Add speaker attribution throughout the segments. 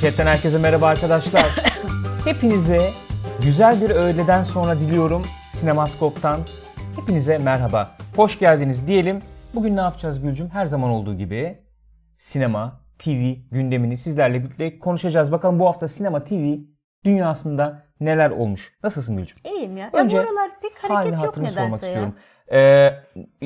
Speaker 1: Setten herkese merhaba arkadaşlar. Hepinize güzel bir öğleden sonra diliyorum Sinemaskop'tan. Hepinize merhaba. Hoş geldiniz diyelim. Bugün ne yapacağız Gülcüm? Her zaman olduğu gibi sinema, TV gündemini sizlerle birlikte konuşacağız. Bakalım bu hafta sinema, TV dünyasında neler olmuş? Nasılsın Gülcüm?
Speaker 2: İyiyim ya.
Speaker 1: Önce
Speaker 2: ya bu aralar pek
Speaker 1: Halini
Speaker 2: hareket yok
Speaker 1: hatırını sormak
Speaker 2: nedense ya.
Speaker 1: istiyorum. Ee,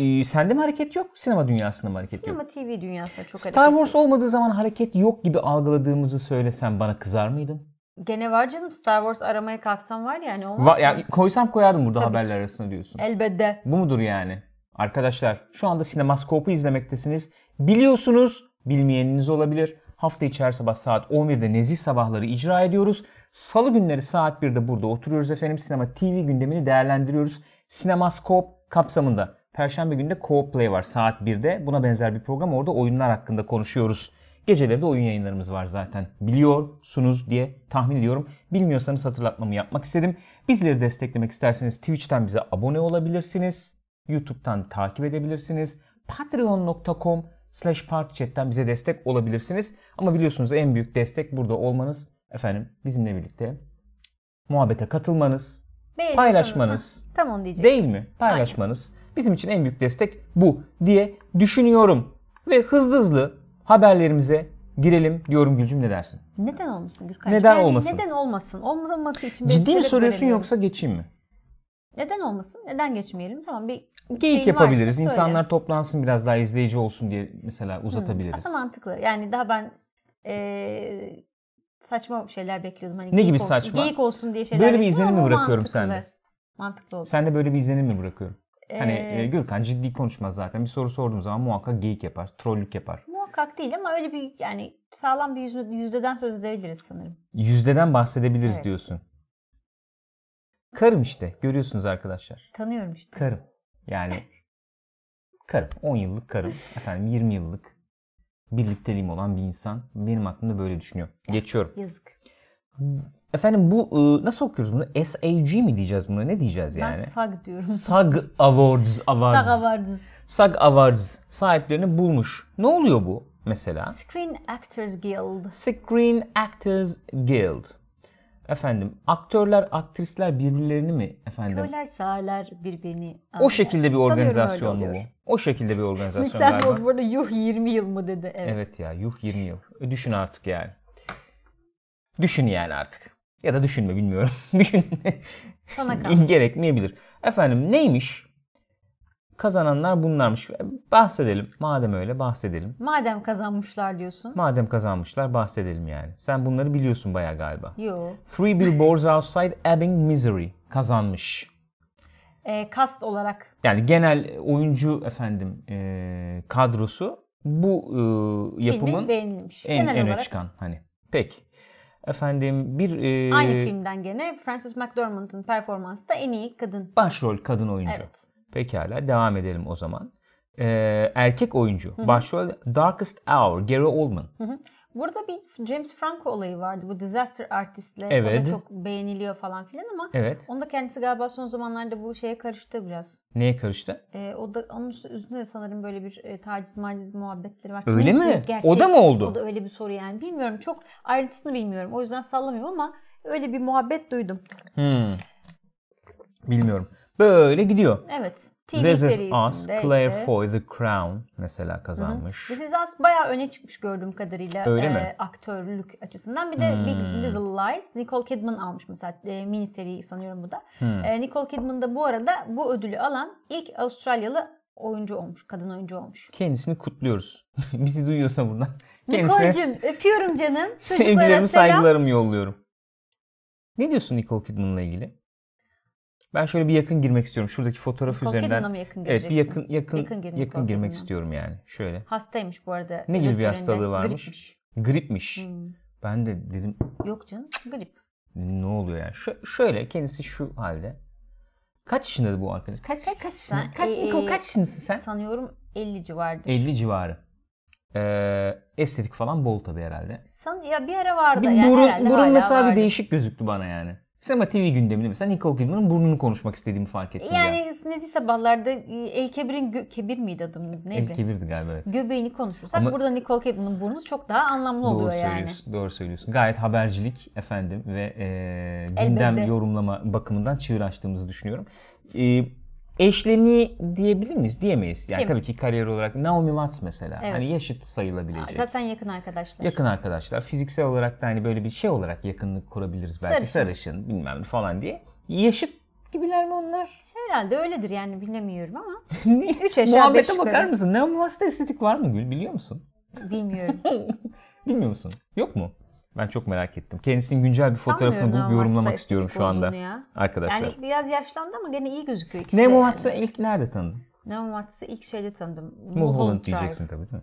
Speaker 1: e, sende mi hareket yok? Sinema dünyasında mı hareket yok?
Speaker 2: Sinema TV dünyasında çok
Speaker 1: Star
Speaker 2: hareket
Speaker 1: Wars
Speaker 2: yok.
Speaker 1: olmadığı zaman hareket yok gibi algıladığımızı söylesem bana kızar mıydın?
Speaker 2: Gene var canım Star Wars aramaya kalksam var yani olmaz
Speaker 1: Va-
Speaker 2: mı?
Speaker 1: yani koysam koyardım burada
Speaker 2: Tabii
Speaker 1: haberler arasında diyorsun.
Speaker 2: Elbette.
Speaker 1: Bu mudur yani? Arkadaşlar şu anda Sinemaskop'u izlemektesiniz. Biliyorsunuz, bilmeyeniniz olabilir. Hafta içi her sabah saat 11'de nezih sabahları icra ediyoruz. Salı günleri saat 1'de burada oturuyoruz efendim. Sinema TV gündemini değerlendiriyoruz. Sinemaskop kapsamında. Perşembe günde Co-Play var saat 1'de. Buna benzer bir program orada oyunlar hakkında konuşuyoruz. Geceleri de oyun yayınlarımız var zaten. Biliyorsunuz diye tahmin ediyorum. Bilmiyorsanız hatırlatmamı yapmak istedim. Bizleri desteklemek isterseniz Twitch'ten bize abone olabilirsiniz. YouTube'dan takip edebilirsiniz. Patreon.com slash partychat'ten bize destek olabilirsiniz. Ama biliyorsunuz en büyük destek burada olmanız. Efendim bizimle birlikte muhabbete katılmanız,
Speaker 2: Beğeni
Speaker 1: paylaşmanız.
Speaker 2: sonuna- Tam onu diyecektim.
Speaker 1: Değil mi? Paylaşmanız bizim için en büyük destek bu diye düşünüyorum. Ve hızlı hızlı haberlerimize girelim diyorum Gülcüm ne dersin?
Speaker 2: Neden olmasın Gürkan?
Speaker 1: Neden
Speaker 2: yani
Speaker 1: olmasın?
Speaker 2: Neden olmasın? Olmaması için ben
Speaker 1: Ciddi mi
Speaker 2: sebep
Speaker 1: soruyorsun
Speaker 2: göremiyorum.
Speaker 1: yoksa geçeyim mi?
Speaker 2: Neden olmasın? Neden geçmeyelim? Tamam bir
Speaker 1: Geyik
Speaker 2: şeyin
Speaker 1: yapabiliriz.
Speaker 2: varsa söyle.
Speaker 1: İnsanlar toplansın biraz daha izleyici olsun diye mesela uzatabiliriz.
Speaker 2: Aslında mantıklı. Yani daha ben eee, saçma şeyler bekliyordum.
Speaker 1: Ne
Speaker 2: Hani geyik
Speaker 1: gibi
Speaker 2: olsun,
Speaker 1: saçma?
Speaker 2: Geyik olsun diye şeyler
Speaker 1: Böyle bir
Speaker 2: bekliyordum
Speaker 1: izlenim mi
Speaker 2: ama
Speaker 1: bırakıyorum
Speaker 2: mantıklı.
Speaker 1: sende?
Speaker 2: Mantıklı oldu.
Speaker 1: Sen de böyle bir izlenim mi bırakıyorum? Hani
Speaker 2: Eee,
Speaker 1: e, Gürkan ciddi konuşmaz zaten. Bir soru sorduğum zaman muhakkak geyik yapar, trollük yapar.
Speaker 2: Muhakkak değil ama öyle bir yani sağlam bir yüzde, yüzdeden söz edebiliriz sanırım.
Speaker 1: Yüzdeden bahsedebiliriz
Speaker 2: Evet.
Speaker 1: diyorsun. Karım işte. Görüyorsunuz arkadaşlar.
Speaker 2: Tanıyorum işte.
Speaker 1: Karım. Yani karım. 10 yıllık karım. Efendim 20 yıllık birlikteliğim olan bir insan benim aklımda böyle düşünüyor. Geçiyorum.
Speaker 2: Yazık.
Speaker 1: Efendim bu ıı, nasıl okuyoruz bunu? SAG mi diyeceğiz buna? Ne diyeceğiz
Speaker 2: Ben
Speaker 1: yani?
Speaker 2: sag diyorum.
Speaker 1: SAG Awards Awards.
Speaker 2: Saga vardı.
Speaker 1: SAG Awards sahiplerini bulmuş. Ne oluyor bu mesela?
Speaker 2: Screen Actors Guild.
Speaker 1: Screen Actors Guild. Efendim aktörler aktrisler birbirlerini mi efendim?
Speaker 2: Körler sağırlar birbirini.
Speaker 1: O
Speaker 2: anlar.
Speaker 1: şekilde bir
Speaker 2: Sanıyorum
Speaker 1: organizasyon mu
Speaker 2: öyle
Speaker 1: bu?
Speaker 2: oluyor.
Speaker 1: O şekilde bir organizasyon
Speaker 2: Mesela
Speaker 1: galiba.
Speaker 2: Boz burada yuh 20 yıl mı dedi. Evet.
Speaker 1: Evet ya yuh 20 yıl. E, Düşün artık yani. Düşün yani artık. Ya da düşünme bilmiyorum. Düşün.
Speaker 2: Sana kalmış.
Speaker 1: Gerekmeyebilir. Efendim neymiş? Kazananlar bunlarmış. E, Bahsedelim. Madem öyle bahsedelim.
Speaker 2: Madem kazanmışlar diyorsun.
Speaker 1: Madem kazanmışlar bahsedelim yani. Sen bunları biliyorsun bayağı galiba.
Speaker 2: Yo.
Speaker 1: Three Billboards Outside Ebbing, Missouri kazanmış.
Speaker 2: Ee, kast olarak
Speaker 1: Yani genel oyuncu efendim e, kadrosu bu e, yapımın
Speaker 2: filmin beğenilmiş.
Speaker 1: en
Speaker 2: Genel
Speaker 1: öne
Speaker 2: olarak
Speaker 1: çıkan hani. Peki. Efendim bir e,
Speaker 2: aynı filmden gene Frances McDormand'ın performansı da en iyi kadın.
Speaker 1: başrol kadın oyuncu.
Speaker 2: Evet.
Speaker 1: Pekala devam edelim o zaman. E, erkek oyuncu. Başrol Darkest Hour Gary Oldman.
Speaker 2: Burada bir James Franco olayı vardı. Bu Disaster Artist'le o
Speaker 1: Evet.
Speaker 2: da çok beğeniliyor falan filan ama
Speaker 1: Evet.
Speaker 2: onu da kendisi galiba son zamanlarda bu şeye karıştı biraz.
Speaker 1: Neye karıştı?
Speaker 2: Ee, o da onun üstü- üstünde de sanırım böyle bir e, taciz maciz muhabbetleri var.
Speaker 1: Öyle
Speaker 2: Neyse,
Speaker 1: mi?
Speaker 2: gerçek-
Speaker 1: O da mı oldu?
Speaker 2: O da öyle bir soru yani. Bilmiyorum çok ayrıntısını bilmiyorum. O yüzden sallamıyorum ama öyle bir muhabbet duydum.
Speaker 1: Hmm. Bilmiyorum. Böyle gidiyor.
Speaker 2: Evet. TV
Speaker 1: This is
Speaker 2: serisinde
Speaker 1: Us, Claire
Speaker 2: işte.
Speaker 1: Foy, The Crown mesela kazanmış.
Speaker 2: This Is Us bayağı öne çıkmış gördüğüm kadarıyla
Speaker 1: Öyle
Speaker 2: e,
Speaker 1: mi? Hmm.
Speaker 2: aktörlük açısından. Bir de Big Little Lies, Nicole Kidman almış mesela e, mini seri sanıyorum bu da. E, Nicole Kidman da bu arada bu ödülü alan ilk Avustralyalı oyuncu olmuş, kadın oyuncu olmuş.
Speaker 1: Kendisini kutluyoruz. Bizi duyuyorsa buradan. Kendisine
Speaker 2: Nicole'cim öpüyorum canım. Çocuklara
Speaker 1: Sevgilerimi,
Speaker 2: selam.
Speaker 1: saygılarımı yolluyorum. Ne diyorsun Nicole Kidman'la ilgili? Ben şöyle bir yakın girmek istiyorum. Şuradaki fotoğraf
Speaker 2: Nicole
Speaker 1: üzerinden.
Speaker 2: Kidman'a mı yakın
Speaker 1: evet, bir
Speaker 2: gireceksin?
Speaker 1: yakın yakın yakın,
Speaker 2: Yakın gir Nicole
Speaker 1: girmek
Speaker 2: Kidman'a.
Speaker 1: istiyorum yani. Şöyle.
Speaker 2: Hastaymış bu arada.
Speaker 1: Ne gibi bir
Speaker 2: Ödül töreninde.
Speaker 1: hastalığı varmış?
Speaker 2: Gripmiş.
Speaker 1: Gripmiş.
Speaker 2: Hmm.
Speaker 1: Ben de dedim
Speaker 2: Yok canım grip.
Speaker 1: ne oluyor yani? Şö- şöyle kendisi şu halde. Kaç yaşında bu arkadaş? Kaç
Speaker 2: Kaç- kaç
Speaker 1: yaşındasın?
Speaker 2: sen?
Speaker 1: Kaç
Speaker 2: Ee,
Speaker 1: Nicole kaç yaşındasın sen?
Speaker 2: Sanıyorum 50 civardır.
Speaker 1: 50 civarı. Ee, estetik falan bol tabii herhalde.
Speaker 2: San, ya bir ara vardı.
Speaker 1: Bir
Speaker 2: yani
Speaker 1: burun
Speaker 2: herhalde
Speaker 1: burun
Speaker 2: hala
Speaker 1: mesela bir
Speaker 2: vardı.
Speaker 1: değişik gözüktü bana yani. Sinema TV gündeminde mesela Nicole Kidman'ın burnunu konuşmak istediğimi fark ettim.
Speaker 2: Yani
Speaker 1: ya.
Speaker 2: Nezih sabahlarda e, El Kebir'in gö- Kebir miydi adamın neydi?
Speaker 1: El kibirdi galiba evet.
Speaker 2: Göbeğini konuşursak
Speaker 1: Ama-
Speaker 2: burada Nicole Kidman'ın burnu çok daha anlamlı
Speaker 1: Doğru
Speaker 2: oluyor yani.
Speaker 1: söylüyorsun. Doğru söylüyorsun. Gayet habercilik efendim ve e, gündem
Speaker 2: Elbette.
Speaker 1: yorumlama bakımından çığır açtığımızı düşünüyorum. E, eşleni diyebilir miyiz? Diyemeyiz. Yani
Speaker 2: Kim?
Speaker 1: tabii ki kariyer olarak Naomi Watts mesela.
Speaker 2: Evet.
Speaker 1: Hani yaşıt sayılabilecek.
Speaker 2: Zaten yakın arkadaşlar.
Speaker 1: Yakın arkadaşlar. Fiziksel olarak da hani böyle bir şey olarak yakınlık kurabiliriz belki.
Speaker 2: Sarışın.
Speaker 1: Sarışın bilmem ne falan diye. Yaşıt gibiler mi onlar?
Speaker 2: Herhalde öyledir yani bilemiyorum ama
Speaker 1: Niye?
Speaker 2: Üç eşya, beş
Speaker 1: Muhabbete
Speaker 2: yukarı.
Speaker 1: bakar mısın? Naomi Watts'ta estetik var mı Gül biliyor musun?
Speaker 2: bilmiyorum.
Speaker 1: Bilmiyor musun? Yok mu? Ben çok merak ettim. Kendisinin güncel bir fotoğrafını
Speaker 2: Sanmıyorum
Speaker 1: bulup
Speaker 2: ama
Speaker 1: yorumlamak
Speaker 2: hasta
Speaker 1: istiyorum
Speaker 2: estetik
Speaker 1: şu anda
Speaker 2: olduğunu ya.
Speaker 1: arkadaşlar.
Speaker 2: Yani biraz yaşlandı ama gene iyi gözüküyor ikisi. de
Speaker 1: Nemo
Speaker 2: yani.
Speaker 1: Watts'ı ilk nerede tanıdın?
Speaker 2: Naomi Watts'ı ilk şeyde tanıdım.
Speaker 1: Mulholland
Speaker 2: Drive.
Speaker 1: diyeceksin tabii değil mi?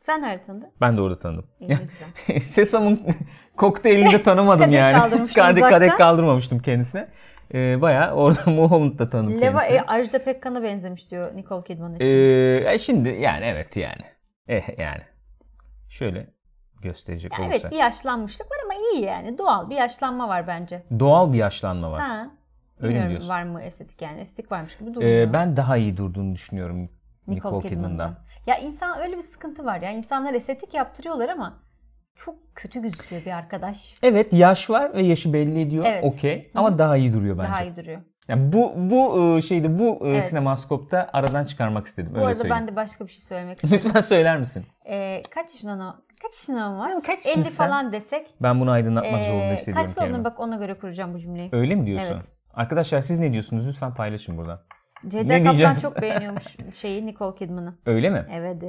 Speaker 2: Sen nerede tanıdın?
Speaker 1: Ben de orada tanıdım.
Speaker 2: İyi, ne güzel.
Speaker 1: Sesam'ın kokteylinde tanımadım
Speaker 2: Kadeh
Speaker 1: yani.
Speaker 2: kaldırmıştım
Speaker 1: Kadeh,
Speaker 2: uzaktan.
Speaker 1: kadeh kaldırmamıştım kendisine. Ee, bayağı orada Mulholland'da tanıdım
Speaker 2: Leva
Speaker 1: kendisini.
Speaker 2: e, Ajda Pekkan'a benzemiş diyor Nicole Kidman için.
Speaker 1: Ee, e, şimdi yani evet yani. Eh yani. Şöyle gösterecek
Speaker 2: Ya
Speaker 1: olursak.
Speaker 2: evet bir yaşlanmışlık var ama iyi yani. Doğal bir yaşlanma var bence.
Speaker 1: Doğal bir yaşlanma var.
Speaker 2: Ha.
Speaker 1: Öyle mi
Speaker 2: Bilmiyorum
Speaker 1: diyorsun?
Speaker 2: var mı estetik yani. Estetik varmış gibi
Speaker 1: Ee,
Speaker 2: durmuyor.
Speaker 1: ben daha iyi durduğunu düşünüyorum Nicole, Kidman'dan.
Speaker 2: Ya insan öyle bir sıkıntı var ya. İnsanlar estetik yaptırıyorlar ama çok kötü gözüküyor bir arkadaş.
Speaker 1: Evet yaş var ve yaşı belli ediyor.
Speaker 2: Evet.
Speaker 1: Okey. Ama daha iyi duruyor bence.
Speaker 2: Daha iyi duruyor.
Speaker 1: Yani bu bu e, şeyde bu e,
Speaker 2: Evet.
Speaker 1: sinemaskopta aradan çıkarmak istedim.
Speaker 2: Bu
Speaker 1: öyle
Speaker 2: arada
Speaker 1: söyleyeyim.
Speaker 2: ben de başka bir şey söylemek istiyorum.
Speaker 1: Lütfen söyler misin?
Speaker 2: Ee, kaç yaşında Naomi- kaç yaşında var?
Speaker 1: kaç
Speaker 2: 50
Speaker 1: yaşındasın sen?
Speaker 2: falan desek.
Speaker 1: Ben bunu aydınlatmak zorunda
Speaker 2: ee,
Speaker 1: hissediyorum
Speaker 2: kaç
Speaker 1: kendimi.
Speaker 2: olduğunu bak ona göre kuracağım bu cümleyi.
Speaker 1: Öyle mi diyorsun?
Speaker 2: Evet.
Speaker 1: Arkadaşlar siz ne diyorsunuz? Lütfen paylaşın burada.
Speaker 2: Ceyda
Speaker 1: Ne
Speaker 2: Kaplan
Speaker 1: diyeceğiz?
Speaker 2: çok beğeniyormuş şeyi Nicole Kidman'ı.
Speaker 1: Öyle mi?
Speaker 2: Evet.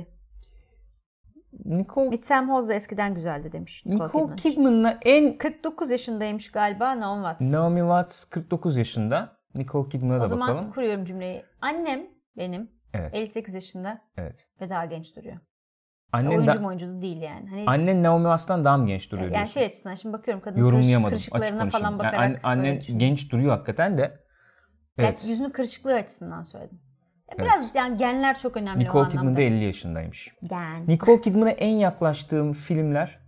Speaker 1: Nicole
Speaker 2: Sam Hose da eskiden güzeldi demiş Nicole,
Speaker 1: Nicole
Speaker 2: Kidman.
Speaker 1: Kidman'la en
Speaker 2: 49 yaşındaymış galiba Naomi Watts.
Speaker 1: Naomi Watts 49 yaşında. Nicole Kidman'a
Speaker 2: o
Speaker 1: da
Speaker 2: zaman e,
Speaker 1: bakalım.
Speaker 2: kuruyorum cümleyi. Annem benim
Speaker 1: Evet.
Speaker 2: 58 yaşında
Speaker 1: Evet.
Speaker 2: ve daha genç duruyor.
Speaker 1: Annen
Speaker 2: oyuncu
Speaker 1: da,
Speaker 2: mu oyuncu da değil yani. Hani
Speaker 1: annen Naomi Watts'tan daha mı genç duruyor
Speaker 2: yani
Speaker 1: diyorsun?
Speaker 2: şey açısından şimdi bakıyorum kadın kırış-
Speaker 1: Yorumlayamadım. Açık
Speaker 2: kırışıklarına
Speaker 1: konuşayım.
Speaker 2: falan
Speaker 1: Yani
Speaker 2: bakarak. şey.
Speaker 1: an- annen
Speaker 2: öyle düşünüyorum.
Speaker 1: genç duruyor hakikaten de.
Speaker 2: Yani
Speaker 1: Evet.
Speaker 2: yüzünün kırışıklığı açısından söyledim. E, Biraz
Speaker 1: Evet.
Speaker 2: yani genler çok önemli o
Speaker 1: Nicole
Speaker 2: anlamda.
Speaker 1: Kidman da 50 yaşındaymış.
Speaker 2: Gen.
Speaker 1: Nicole Kidman'a en yaklaştığım filmler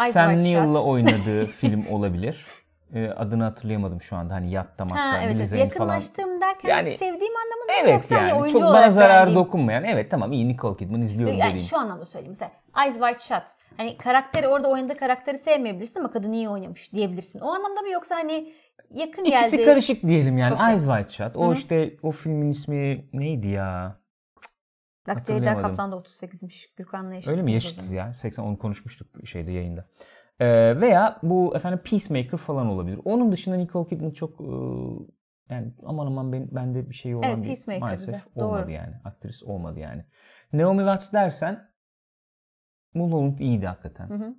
Speaker 2: Eyes
Speaker 1: Sam
Speaker 2: Wide Shut.
Speaker 1: Neill'la oynadığı film olabilir. Ee, adını hatırlayamadım şu anda. Hani yatta
Speaker 2: Ha,
Speaker 1: matta,
Speaker 2: evet, evet.
Speaker 1: Billie Zane falan.
Speaker 2: Yakınlaştığım derken hani
Speaker 1: Yani-
Speaker 2: sevdiğim anlamında mı
Speaker 1: Evet
Speaker 2: yoksa hani
Speaker 1: yani
Speaker 2: oyuncu
Speaker 1: çok bana
Speaker 2: olarak
Speaker 1: zarar
Speaker 2: beğendiğim-
Speaker 1: dokunmayan. Evet tamam iyi Nicole Kidman izliyorum
Speaker 2: Yani
Speaker 1: dediğim.
Speaker 2: şu anlamda söyleyeyim. Mesela Eyes Wide Shut. Hani karakteri orada oynadığı karakteri sevmeyebilirsin ama kadın iyi oynamış diyebilirsin. O anlamda mı yoksa hani yakın geldi.
Speaker 1: İkisi karışık diyelim yani.
Speaker 2: Okey.
Speaker 1: Eyes Wide Shut. O
Speaker 2: Hı hı.
Speaker 1: işte o filmin ismi neydi ya?
Speaker 2: Bak Ceyda
Speaker 1: hatırlayamadım.
Speaker 2: Kaplan da 38'miş. Gürkan'la eşitsiniz.
Speaker 1: Öyle mi?
Speaker 2: o
Speaker 1: Yaşıtız
Speaker 2: zaman.
Speaker 1: ya. 80 onu konuşmuştuk şeyde yayında. Ee, veya bu efendim Peacemaker falan olabilir. Onun dışında Nicole Kidman çok e, yani aman aman ben, bende bir şey olan
Speaker 2: Evet,
Speaker 1: bir
Speaker 2: Peacemaker'da
Speaker 1: maalesef
Speaker 2: da, doğru.
Speaker 1: olmadı yani. Aktris olmadı yani. Naomi Watts dersen Mulholland iyiydi hakikaten.
Speaker 2: Hı hı.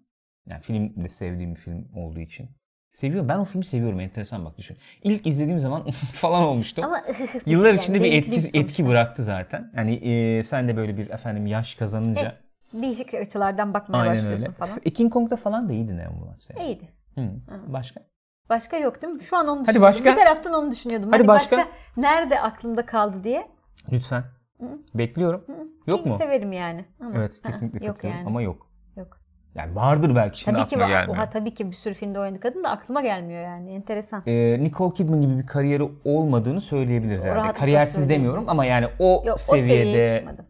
Speaker 1: Yani film de sevdiğim bir film olduğu için. Seviyorum. Ben o filmi seviyorum. Enteresan bak düşün. İlk izlediğim zaman falan olmuştu.
Speaker 2: Ama
Speaker 1: Yıllar içinde bir
Speaker 2: Yani
Speaker 1: etki,
Speaker 2: delikli
Speaker 1: etki
Speaker 2: sonuçta.
Speaker 1: bıraktı zaten. Yani e, sen de böyle bir efendim yaş kazanınca
Speaker 2: Evet, Değişik açılardan bakmaya
Speaker 1: aynen
Speaker 2: başlıyorsun
Speaker 1: öyle.
Speaker 2: falan.
Speaker 1: E, King Kong'da falan da iyiydi ne ambulans yani.
Speaker 2: İyiydi.
Speaker 1: Hı. Başka?
Speaker 2: Başka yok değil mi? Şu an onu düşünüyordum.
Speaker 1: başka?
Speaker 2: Bir taraftan onu düşünüyordum.
Speaker 1: Hadi
Speaker 2: hani
Speaker 1: başka?
Speaker 2: başka? Nerede aklımda kaldı diye.
Speaker 1: Lütfen.
Speaker 2: Hı.
Speaker 1: Bekliyorum. Yok
Speaker 2: King'i
Speaker 1: mu?
Speaker 2: severim yani. Ama-
Speaker 1: Evet
Speaker 2: Ha,
Speaker 1: kesinlikle
Speaker 2: Yok
Speaker 1: katılıyorum
Speaker 2: yani.
Speaker 1: ama yok.
Speaker 2: Yok.
Speaker 1: Yani vardır belki şimdi
Speaker 2: Tabii ki
Speaker 1: aklıma
Speaker 2: var.
Speaker 1: gelmiyor.
Speaker 2: Oha tabii ki bir sürü filmde oynadı kadın da aklıma gelmiyor yani. Enteresan.
Speaker 1: E, Nicole Kidman gibi bir kariyeri olmadığını söyleyebiliriz herhalde.
Speaker 2: rahatlıkla
Speaker 1: Kariyersiz
Speaker 2: söyleyebiliriz.
Speaker 1: demiyorum ama yani o
Speaker 2: Yok o seviyeye
Speaker 1: seviyede
Speaker 2: çıkmadı.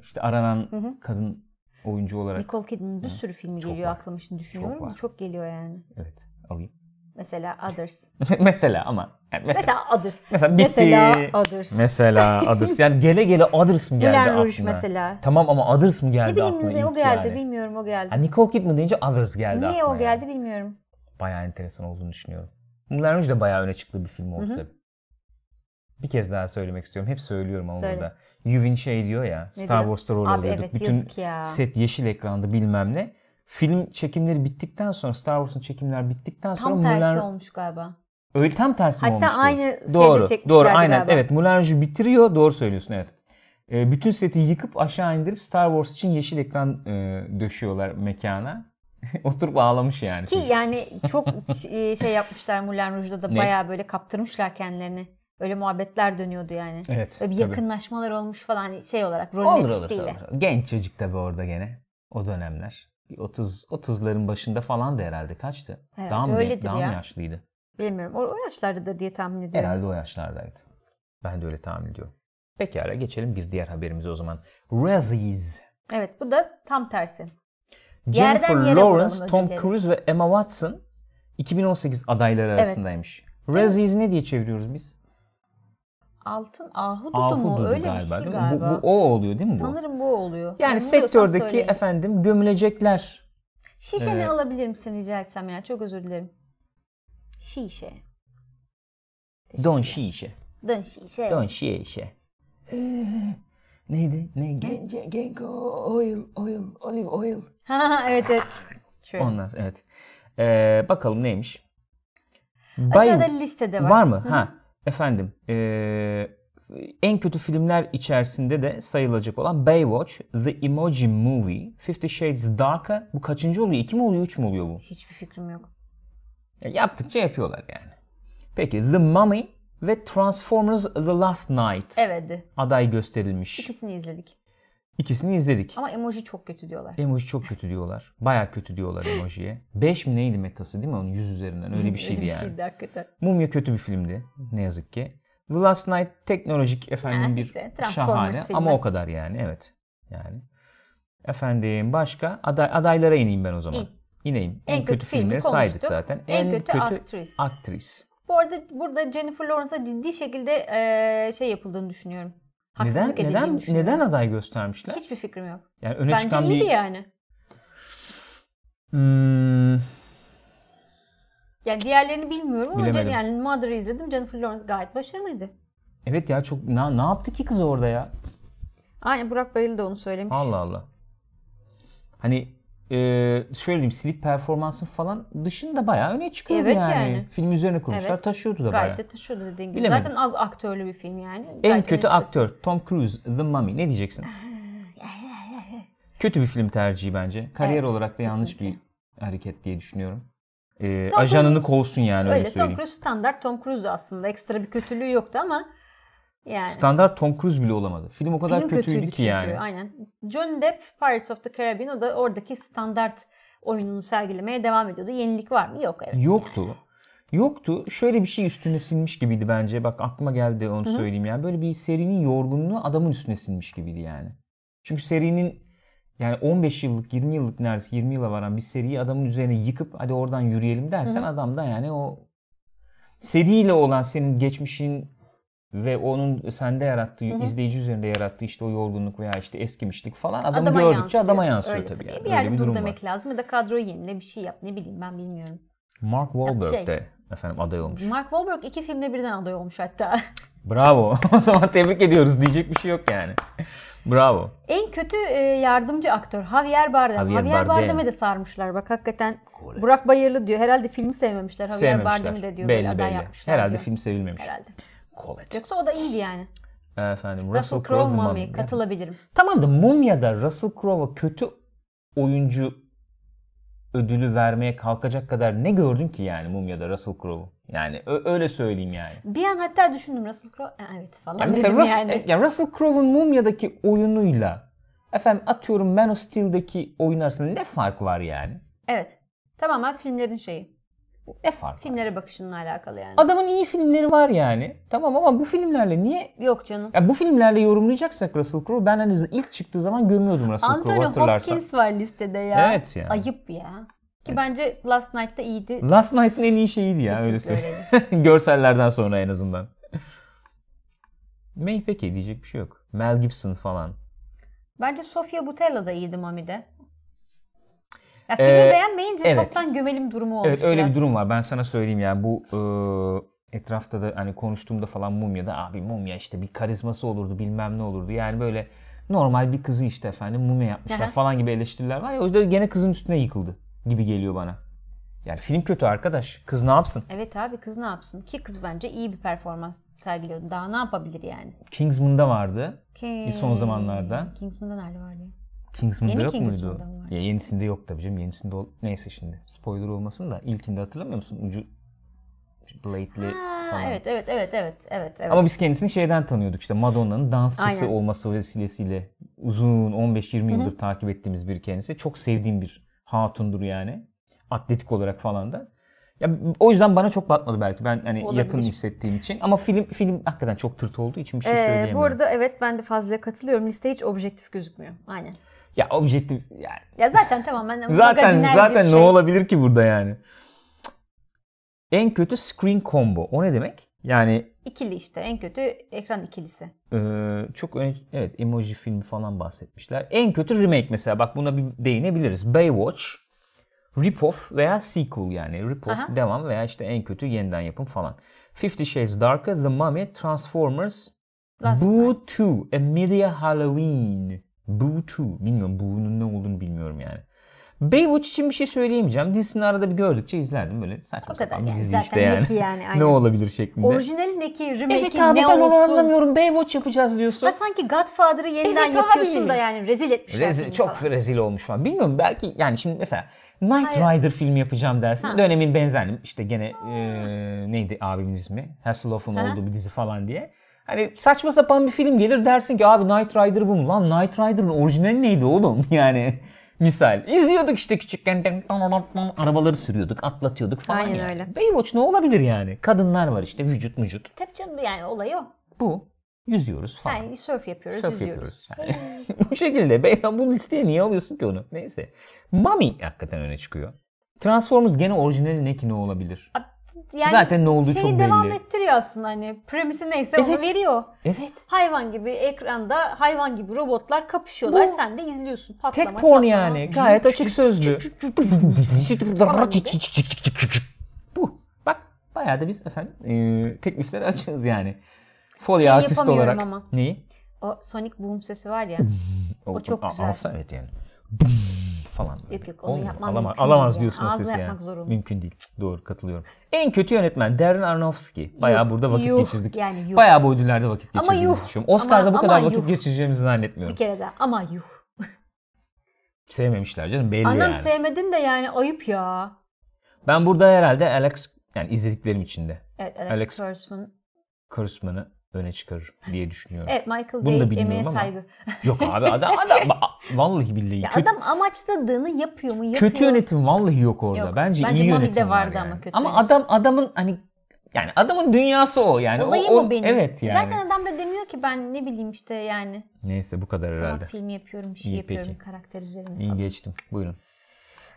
Speaker 1: işte aranan
Speaker 2: Hı hı.
Speaker 1: kadın oyuncu olarak
Speaker 2: Nicole Kidman'ın bir sürü filmi
Speaker 1: Çok
Speaker 2: geliyor
Speaker 1: var.
Speaker 2: aklıma şimdi düşünüyorum.
Speaker 1: var.
Speaker 2: Çok, geliyor yani.
Speaker 1: evet alayım.
Speaker 2: Mesela Others.
Speaker 1: mesela ama yani mesela
Speaker 2: mesela Others.
Speaker 1: mesela bitti.
Speaker 2: Mesela Others.
Speaker 1: Mesela Others. Yani gele gele Others mı geldi
Speaker 2: Moulin Rouge
Speaker 1: aklına?
Speaker 2: mesela.
Speaker 1: Tamam ama Others mı geldi
Speaker 2: Ne bileyim
Speaker 1: aklına
Speaker 2: ne o
Speaker 1: ilk
Speaker 2: geldi
Speaker 1: yani? Hani
Speaker 2: bilmiyorum o geldi.
Speaker 1: Ha, Nicole Kidman deyince Others geldi
Speaker 2: Niye
Speaker 1: aklıma
Speaker 2: o
Speaker 1: yani.
Speaker 2: geldi bilmiyorum.
Speaker 1: bayağı enteresan olduğunu düşünüyorum. Moulin Rouge de bayağı öne çıktığı bir film oldu
Speaker 2: Hı hı.
Speaker 1: tabii. Bir kez daha söylemek istiyorum. Hep söylüyorum ama
Speaker 2: Söyle.
Speaker 1: burada. Yuvin şey diyor ya. Star
Speaker 2: diyor?
Speaker 1: Wars'ta rol
Speaker 2: Abi
Speaker 1: alıyorduk.
Speaker 2: evet,
Speaker 1: Bütün
Speaker 2: yazık ya.
Speaker 1: set yeşil ekranda bilmem ne. Film çekimleri bittikten sonra Star Wars'ın çekimler bittikten sonra
Speaker 2: Tam tersi
Speaker 1: Moulin-
Speaker 2: olmuş galiba.
Speaker 1: Öyle tam tersi mi
Speaker 2: Hatta
Speaker 1: olmuştu?
Speaker 2: aynı şeyde
Speaker 1: doğru,
Speaker 2: çekmişlerdi
Speaker 1: Doğru aynen
Speaker 2: galiba.
Speaker 1: evet Moulin Rouge'u bitiriyor doğru söylüyorsun evet. E, bütün seti yıkıp aşağı indirip Star Wars için yeşil ekran e, döşüyorlar mekana. Oturup ağlamış yani.
Speaker 2: Ki
Speaker 1: çocuk.
Speaker 2: yani çok ş- şey yapmışlar Moulin Rouge'da da
Speaker 1: Ne?
Speaker 2: bayağı böyle kaptırmışlar kendilerini. Öyle muhabbetler dönüyordu yani.
Speaker 1: Evet.
Speaker 2: Böyle bir
Speaker 1: tabii.
Speaker 2: yakınlaşmalar olmuş falan hani şey olarak rolün
Speaker 1: Olur olur,
Speaker 2: etkisiyle.
Speaker 1: olur. Genç çocuk tabii orada gene. O dönemler. Bir 30 30'ların başında falan da herhalde kaçtı?
Speaker 2: Herhalde
Speaker 1: daha mı, gen-
Speaker 2: öyledir
Speaker 1: daha mı
Speaker 2: ya.
Speaker 1: yaşlıydı?
Speaker 2: Bilmiyorum. O, o yaşlarda da diye tahmin ediyorum.
Speaker 1: Herhalde o yaşlardaydı. Ben de öyle tahmin ediyorum. Pekala geçelim bir diğer haberimize o zaman. Razzies.
Speaker 2: Evet bu da tam tersi. Yerden
Speaker 1: Jennifer
Speaker 2: yere
Speaker 1: Lawrence,
Speaker 2: vuralım
Speaker 1: Tom
Speaker 2: ödülleri.
Speaker 1: Cruise ve Emma Watson 2018 adayları arasındaymış. Razzies ne diye çeviriyoruz biz?
Speaker 2: Altın ahududu
Speaker 1: Ahu
Speaker 2: mu?
Speaker 1: dudu
Speaker 2: Öyle bir
Speaker 1: değil
Speaker 2: şey
Speaker 1: mi?
Speaker 2: galiba.
Speaker 1: Bu, bu o oluyor değil mi bu?
Speaker 2: Sanırım bu oluyor.
Speaker 1: yani
Speaker 2: Yanılıyorsam
Speaker 1: sektördeki
Speaker 2: söyleyin.
Speaker 1: efendim gömülecekler.
Speaker 2: Şişeni
Speaker 1: Evet.
Speaker 2: alabilir misin rica etsem ya? Çok özür dilerim. Şişe.
Speaker 1: Don şişe.
Speaker 2: Dön şişe.
Speaker 1: Don şişe. Neydi? Ne? Gence, genko, oil, oil, olive oil.
Speaker 2: Ha evet evet. Şöyle.
Speaker 1: Ondan sonra, evet. Ee, bakalım neymiş? Bay-
Speaker 2: Aşağıda listede var.
Speaker 1: var. mı? Ha. Efendim. ee, en kötü filmler içerisinde de sayılacak olan Baywatch, The Emoji Movie, Fifty Shades Dark'a bu kaçıncı oluyor? İki mi oluyor, üç mü oluyor bu?
Speaker 2: Hiçbir fikrim yok.
Speaker 1: Ya yaptıkça yapıyorlar yani. Peki The Mummy ve Transformers The Last Night
Speaker 2: Evet.
Speaker 1: aday gösterilmiş.
Speaker 2: İkisini izledik.
Speaker 1: İkisini izledik.
Speaker 2: Ama emoji çok kötü diyorlar.
Speaker 1: Emoji çok kötü diyorlar. Baya kötü diyorlar emojiye. 5 mi neydi metası değil mi onun 100 üzerinden? Öyle bir şeydi yani.
Speaker 2: hakikaten.
Speaker 1: Mumya kötü bir filmdi ne yazık ki. The Last Night teknolojik efendim
Speaker 2: Ha,
Speaker 1: bir
Speaker 2: işte, Transformers
Speaker 1: şahane ama
Speaker 2: filmi.
Speaker 1: o kadar yani evet. Yani. Efendim başka aday, adaylara ineyim ben o zaman.
Speaker 2: İn.
Speaker 1: İneyim. En,
Speaker 2: En
Speaker 1: kötü,
Speaker 2: kötü filmi
Speaker 1: filmleri saydık
Speaker 2: konuştuk.
Speaker 1: zaten.
Speaker 2: En kötü aktris.
Speaker 1: aktris.
Speaker 2: Bu arada burada Jennifer Lawrence'a ciddi şekilde eee, şey yapıldığını düşünüyorum. Haksızlık
Speaker 1: Neden
Speaker 2: edildiğini
Speaker 1: neden
Speaker 2: düşünüyorum.
Speaker 1: neden aday göstermişler?
Speaker 2: Hiçbir fikrim yok.
Speaker 1: Yani öne
Speaker 2: Bence
Speaker 1: çıkan
Speaker 2: iyiydi
Speaker 1: bir
Speaker 2: yani.
Speaker 1: Hmm,
Speaker 2: Yani diğerlerini bilmiyorum ama
Speaker 1: Bilemedim.
Speaker 2: Jen- yani Mother'ı izledim. Jennifer Lawrence gayet başarılıydı.
Speaker 1: evet ya çok na, ne yaptı ki kız orada ya?
Speaker 2: Aynen Burak Bayıl da onu söylemiş.
Speaker 1: Allah Allah. Hani e, şöyle diyeyim silik performansın falan dışında bayağı öne çıkıyor
Speaker 2: Evet
Speaker 1: yani.
Speaker 2: yani.
Speaker 1: Film üzerine kurmuşlar
Speaker 2: Evet.
Speaker 1: taşıyordu da bayağı.
Speaker 2: Gayet de taşıyordu dediğin gibi.
Speaker 1: Bilemedim.
Speaker 2: Zaten az aktörlü bir film yani.
Speaker 1: En
Speaker 2: Gayet
Speaker 1: kötü
Speaker 2: öne çıkasın.
Speaker 1: aktör Tom Cruise The Mummy ne diyeceksin? kötü bir film tercihi bence. Kariyer
Speaker 2: Evet,
Speaker 1: olarak da yanlış
Speaker 2: kesinlikle.
Speaker 1: bir hareket diye düşünüyorum. E,
Speaker 2: Tom
Speaker 1: ajanını
Speaker 2: Cruise-
Speaker 1: kovsun yani öyle,
Speaker 2: Öyle Tom
Speaker 1: söyleyeyim.
Speaker 2: Cruise standart Tom Cruise'du aslında. Ekstra bir kötülüğü yoktu ama yani.
Speaker 1: Standart Tom Cruise bile olamadı. Film o kadar
Speaker 2: Film
Speaker 1: kötüydü, ki
Speaker 2: çünkü,
Speaker 1: yani.
Speaker 2: Aynen. Johnny Depp Pirates of the Caribbean o da oradaki standart oyununu sergilemeye devam ediyordu. Yenilik var mı? Yok evet.
Speaker 1: Yoktu. Yoktu. Şöyle bir şey üstüne sinmiş gibiydi bence. Bak aklıma geldi onu söyleyeyim yani. Böyle bir serinin yorgunluğu adamın üstüne sinmiş gibiydi yani. Çünkü serinin yani 15 yıllık, 20 yıllık neredeyse 20 yıla varan bir seriyi adamın üzerine yıkıp hadi oradan yürüyelim dersen adam da yani o seriyle olan senin geçmişin ve onun sende yarattığı, izleyici üzerinde yarattığı işte o yorgunluk veya işte eskimişlik falan adamı gördükçe adama yansıyor
Speaker 2: Öyle
Speaker 1: tabii. Yani.
Speaker 2: Bir
Speaker 1: Böyle
Speaker 2: yerde
Speaker 1: bir
Speaker 2: dur
Speaker 1: durum var.
Speaker 2: demek lazım ya da kadroyu yenile bir şey yap ne bileyim ben bilmiyorum.
Speaker 1: Mark Wahlberg
Speaker 2: şey.
Speaker 1: de efendim aday olmuş.
Speaker 2: Mark Wahlberg iki filmle birden aday olmuş hatta.
Speaker 1: Bravo. o zaman tebrik ediyoruz. Diyecek bir şey yok yani. Bravo.
Speaker 2: en kötü e, yardımcı aktör Javier Bardem.
Speaker 1: Javier Bardem.
Speaker 2: Javier, Bardem'e de sarmışlar bak hakikaten. Burak Bayırlı diyor. Herhalde filmi sevmemişler. Javier Bardem'i de diyor böyle
Speaker 1: belli
Speaker 2: aday
Speaker 1: belli.
Speaker 2: yapmışlar
Speaker 1: Herhalde
Speaker 2: diyor.
Speaker 1: film sevilmemiş.
Speaker 2: Herhalde.
Speaker 1: Colette.
Speaker 2: Yoksa o da iyiydi yani.
Speaker 1: Efendim
Speaker 2: Russell Crowe Mummy katılabilirim.
Speaker 1: Tamam da Mumya'da Russell Crowe'a kötü oyuncu ödülü vermeye kalkacak kadar ne gördün ki yani Mumya'da Russell Crowe'u? Yani ö- öyle söyleyeyim yani.
Speaker 2: Bir an hatta düşündüm Russell Crowe. "Ha, Evet falan
Speaker 1: Ya mesela
Speaker 2: dedim
Speaker 1: Rus-
Speaker 2: yani.
Speaker 1: e, ya Russell Crowe'un Mumya'daki oyunuyla efendim atıyorum Man of Steel'deki oyun arasında ne fark var yani?
Speaker 2: Evet. Tamamen filmlerin şeyi.
Speaker 1: Ne fark var?
Speaker 2: Filmlere bakışınla alakalı yani.
Speaker 1: Adamın iyi filmleri var yani. Tamam ama bu filmlerle niye
Speaker 2: Yok canım.
Speaker 1: ya bu filmlerle yorumlayacaksak Russell Crowe ben hani ilk çıktığı zaman gömüyordum Russell Crowe'u
Speaker 2: Anthony
Speaker 1: hatırlarsan.
Speaker 2: Hopkins var listede ya.
Speaker 1: Evet yani.
Speaker 2: Ayıp ya. Ki bence Last Night'ta iyiydi.
Speaker 1: Last Night'ın en iyi şeyiydi ya öyle
Speaker 2: Kesinlikle
Speaker 1: söyleyeyim. Görsellerden sonra en azından. May peki diyecek bir şey yok. Mel Gibson falan.
Speaker 2: Bence Sofia Boutella da iyiydi Mami'de. Ya filmi
Speaker 1: Ee,
Speaker 2: beğenmeyince
Speaker 1: evet.
Speaker 2: toptan gömelim durumu olmuş
Speaker 1: Evet öyle
Speaker 2: biraz.
Speaker 1: bir durum var. Ben sana söyleyeyim yani bu e, etrafta da hani konuştuğumda falan Mumya'da abi Mumya işte bir karizması olurdu bilmem ne olurdu. Yani böyle normal bir kızı işte efendim Mumya yapmışlar
Speaker 2: Aha.
Speaker 1: falan gibi eleştiriler var ya o yüzden gene kızın üstüne yıkıldı gibi geliyor bana. Yani film kötü arkadaş. Kız ne yapsın?
Speaker 2: Evet abi kız ne yapsın? Ki kız bence iyi bir performans sergiliyordu. Daha ne yapabilir yani?
Speaker 1: Kingsman'da vardı.
Speaker 2: Ki...
Speaker 1: Bir son zamanlarda.
Speaker 2: Kingsman'da nerede vardı? ya?
Speaker 1: Kingsman'da
Speaker 2: Yeni
Speaker 1: yok muydu?
Speaker 2: Kingsman'da mı var?
Speaker 1: Ya yenisinde yok tabii canım. Yenisinde ol... neyse şimdi. Spoiler olmasın da ilkinde hatırlamıyor musun? Ucu Blade'li
Speaker 2: Ha,
Speaker 1: falan.
Speaker 2: evet evet evet evet evet. evet.
Speaker 1: Ama biz kendisini şeyden tanıyorduk işte Madonna'nın dansçısı
Speaker 2: Aynen.
Speaker 1: olması vesilesiyle uzun 15-20 yıldır takip ettiğimiz bir kendisi. Çok sevdiğim bir hatundur yani. Atletik olarak falan da. Ya o yüzden bana çok batmadı belki. Ben hani
Speaker 2: Olabilir.
Speaker 1: yakın hissettiğim için ama film film hakikaten çok tırt olduğu için bir şey
Speaker 2: Ee,
Speaker 1: söyleyemiyorum.
Speaker 2: bu arada evet ben de fazla katılıyorum. Liste hiç objektif gözükmüyor. Aynen.
Speaker 1: Ya objektif yani
Speaker 2: Ya zaten tamamen
Speaker 1: Zaten
Speaker 2: magazinel bir
Speaker 1: zaten
Speaker 2: şey.
Speaker 1: ne olabilir ki burada yani? En kötü screen combo. O ne demek? Yani
Speaker 2: İkili işte en kötü ekran ikilisi.
Speaker 1: Ee, çok ön- evet emoji filmi falan bahsetmişler. En kötü remake mesela bak buna bir değinebiliriz. Baywatch, rip-off veya sequel yani rip-off
Speaker 2: Aha.
Speaker 1: devam veya işte en kötü yeniden yapım falan. Fifty Shades Darker, The Mummy, Transformers,
Speaker 2: Last
Speaker 1: Boo 2, A Media Halloween. Boo 2. Bilmiyorum Boo'nun ne olduğunu bilmiyorum yani. Baywatch için bir şey söyleyemeyeceğim. Dizisini arada bir gördükçe izlerdim böyle saçma
Speaker 2: O kadar
Speaker 1: sapan bir
Speaker 2: yani.
Speaker 1: dizi
Speaker 2: Zaten
Speaker 1: işte yani.
Speaker 2: ne ki yani, aynen.
Speaker 1: ne olabilir şeklinde.
Speaker 2: Orijinali ne ki? Remake'i
Speaker 1: evet abi
Speaker 2: ne
Speaker 1: ben onu
Speaker 2: olsun?
Speaker 1: anlamıyorum. Baywatch yapacağız diyorsun.
Speaker 2: Ha sanki Godfather'ı yeniden
Speaker 1: Evet abi.
Speaker 2: yapıyorsun da yani rezil etmişler.
Speaker 1: Rezil,
Speaker 2: seni
Speaker 1: çok
Speaker 2: falan.
Speaker 1: rezil olmuş falan. Bilmiyorum belki yani şimdi mesela Knight
Speaker 2: Hayır.
Speaker 1: Rider filmi yapacağım dersin.
Speaker 2: Ha.
Speaker 1: Dönemin benzerini işte gene eee, neydi abimin ismi? Hasselhoff'un
Speaker 2: Aha.
Speaker 1: olduğu bir dizi falan diye. Hani saçma sapan bir film gelir dersin ki abi Knight Rider bu mu? Lan Knight Rider'ın orijinali neydi oğlum? Yani misal. izliyorduk işte küçükken. Arabaları sürüyorduk, atlatıyorduk falan
Speaker 2: Aynen
Speaker 1: yani.
Speaker 2: öyle.
Speaker 1: Baywatch ne olabilir yani? Kadınlar var işte vücut vücut.
Speaker 2: Tabii canım yani olay o.
Speaker 1: Bu. Yüzüyoruz falan.
Speaker 2: Yani surf yapıyoruz,
Speaker 1: Surf
Speaker 2: yüzüyoruz.
Speaker 1: yapıyoruz. Yani. Bu şekilde. Ben bu listeye niye alıyorsun ki onu? Neyse. Mami hakikaten öne çıkıyor. Transformers gene orijinali ne ki ne olabilir?
Speaker 2: Yani
Speaker 1: Zaten ne olduğu
Speaker 2: şeyi
Speaker 1: çok
Speaker 2: devam
Speaker 1: belli.
Speaker 2: ettiriyor aslında hani. Premisi neyse onu
Speaker 1: Evet.
Speaker 2: veriyor.
Speaker 1: Evet.
Speaker 2: Hayvan gibi ekranda hayvan gibi robotlar kapışıyorlar.
Speaker 1: Bu-
Speaker 2: Sen de izliyorsun.
Speaker 1: Tek
Speaker 2: Patlama,
Speaker 1: porn
Speaker 2: çatlama.
Speaker 1: yani. Gayet açık sözlü. bu. Bak bayağı da biz efendim e, teklifleri açığız yani. Foley
Speaker 2: Şey
Speaker 1: artist
Speaker 2: yapamıyorum
Speaker 1: olarak.
Speaker 2: ama.
Speaker 1: Neyi?
Speaker 2: O sonic boom sesi var
Speaker 1: Hmm.
Speaker 2: ya.
Speaker 1: O,
Speaker 2: çok
Speaker 1: a-
Speaker 2: güzel.
Speaker 1: Alsa evet yani. falan. böyle.
Speaker 2: Yok yok, onu
Speaker 1: Olmuyor.
Speaker 2: yapmam
Speaker 1: Alama-
Speaker 2: mümkün
Speaker 1: alamaz
Speaker 2: değil
Speaker 1: diyorsun
Speaker 2: yani.
Speaker 1: o sesi
Speaker 2: Ağzına
Speaker 1: yani.
Speaker 2: yapmak zorunda.
Speaker 1: Mümkün değil. Doğru katılıyorum. En kötü yönetmen Darren Aronofsky. Bayağı
Speaker 2: Yuh,
Speaker 1: burada vakit
Speaker 2: yuh,
Speaker 1: geçirdik.
Speaker 2: yani yuh.
Speaker 1: Bayağı bu ödüllerde vakit
Speaker 2: Ama
Speaker 1: geçirdiğimizi
Speaker 2: yuh.
Speaker 1: düşünüyorum. Oscar'da
Speaker 2: Ama-
Speaker 1: bu kadar
Speaker 2: ama
Speaker 1: vakit
Speaker 2: yuh.
Speaker 1: geçireceğimizi zannetmiyorum.
Speaker 2: Bir kere daha ama yuh.
Speaker 1: Sevmemişler canım belli
Speaker 2: Anam
Speaker 1: yani.
Speaker 2: sevmedin de yani ayıp ya.
Speaker 1: ben burada herhalde Alex yani izlediklerim içinde
Speaker 2: Evet
Speaker 1: Alex-
Speaker 2: Alex, Kurtzman.
Speaker 1: Kurtzman'ı öne çıkarır diye düşünüyorum.
Speaker 2: Evet Michael
Speaker 1: Bunu da
Speaker 2: Bay
Speaker 1: bilmiyorum
Speaker 2: emeğe
Speaker 1: ama.
Speaker 2: saygı.
Speaker 1: Yok abi adam adam vallahi billahi
Speaker 2: Ya
Speaker 1: kötü,
Speaker 2: adam amaçladığını yapıyor mu? Yapıyor.
Speaker 1: kötü yönetim vallahi yok orada.
Speaker 2: Yok,
Speaker 1: bence,
Speaker 2: bence
Speaker 1: iyi
Speaker 2: Mami'de
Speaker 1: yönetim var
Speaker 2: vardı
Speaker 1: yani.
Speaker 2: ama kötü
Speaker 1: Ama
Speaker 2: yönetim.
Speaker 1: adam adamın hani yani adamın dünyası o yani. O-
Speaker 2: Olayı
Speaker 1: o,
Speaker 2: mı benim?
Speaker 1: Evet yani.
Speaker 2: Zaten adam da demiyor ki ben ne bileyim işte yani
Speaker 1: Neyse bu kadar herhalde.
Speaker 2: sanat filmi yapıyorum, bir şey
Speaker 1: İyi,
Speaker 2: yapıyorum
Speaker 1: peki.
Speaker 2: karakter üzerine.
Speaker 1: İyi geçtim. Buyurun.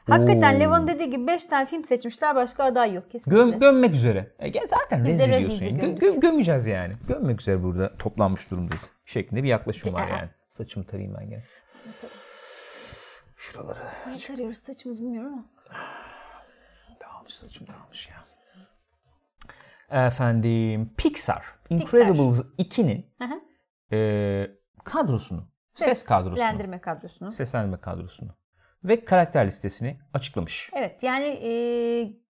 Speaker 1: Oo.
Speaker 2: Hakikaten Levan dediği gibi 5 tane film seçmişler başka aday yok kesinlikle.
Speaker 1: Göm, gömmek üzere. E, ya zaten
Speaker 2: Biz de
Speaker 1: rezil
Speaker 2: rezil
Speaker 1: diyorsun. yani.
Speaker 2: gömdük.
Speaker 1: Gö- gö- gömeceğiz yani. Gömmek üzere burada toplanmış durumdayız. Şeklinde bir yaklaşım var
Speaker 2: Aa.
Speaker 1: yani. Saçımı tarayayım ben gene. Şuraları.
Speaker 2: Ne tarıyoruz saçımız bilmiyorum ama.
Speaker 1: Dağılmış saçım dağılmış ya. Efendim Pixar. Incredibles 2'nin
Speaker 2: Hı hı.
Speaker 1: e, kadrosunu. Ses kadrosunu.
Speaker 2: Seslendirme kadrosunu.
Speaker 1: seslendirme kadrosunu ve karakter listesini açıklamış.
Speaker 2: Evet yani e,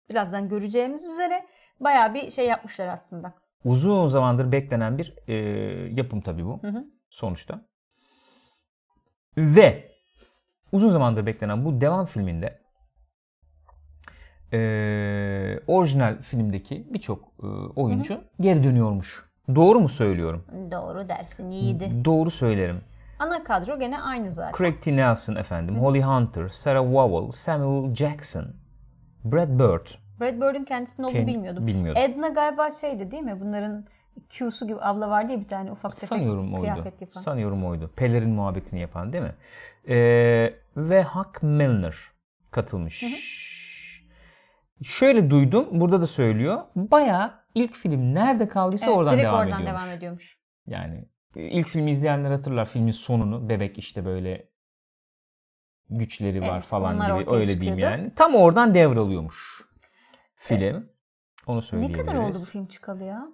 Speaker 2: birazdan göreceğimiz üzere bayağı bir şey yapmışlar aslında.
Speaker 1: Uzun zamandır beklenen bir e, yapım tabii bu
Speaker 2: Hı hı.
Speaker 1: sonuçta. Ve uzun zamandır beklenen bu devam filminde e, orijinal filmdeki birçok e, oyuncu geri dönüyormuş. Doğru mu söylüyorum?
Speaker 2: Doğru dersin iyiydi.
Speaker 1: Doğru söylerim.
Speaker 2: Ana kadro gene aynı zaten.
Speaker 1: Craig T. Nelson efendim, Holly Hunter, Sarah Wowell, Samuel Jackson, Brad Bird.
Speaker 2: Brad Bird'in kendisinin olduğunu
Speaker 1: Kend-
Speaker 2: bilmiyordum.
Speaker 1: bilmiyordum.
Speaker 2: Edna galiba şeydi değil mi? Bunların Q'su gibi abla vardı ya bir tane ufak tefek
Speaker 1: Sanıyorum oydu.
Speaker 2: kıyafet yapan.
Speaker 1: Sanıyorum oydu. Pelerin muhabbetini yapan değil mi? Ee, ve Huck Milner katılmış. Şöyle duydum. Burada da söylüyor. Bayağı ilk film nerede kaldıysa
Speaker 2: Evet,
Speaker 1: oradan
Speaker 2: direkt
Speaker 1: devam
Speaker 2: oradan
Speaker 1: ediyormuş.
Speaker 2: devam ediyormuş.
Speaker 1: Yani ilk filmi izleyenler hatırlar filmin sonunu. Bebek işte böyle güçleri var
Speaker 2: Evet,
Speaker 1: falan
Speaker 2: onlar
Speaker 1: gibi
Speaker 2: ortaya
Speaker 1: öyle diyeyim
Speaker 2: çıkıyordu. Ee,
Speaker 1: yani. Tam oradan devralıyormuş film. Onu
Speaker 2: Ne
Speaker 1: söyleyebiliriz.
Speaker 2: kadar oldu bu film çıkalı ya?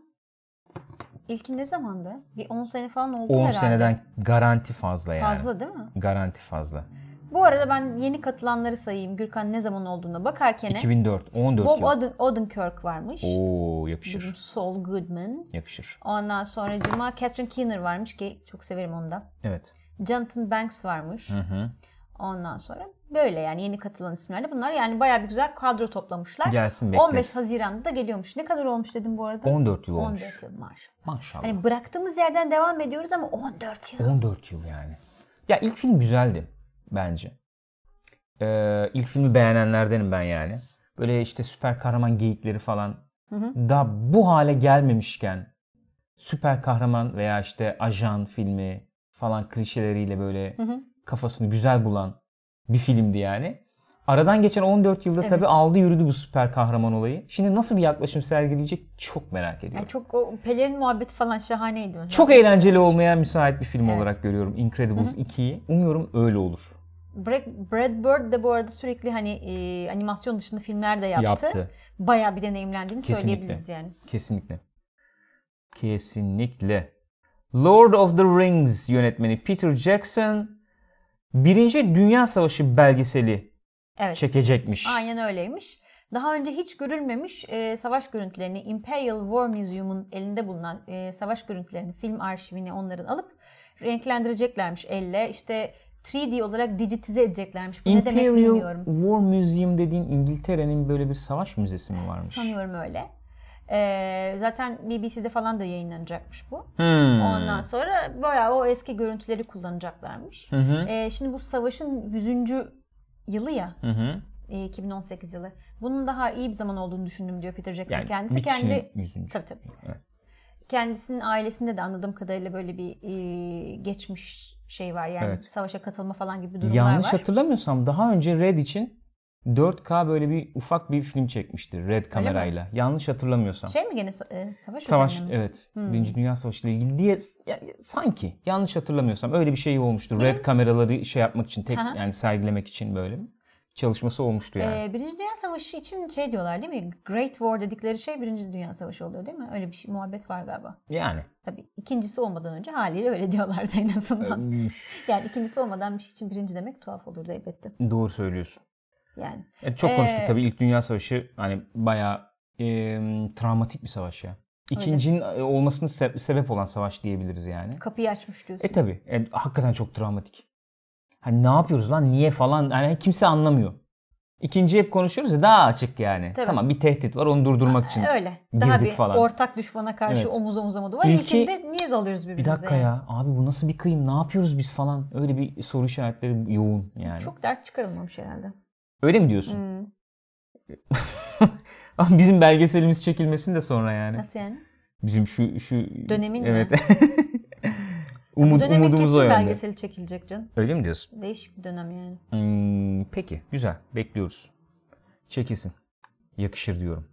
Speaker 2: İlki ne zamandı? Bir 10 sene falan oldu
Speaker 1: 10
Speaker 2: herhalde.
Speaker 1: seneden garanti fazla yani.
Speaker 2: Fazla değil mi?
Speaker 1: Garanti fazla.
Speaker 2: Bu arada ben yeni katılanları sayayım. Gürkan ne zaman olduğuna bakarken
Speaker 1: 2004, 14
Speaker 2: Bob
Speaker 1: yıl.
Speaker 2: Oden- Odenkirk varmış.
Speaker 1: Oo yakışır.
Speaker 2: Bizim Saul Goodman.
Speaker 1: Yakışır.
Speaker 2: Ondan sonra Cuma Catherine Keener varmış ki çok severim onu da.
Speaker 1: Evet.
Speaker 2: Jonathan Banks varmış.
Speaker 1: Hı hı.
Speaker 2: Ondan sonra böyle yani yeni katılan isimlerle bunlar yani bayağı bir güzel kadro toplamışlar.
Speaker 1: Gelsin
Speaker 2: 15
Speaker 1: bekleriz.
Speaker 2: Haziran'da da geliyormuş. Ne kadar olmuş dedim bu arada?
Speaker 1: 14 yıl olmuş.
Speaker 2: 14 yıl maşallah.
Speaker 1: Maşallah.
Speaker 2: Hani bıraktığımız yerden devam ediyoruz ama 14 yıl.
Speaker 1: 14 yıl yani. Ya ilk film güzeldi bence. Ee, ilk filmi beğenenlerdenim ben yani. böyle işte süper kahraman geyikleri falan
Speaker 2: Hı hı.
Speaker 1: da bu hale gelmemişken süper kahraman veya işte ajan filmi falan klişeleriyle böyle
Speaker 2: Hı hı.
Speaker 1: kafasını güzel bulan bir filmdi yani. Aradan geçen 14 yılda
Speaker 2: Evet.
Speaker 1: tabii aldı yürüdü bu süper kahraman olayı. Şimdi nasıl bir yaklaşım sergileyecek çok merak ediyorum.
Speaker 2: Yani çok o pelerin muhabbeti falan şahaneydi. mesela.
Speaker 1: Çok e- eğlenceli olmaya müsait bir film
Speaker 2: Evet.
Speaker 1: olarak görüyorum Incredibles 2'yi. Umuyorum öyle olur.
Speaker 2: Brad, Brad Bird de bu arada sürekli hani e, animasyon dışında filmler de yaptı.
Speaker 1: Yaptı.
Speaker 2: Bayağı bir deneyimlendiğini
Speaker 1: Kesinlikle.
Speaker 2: söyleyebiliriz yani.
Speaker 1: Kesinlikle. Kesinlikle. Lord of the Rings yönetmeni Peter Jackson Birinci Dünya Savaşı belgeseli
Speaker 2: Evet.
Speaker 1: çekecekmiş.
Speaker 2: Aynen öyleymiş. Daha önce hiç görülmemiş e, savaş görüntülerini Imperial War Museum'un elinde bulunan e, savaş görüntülerini, film arşivini onların alıp renklendireceklermiş elle. İşte 3D olarak dijitize edeceklermiş. Bu ne demek
Speaker 1: Imperial
Speaker 2: bilmiyorum.
Speaker 1: War Museum dediğin İngiltere'nin böyle bir savaş müzesi mi varmış?
Speaker 2: Sanıyorum öyle. E, zaten BBC'de falan da yayınlanacakmış bu.
Speaker 1: Hmm.
Speaker 2: Ondan sonra bayağı o eski görüntüleri kullanacaklarmış.
Speaker 1: Hı hı.
Speaker 2: E, şimdi bu savaşın 100. yılı ya.
Speaker 1: Hı hı.
Speaker 2: e, 2018 yılı. Bunun daha iyi bir zaman olduğunu düşündüm diyor Peter Jackson
Speaker 1: Yani
Speaker 2: kendisi.
Speaker 1: bitişinin
Speaker 2: Kendi
Speaker 1: yüzüncü.
Speaker 2: tabii tabii.
Speaker 1: Evet.
Speaker 2: Kendisinin ailesinde de anladığım kadarıyla böyle bir e, geçmiş şey var yani
Speaker 1: Evet.
Speaker 2: savaşa katılma falan gibi durumlar
Speaker 1: Yanlış
Speaker 2: var.
Speaker 1: hatırlamıyorsam daha önce Red için 4K böyle bir ufak bir film çekmişti Red kamerayla. Yanlış hatırlamıyorsam.
Speaker 2: Şey mi gene sa- e, savaş
Speaker 1: Savaş
Speaker 2: üzerine mi? Hmm.
Speaker 1: evet. Birinci Dünya Savaşı ile ilgili diye ya- ya- sanki yanlış hatırlamıyorsam öyle bir şey olmuştu. Red kameraları şey yapmak için tek
Speaker 2: Hı hı.
Speaker 1: yani sergilemek için böyle bir çalışması olmuştu yani.
Speaker 2: E, Birinci Dünya Savaşı için şey diyorlar değil mi? Great War dedikleri şey Birinci Dünya Savaşı oluyor değil mi? Öyle bir şey, muhabbet var galiba.
Speaker 1: yani.
Speaker 2: Tabii ikincisi olmadan önce haliyle öyle diyorlardı en azından.
Speaker 1: Üf,
Speaker 2: yani ikincisi olmadan bir şey için birinci demek tuhaf olurdu elbette.
Speaker 1: Doğru söylüyorsun.
Speaker 2: Yani
Speaker 1: E, çok
Speaker 2: Ee,
Speaker 1: konuştuk tabii İlk Dünya Savaşı hani bayağı e, travmatik bir savaş ya. İkincinin olmasının se- sebep olan savaş diyebiliriz yani.
Speaker 2: kapıyı açmış diyorsun.
Speaker 1: E tabi. hakikaten çok travmatik. Hani ne yapıyoruz lan niye falan yani kimse anlamıyor. İkinci hep konuşuyoruz ya daha açık yani.
Speaker 2: Tabii.
Speaker 1: Tamam bir tehdit var onu durdurmak için.
Speaker 2: Öyle. Daha
Speaker 1: girdik
Speaker 2: bir
Speaker 1: falan.
Speaker 2: ortak düşmana karşı
Speaker 1: Evet.
Speaker 2: omuz omuza modu var.
Speaker 1: İlki-
Speaker 2: İlkinde niye dalıyoruz
Speaker 1: Bir
Speaker 2: birbirimize?
Speaker 1: dakika
Speaker 2: yani?
Speaker 1: ya abi bu nasıl bir kıyım ne yapıyoruz biz falan öyle bir soru işaretleri yoğun yani.
Speaker 2: Çok ders çıkarılmamış herhalde.
Speaker 1: Öyle mi diyorsun?
Speaker 2: Hmm.
Speaker 1: Ama Bizim belgeselimiz çekilmesin de sonra yani.
Speaker 2: Nasıl yani?
Speaker 1: Bizim şu şu
Speaker 2: Dönemin mi?
Speaker 1: evet. Umut,
Speaker 2: Bu dönemin
Speaker 1: umudumuz
Speaker 2: kesin
Speaker 1: o yönde.
Speaker 2: belgeseli çekilecek canım.
Speaker 1: Öyle mi diyorsun?
Speaker 2: Değişik bir dönem yani.
Speaker 1: Hmm, peki güzel bekliyoruz. Çekilsin. Yakışır diyorum.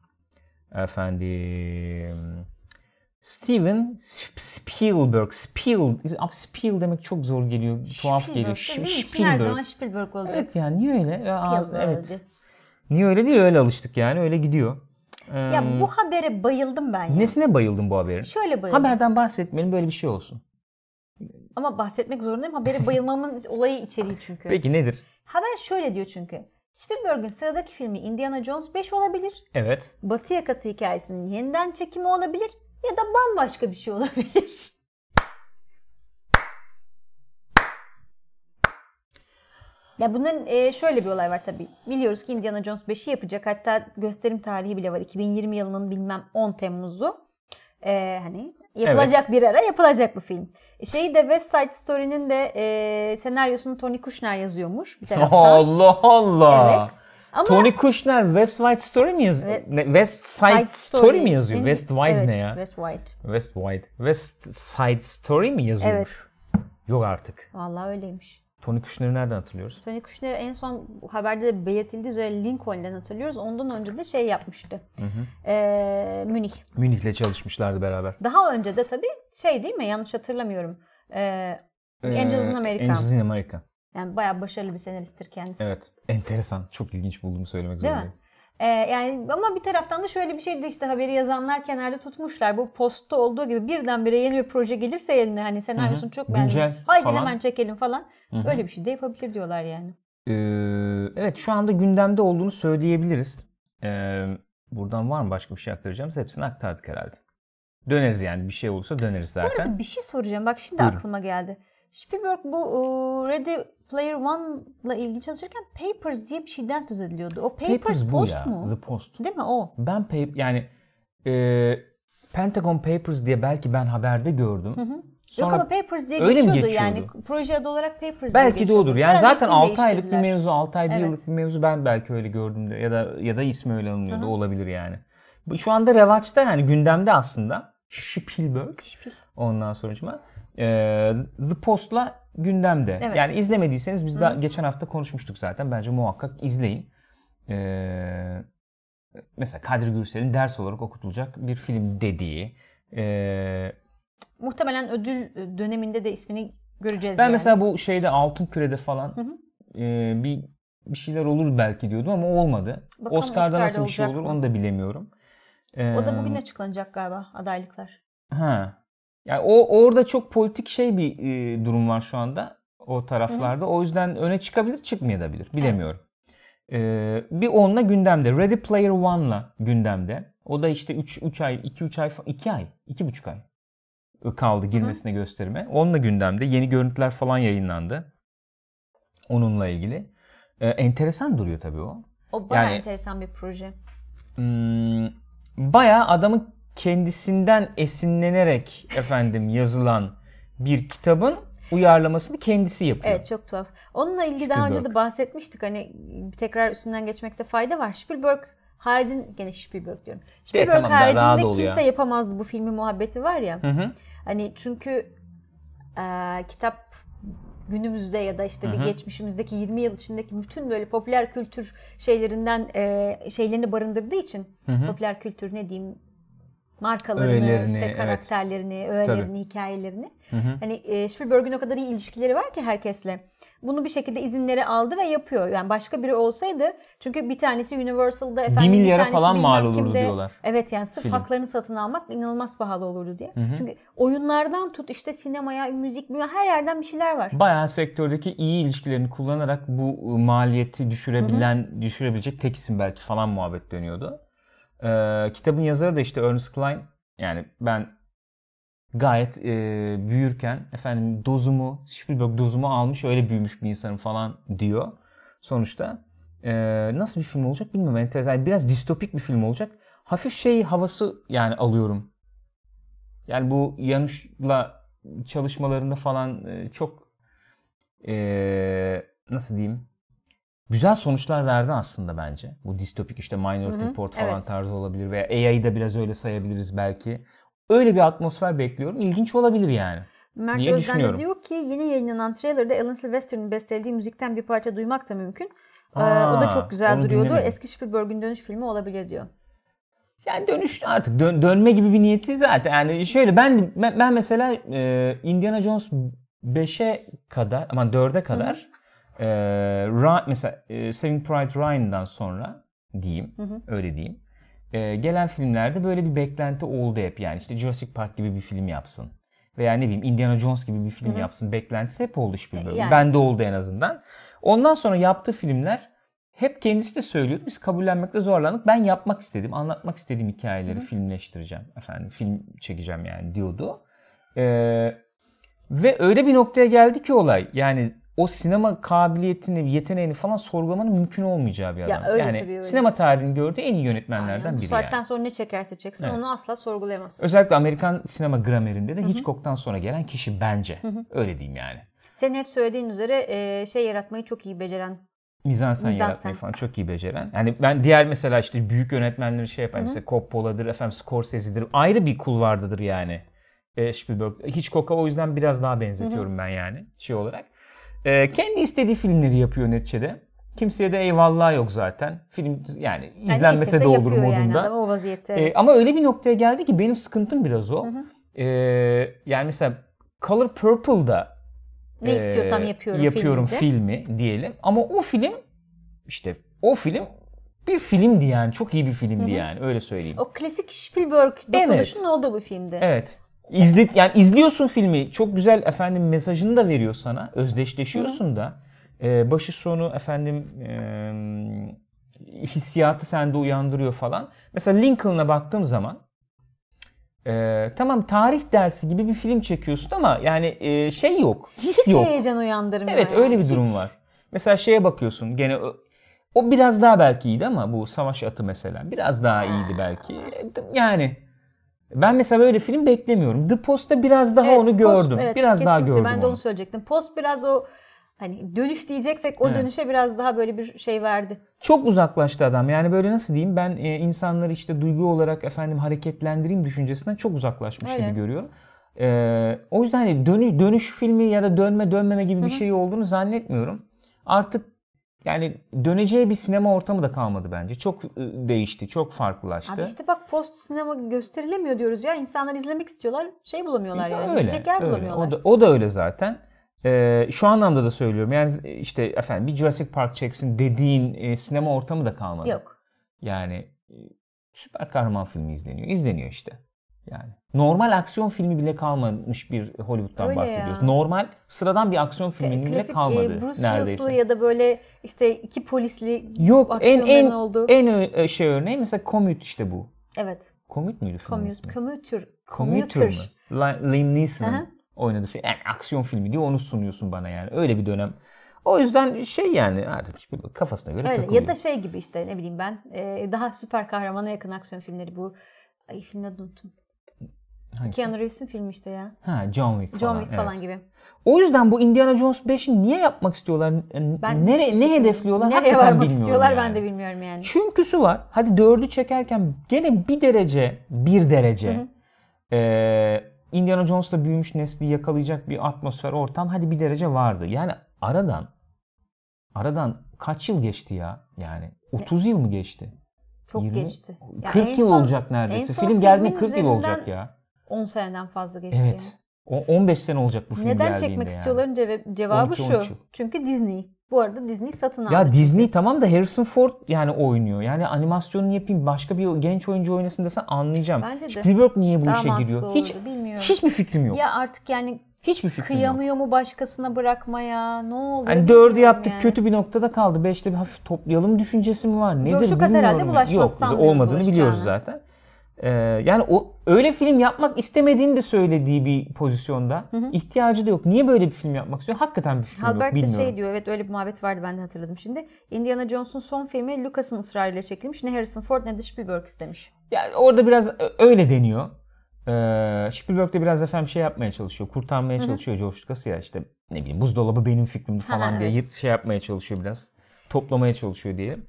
Speaker 1: Efendim Steven Sp- Spielberg. Spiel, Abi Spiel demek çok zor geliyor. Tuhaf geliyor.
Speaker 2: Spielberg.
Speaker 1: Ş-
Speaker 2: Değil mi? Şimdi Her
Speaker 1: Spielberg.
Speaker 2: zaman Spielberg olacak.
Speaker 1: Evet yani niye öyle? Ya, ağız-
Speaker 2: Spielberg.
Speaker 1: evet. Niye öyle değil? Öyle alıştık yani. Öyle gidiyor. Hmm.
Speaker 2: Ya bu Şey- habere bayıldım ben ya.
Speaker 1: Nesine bayıldın bu haberin?
Speaker 2: Şöyle bayıldım.
Speaker 1: Haberden bahsetmenin böyle bir şey olsun.
Speaker 2: Ama bahsetmek zorundayım. Habere bayılmamın olayı içeriği çünkü.
Speaker 1: Peki nedir?
Speaker 2: Haber şöyle diyor çünkü. Spielberg'in sıradaki filmi Indiana Jones 5 olabilir.
Speaker 1: Evet.
Speaker 2: Batı yakası hikayesinin yeniden çekimi olabilir ya da bambaşka bir şey olabilir. Ya bunların e, şöyle bir olay var tabii. Biliyoruz ki Indiana Jones 5'i yapacak. Hatta gösterim tarihi bile var. 2020 yılının bilmem 10 Temmuz'u. E, hani yapılacak bir ara yapılacak bu film. E, Şeyi de West Side Story'nin de e, senaryosunu Tony Kushner yazıyormuş bir taraftan.
Speaker 1: Allah Allah.
Speaker 2: Evet. Ama
Speaker 1: Tony Kushner West Side Story mi yazıyor?
Speaker 2: Ve-
Speaker 1: Ne, West Side, Story, mi yazıyor?
Speaker 2: Indi-
Speaker 1: West Wide
Speaker 2: evet,
Speaker 1: ne ya?
Speaker 2: West Wide.
Speaker 1: West Wide. West Side Story mi yazıyormuş? Yok artık.
Speaker 2: Vallahi öyleymiş.
Speaker 1: Tony Kushner'ı nereden hatırlıyoruz?
Speaker 2: Tony Kushner en son bu haberde de belirtildiği üzere Lincoln'den hatırlıyoruz. Ondan önce de şey yapmıştı. Ee, Münih.
Speaker 1: Münih'le çalışmışlardı beraber.
Speaker 2: Daha önce de tabii şey değil mi? Yanlış hatırlamıyorum. Ee, Angels in America.
Speaker 1: Angels in America.
Speaker 2: yani bayağı başarılı bir senaristtir kendisi.
Speaker 1: Evet. Enteresan. Çok ilginç bulduğumu söylemek
Speaker 2: Değil
Speaker 1: zorundayım.
Speaker 2: mi? Ee, yani ama bir taraftan da şöyle bir şey de işte haberi yazanlar kenarda tutmuşlar. Bu postta olduğu gibi birdenbire yeni bir proje gelirse eline hani senaryosunu çok beğendim.
Speaker 1: Güncel
Speaker 2: Haydi
Speaker 1: falan.
Speaker 2: hemen çekelim falan. Öyle bir şey de yapabilir diyorlar yani.
Speaker 1: Ee, evet şu anda gündemde olduğunu söyleyebiliriz. Ee, buradan var mı başka bir şey aktaracağımız? Hepsini aktardık herhalde. Döneriz yani bir şey olursa döneriz
Speaker 2: Bu arada
Speaker 1: zaten.
Speaker 2: bir şey soracağım. Bak şimdi
Speaker 1: Buyurun.
Speaker 2: aklıma geldi. Spielberg bu e, Ready Player One'la ilgili çalışırken Papers diye bir şeyden söz ediliyordu. O Papers,
Speaker 1: Papers bu
Speaker 2: Post
Speaker 1: ya.
Speaker 2: mu?
Speaker 1: The Post.
Speaker 2: Değil mi o?
Speaker 1: Ben pay- yani e, Pentagon Papers diye belki ben haberde gördüm. Sonra
Speaker 2: Yok ama Papers diye
Speaker 1: öyle mi
Speaker 2: geçiyordu,
Speaker 1: geçiyordu?
Speaker 2: yani. Proje adı olarak Papers diye
Speaker 1: belki de
Speaker 2: geçiyordu.
Speaker 1: odur. Yani
Speaker 2: Biraz
Speaker 1: zaten
Speaker 2: isim
Speaker 1: 6 aylık bir
Speaker 2: değiştirdiler.
Speaker 1: mevzu, 6 ay bir
Speaker 2: Evet.
Speaker 1: yıllık bir mevzu ben belki öyle gördüm de ya da ya da ismi öyle anılıyordu olabilir yani. Bu- Şu anda revaçta yani gündemde aslında Spielberg
Speaker 2: Hiçbir-
Speaker 1: Ondan sonracıma eee The Post'la gündemde.
Speaker 2: Evet.
Speaker 1: Yani izlemediyseniz biz daha geçen hafta konuşmuştuk zaten. Bence muhakkak izleyin. Eee, mesela Kadir Gürsel'in ders olarak okutulacak bir film dediği. ee, Eee,
Speaker 2: Muhtemelen ödül döneminde de ismini göreceğiz.
Speaker 1: ben
Speaker 2: yani.
Speaker 1: mesela bu şeyde Altın Küre'de falan
Speaker 2: hı.
Speaker 1: eee, bir bir şeyler olur belki diyordum ama olmadı.
Speaker 2: Bakalım
Speaker 1: Oscar'da,
Speaker 2: Oscar'da
Speaker 1: nasıl bir şey
Speaker 2: olacak
Speaker 1: olur
Speaker 2: mı?
Speaker 1: onu Hmm. da bilemiyorum.
Speaker 2: o da bugün
Speaker 1: Eee,
Speaker 2: açıklanacak galiba adaylıklar.
Speaker 1: Ha. Yani o orada çok politik şey bir e, durum var şu anda o taraflarda. O yüzden öne çıkabilir, çıkmayabilir. Bilemiyorum. Ee, bir onunla gündemde. Ready Player One'la gündemde. O da işte 3 3 ay, 2 3 ay, 2 ay, 2,5 ay kaldı girmesine gösterime. Onunla gündemde. Yeni görüntüler falan yayınlandı. Onunla ilgili. Ee, enteresan duruyor tabii o.
Speaker 2: O bayağı
Speaker 1: Yani-
Speaker 2: enteresan bir proje.
Speaker 1: Hmm, bayağı adamın kendisinden esinlenerek efendim yazılan bir kitabın uyarlamasını kendisi yapıyor.
Speaker 2: Evet çok tuhaf. Onunla ilgili daha önce de
Speaker 1: Spielberg.
Speaker 2: bahsetmiştik. Hani bir tekrar üstünden geçmekte fayda var. Spielberg haricin gene Spielberg diyorum. Spielberg
Speaker 1: tamam, daha rahat
Speaker 2: haricinde
Speaker 1: ol ya.
Speaker 2: kimse yapamazdı bu filmi muhabbeti var ya.
Speaker 1: Hı hı.
Speaker 2: Hani çünkü eee, kitap günümüzde ya da işte bir geçmişimizdeki 20 yıl içindeki bütün böyle popüler kültür şeylerinden eee, şeylerini barındırdığı için popüler kültür ne diyeyim markalarını,
Speaker 1: Öğelerini,
Speaker 2: işte
Speaker 1: evet.
Speaker 2: karakterlerini, öğelerini, hikayelerini. Hani eee, Spielberg'ün o kadar iyi ilişkileri var ki herkesle. Bunu bir şekilde izinleri aldı ve yapıyor. Yani başka biri olsaydı çünkü bir tanesi Universal'da efendim
Speaker 1: milyara
Speaker 2: tanesi
Speaker 1: falan
Speaker 2: bilmem
Speaker 1: mal olurdu
Speaker 2: kimde.
Speaker 1: diyorlar.
Speaker 2: Evet yani sırf
Speaker 1: Film.
Speaker 2: haklarını satın almak inanılmaz pahalı olurdu diye. Çünkü oyunlardan tut işte sinemaya, müzik, müzik her yerden bir şeyler var.
Speaker 1: Bayağı sektördeki iyi ilişkilerini kullanarak bu e, maliyeti düşürebilen, düşürebilecek tek isim belki falan muhabbet dönüyordu. Ee, kitabın yazarı da işte Ernest Cline. Yani ben gayet e, büyürken efendim dozumu, Spielberg dozumu almış öyle büyümüş bir insanım falan diyor. Sonuçta e, nasıl bir film olacak bilmiyorum. Enteresan. Yani Biraz distopik bir film olacak. Hafif şey havası yani alıyorum. Yani bu Yanuş'la çalışmalarında falan e, çok e, nasıl diyeyim güzel sonuçlar verdi aslında bence. Bu distopik işte Minority
Speaker 2: Hı hı,
Speaker 1: Report falan
Speaker 2: evet.
Speaker 1: tarzı olabilir veya AI'yi da biraz öyle sayabiliriz belki. Öyle bir atmosfer bekliyorum. İlginç olabilir yani.
Speaker 2: Mert
Speaker 1: Niye
Speaker 2: Özden de
Speaker 1: düşünüyorum?
Speaker 2: diyor ki yeni yayınlanan trailerda Alan Silvester'ın bestelediği müzikten bir parça duymak da mümkün. Ee, o da
Speaker 1: Aa,
Speaker 2: çok güzel
Speaker 1: onu
Speaker 2: duruyordu.
Speaker 1: dinlemedim.
Speaker 2: Eski Spielberg'ün dönüş filmi olabilir diyor.
Speaker 1: Yani dönüş artık dön- dönme gibi bir niyeti zaten. Yani şöyle ben ben, ben mesela e, Indiana Jones 5'e kadar ama 4'e kadar e, Ra- mesela e, Saving Private Ryan'dan sonra diyeyim. Öyle diyeyim. E, gelen filmlerde böyle bir beklenti oldu hep. Yani işte Jurassic Park gibi bir film yapsın. Veya ne bileyim Indiana Jones gibi bir film yapsın. Beklentisi hep oldu Spielberg'in.
Speaker 2: E, Yani.
Speaker 1: Bende oldu en azından. Ondan sonra yaptığı filmler hep kendisi de söylüyordu. Biz kabullenmekte zorlandık. Ben yapmak istedim, anlatmak istediğim hikayeleri filmleştireceğim. Efendim film çekeceğim yani diyordu. Ee, ve öyle bir noktaya geldi ki olay. Yani o sinema kabiliyetini, yeteneğini falan sorgulamanın mümkün olmayacağı bir adam.
Speaker 2: öyle
Speaker 1: yani
Speaker 2: tabii, öyle.
Speaker 1: sinema tarihinin gördüğü en iyi yönetmenlerden
Speaker 2: Yani bu
Speaker 1: biri
Speaker 2: saatten
Speaker 1: yani.
Speaker 2: sonra ne çekerse çeksin
Speaker 1: Evet.
Speaker 2: onu asla sorgulayamazsın.
Speaker 1: Özellikle Amerikan sinema gramerinde de Hitchcock'tan sonra gelen kişi bence. Öyle diyeyim yani.
Speaker 2: Senin hep söylediğin üzere e, şey yaratmayı çok iyi beceren
Speaker 1: Mizansen
Speaker 2: Mizansen.
Speaker 1: yaratmayı falan çok iyi beceren. Yani ben diğer mesela işte büyük yönetmenleri şey yapar. Mesela Coppola'dır, efendim Scorsese'dir. Ayrı bir kulvardadır yani. E, Spielberg. Hitchcock'a o yüzden biraz daha benzetiyorum ben yani şey olarak. E, kendi istediği filmleri yapıyor neticede. Kimseye de eyvallah yok zaten. Film yani
Speaker 2: Yani
Speaker 1: izlenmese
Speaker 2: istese
Speaker 1: de olur
Speaker 2: yapıyor Yani
Speaker 1: modunda.
Speaker 2: adam o vaziyette.
Speaker 1: Ee, ama öyle bir noktaya geldi ki benim sıkıntım biraz o. Ee, yani mesela Color Purple'da
Speaker 2: Ne istiyorsam yapıyorum
Speaker 1: e, yapıyorum filmi diyelim. Ama o film işte o film bir filmdi yani. Çok iyi bir filmdi yani öyle söyleyeyim.
Speaker 2: O klasik Spielberg dokunuşun
Speaker 1: Evet.
Speaker 2: olduğu bu filmde.
Speaker 1: Evet. İzle, yani izliyorsun filmi çok güzel efendim mesajını da veriyor sana. Özdeşleşiyorsun da. Ee, başı sonu efendim e, hissiyatı sende uyandırıyor falan. Mesela Lincoln'a baktığım zaman e, tamam tarih dersi gibi bir film çekiyorsun ama yani e, şey yok. His
Speaker 2: Hiç
Speaker 1: yok.
Speaker 2: heyecan uyandırmıyor.
Speaker 1: Evet
Speaker 2: yani,
Speaker 1: öyle bir durum
Speaker 2: hiç.
Speaker 1: var. Mesela şeye bakıyorsun gene ö- o biraz daha belki iyiydi ama bu savaş atı mesela biraz daha iyiydi belki. Yani Ben mesela böyle film beklemiyorum. The Post'ta biraz daha
Speaker 2: Evet,
Speaker 1: onu
Speaker 2: Post,
Speaker 1: gördüm.
Speaker 2: evet,
Speaker 1: biraz daha
Speaker 2: kesinlikle.
Speaker 1: gördüm
Speaker 2: Ben de
Speaker 1: onu.
Speaker 2: onu söyleyecektim. Post biraz o hani dönüş diyeceksek o
Speaker 1: Evet.
Speaker 2: dönüşe biraz daha böyle bir şey verdi.
Speaker 1: Çok uzaklaştı adam. Yani böyle nasıl diyeyim ben e, insanları işte duygu olarak efendim hareketlendireyim düşüncesinden çok uzaklaşmış
Speaker 2: Öyle.
Speaker 1: gibi görüyorum. E, o yüzden hani dönüş, dönüş filmi ya da dönme dönmeme gibi bir şey olduğunu zannetmiyorum. Artık yani döneceği bir sinema ortamı da kalmadı bence. Çok e, değişti, çok farklılaştı.
Speaker 2: Abi işte bak post sinema gösterilemiyor diyoruz ya. İnsanlar izlemek istiyorlar. Şey bulamıyorlar
Speaker 1: Ya
Speaker 2: yani. İzleyecek yer bulamıyorlar.
Speaker 1: O da, o da E, öyle zaten. Ee, şu anlamda da söylüyorum. Yani e, işte efendim bir Jurassic Park çeksin dediğin e, sinema ortamı da kalmadı.
Speaker 2: Yok.
Speaker 1: Yani e, süper kahraman filmi izleniyor. İzleniyor işte. Yani normal aksiyon filmi bile kalmamış bir Hollywood'dan
Speaker 2: Öyle
Speaker 1: bahsediyoruz.
Speaker 2: ya.
Speaker 1: Normal sıradan bir aksiyon filminin bile
Speaker 2: Klasik e,
Speaker 1: kalmadı
Speaker 2: Bruce Willis'lı
Speaker 1: neredeyse.
Speaker 2: ya da böyle işte iki polisli
Speaker 1: Yok en
Speaker 2: aksiyonların
Speaker 1: en
Speaker 2: olduğu.
Speaker 1: en ö- şey örneği mesela Commute işte bu.
Speaker 2: evet.
Speaker 1: Commute müydü filmin
Speaker 2: Commu-
Speaker 1: ismi?
Speaker 2: Commuter.
Speaker 1: Commuter mı?
Speaker 2: Commuter.
Speaker 1: Li- Liam
Speaker 2: Aha.
Speaker 1: Neeson'ın oynadığı film. Yani aksiyon filmi diye onu sunuyorsun bana yani. Öyle bir dönem. O yüzden şey yani artık kafasına göre
Speaker 2: Öyle.
Speaker 1: takılıyor.
Speaker 2: Ya da şey gibi işte ne bileyim ben e, daha süper kahramana yakın aksiyon filmleri bu. Ay filmi adını unuttum.
Speaker 1: Hangisi?
Speaker 2: Keanu Reeves'in filmi işte ya.
Speaker 1: Ha, John Wick falan.
Speaker 2: John Wick falan
Speaker 1: evet.
Speaker 2: gibi.
Speaker 1: O yüzden bu Indiana Jones 5'i niye yapmak istiyorlar?
Speaker 2: Ben
Speaker 1: Ben Nere, ne hedefliyorlar?
Speaker 2: Nereye
Speaker 1: Hakikaten
Speaker 2: varmak
Speaker 1: bilmiyorum
Speaker 2: istiyorlar
Speaker 1: yani.
Speaker 2: ben de bilmiyorum yani.
Speaker 1: Çünküsü var. Hadi dördü çekerken gene bir derece, bir derece eee, Indiana Jones'la büyümüş nesli yakalayacak bir atmosfer, ortam hadi bir derece vardı. Yani aradan aradan kaç yıl geçti ya? Yani 30 yıl mı geçti?
Speaker 2: Çok
Speaker 1: 20,
Speaker 2: geçti. Ya
Speaker 1: 40
Speaker 2: en
Speaker 1: yıl
Speaker 2: son
Speaker 1: olacak neredeyse.
Speaker 2: son
Speaker 1: Film gelme
Speaker 2: filmin
Speaker 1: 40 yıl olacak
Speaker 2: üzerinden
Speaker 1: ya.
Speaker 2: 10 seneden fazla geçti.
Speaker 1: Evet. O 15 sene olacak bu film
Speaker 2: Neden
Speaker 1: geldiğinde
Speaker 2: çekmek
Speaker 1: yani.
Speaker 2: istiyorların ceve- cevabı
Speaker 1: 12,
Speaker 2: şu.
Speaker 1: 13 yıl.
Speaker 2: Çünkü Disney. Bu arada Disney satın aldı.
Speaker 1: Ya Disney tamam da Harrison Ford yani oynuyor. Yani animasyonunu yapayım başka bir genç oyuncu oynasın desen anlayacağım.
Speaker 2: Bence de.
Speaker 1: Spielberg niye bu
Speaker 2: Daha
Speaker 1: işe
Speaker 2: mantıklı
Speaker 1: giriyor?
Speaker 2: olurdu,
Speaker 1: Hiç
Speaker 2: bilmiyorum.
Speaker 1: hiçbir fikrim yok.
Speaker 2: Ya artık yani
Speaker 1: hiçbir fikrim yok.
Speaker 2: kıyamıyor mu başkasına bırakmaya? Ne oluyor?
Speaker 1: Hani dördü
Speaker 2: bilmiyorum
Speaker 1: yaptık
Speaker 2: yani.
Speaker 1: kötü bir noktada kaldı. Beşte bir hafif toplayalım düşüncesi mi var? Nedir
Speaker 2: Coşku Kaz
Speaker 1: bilmiyorum.
Speaker 2: herhalde bulaşmaz,
Speaker 1: Yok bize
Speaker 2: sanmıyorum
Speaker 1: olmadığını
Speaker 2: bulaşacağını.
Speaker 1: biliyoruz zaten. Ee, yani o öyle film yapmak istemediğini de söylediği bir pozisyonda. ihtiyacı da yok. Niye böyle bir film yapmak istiyor? Hakikaten bir fikrim
Speaker 2: Halbert
Speaker 1: yok.
Speaker 2: de
Speaker 1: Bilmiyorum.
Speaker 2: şey diyor evet öyle bir muhabbet vardı ben de hatırladım şimdi. Indiana Jones'un son filmi Lucas'ın ısrarıyla çekilmiş. Ne Harrison Ford ne de Spielberg istemiş.
Speaker 1: Yani orada biraz ö- öyle deniyor. Ee, Spielberg de biraz efendim şey yapmaya çalışıyor. Kurtarmaya çalışıyor George Lucas'ı ya işte ne bileyim buzdolabı benim fikrimdi falan diye yırt- şey yapmaya çalışıyor biraz. Toplamaya çalışıyor diyelim.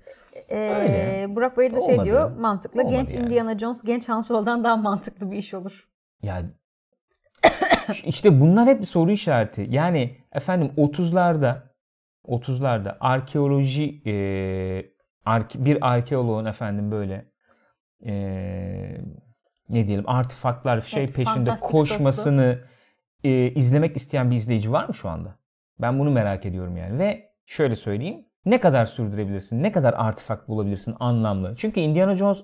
Speaker 2: Ee,
Speaker 1: Öyle.
Speaker 2: Burak Bayır da şey
Speaker 1: Olmadı.
Speaker 2: diyor mantıklı.
Speaker 1: Olmadı
Speaker 2: genç
Speaker 1: yani.
Speaker 2: Indiana Jones genç Han Solo'dan daha mantıklı bir iş olur.
Speaker 1: Yani işte bunlar hep soru işareti. Yani efendim 30'larda 30'larda arkeoloji e, arke- bir arkeoloğun efendim böyle e, ne diyelim artifaklar şey
Speaker 2: Evet,
Speaker 1: peşinde
Speaker 2: fantastik
Speaker 1: koşmasını e, izlemek isteyen bir izleyici var mı şu anda? Ben bunu merak ediyorum yani ve şöyle söyleyeyim ne kadar sürdürebilirsin ne kadar artifak bulabilirsin anlamlı. Çünkü Indiana Jones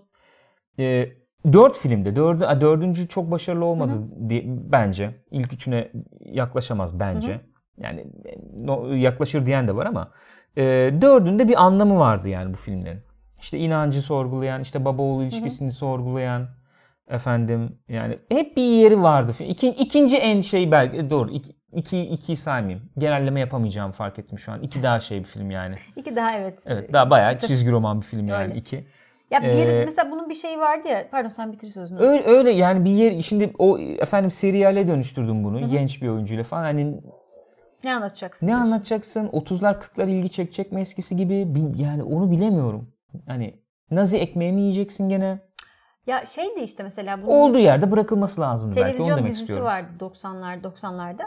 Speaker 1: e, 4 filmde, 4, 4. çok başarılı olmadı diye, bence. İlk üçüne yaklaşamaz bence. Yani e, no- yaklaşır diyen de var ama e, dördünde bir anlamı vardı yani bu filmlerin. İşte inancı sorgulayan, işte baba oğlu ilişkisini sorgulayan efendim yani hep bir yeri vardı. İki, ikinci en şey belki e, doğru iki, iki, ikiyi saymayayım. Genelleme yapamayacağım fark ettim şu an. İki daha şey bir film yani.
Speaker 2: İki daha evet.
Speaker 1: Evet daha bayağı
Speaker 2: Çıtır.
Speaker 1: çizgi roman bir film yani
Speaker 2: Öyle.
Speaker 1: iki.
Speaker 2: Ya bir
Speaker 1: Ee,
Speaker 2: mesela bunun bir şeyi vardı ya. Pardon sen bitir sözünü.
Speaker 1: Öyle, öyle yani bir yer şimdi o efendim seriyale dönüştürdüm bunu genç bir oyuncuyla falan hani
Speaker 2: ne anlatacaksın?
Speaker 1: ne
Speaker 2: diyorsun?
Speaker 1: anlatacaksın 30'lar 40'lar ilgi çekecek mi eskisi gibi Bil- yani onu bilemiyorum. Hani nazi ekmeği mi yiyeceksin gene?
Speaker 2: Ya şey de işte mesela bunun
Speaker 1: Olduğu yerde bırakılması lazım belki onu
Speaker 2: televizyon
Speaker 1: demek
Speaker 2: dizisi
Speaker 1: istiyorum.
Speaker 2: vardı 90'lar 90'larda.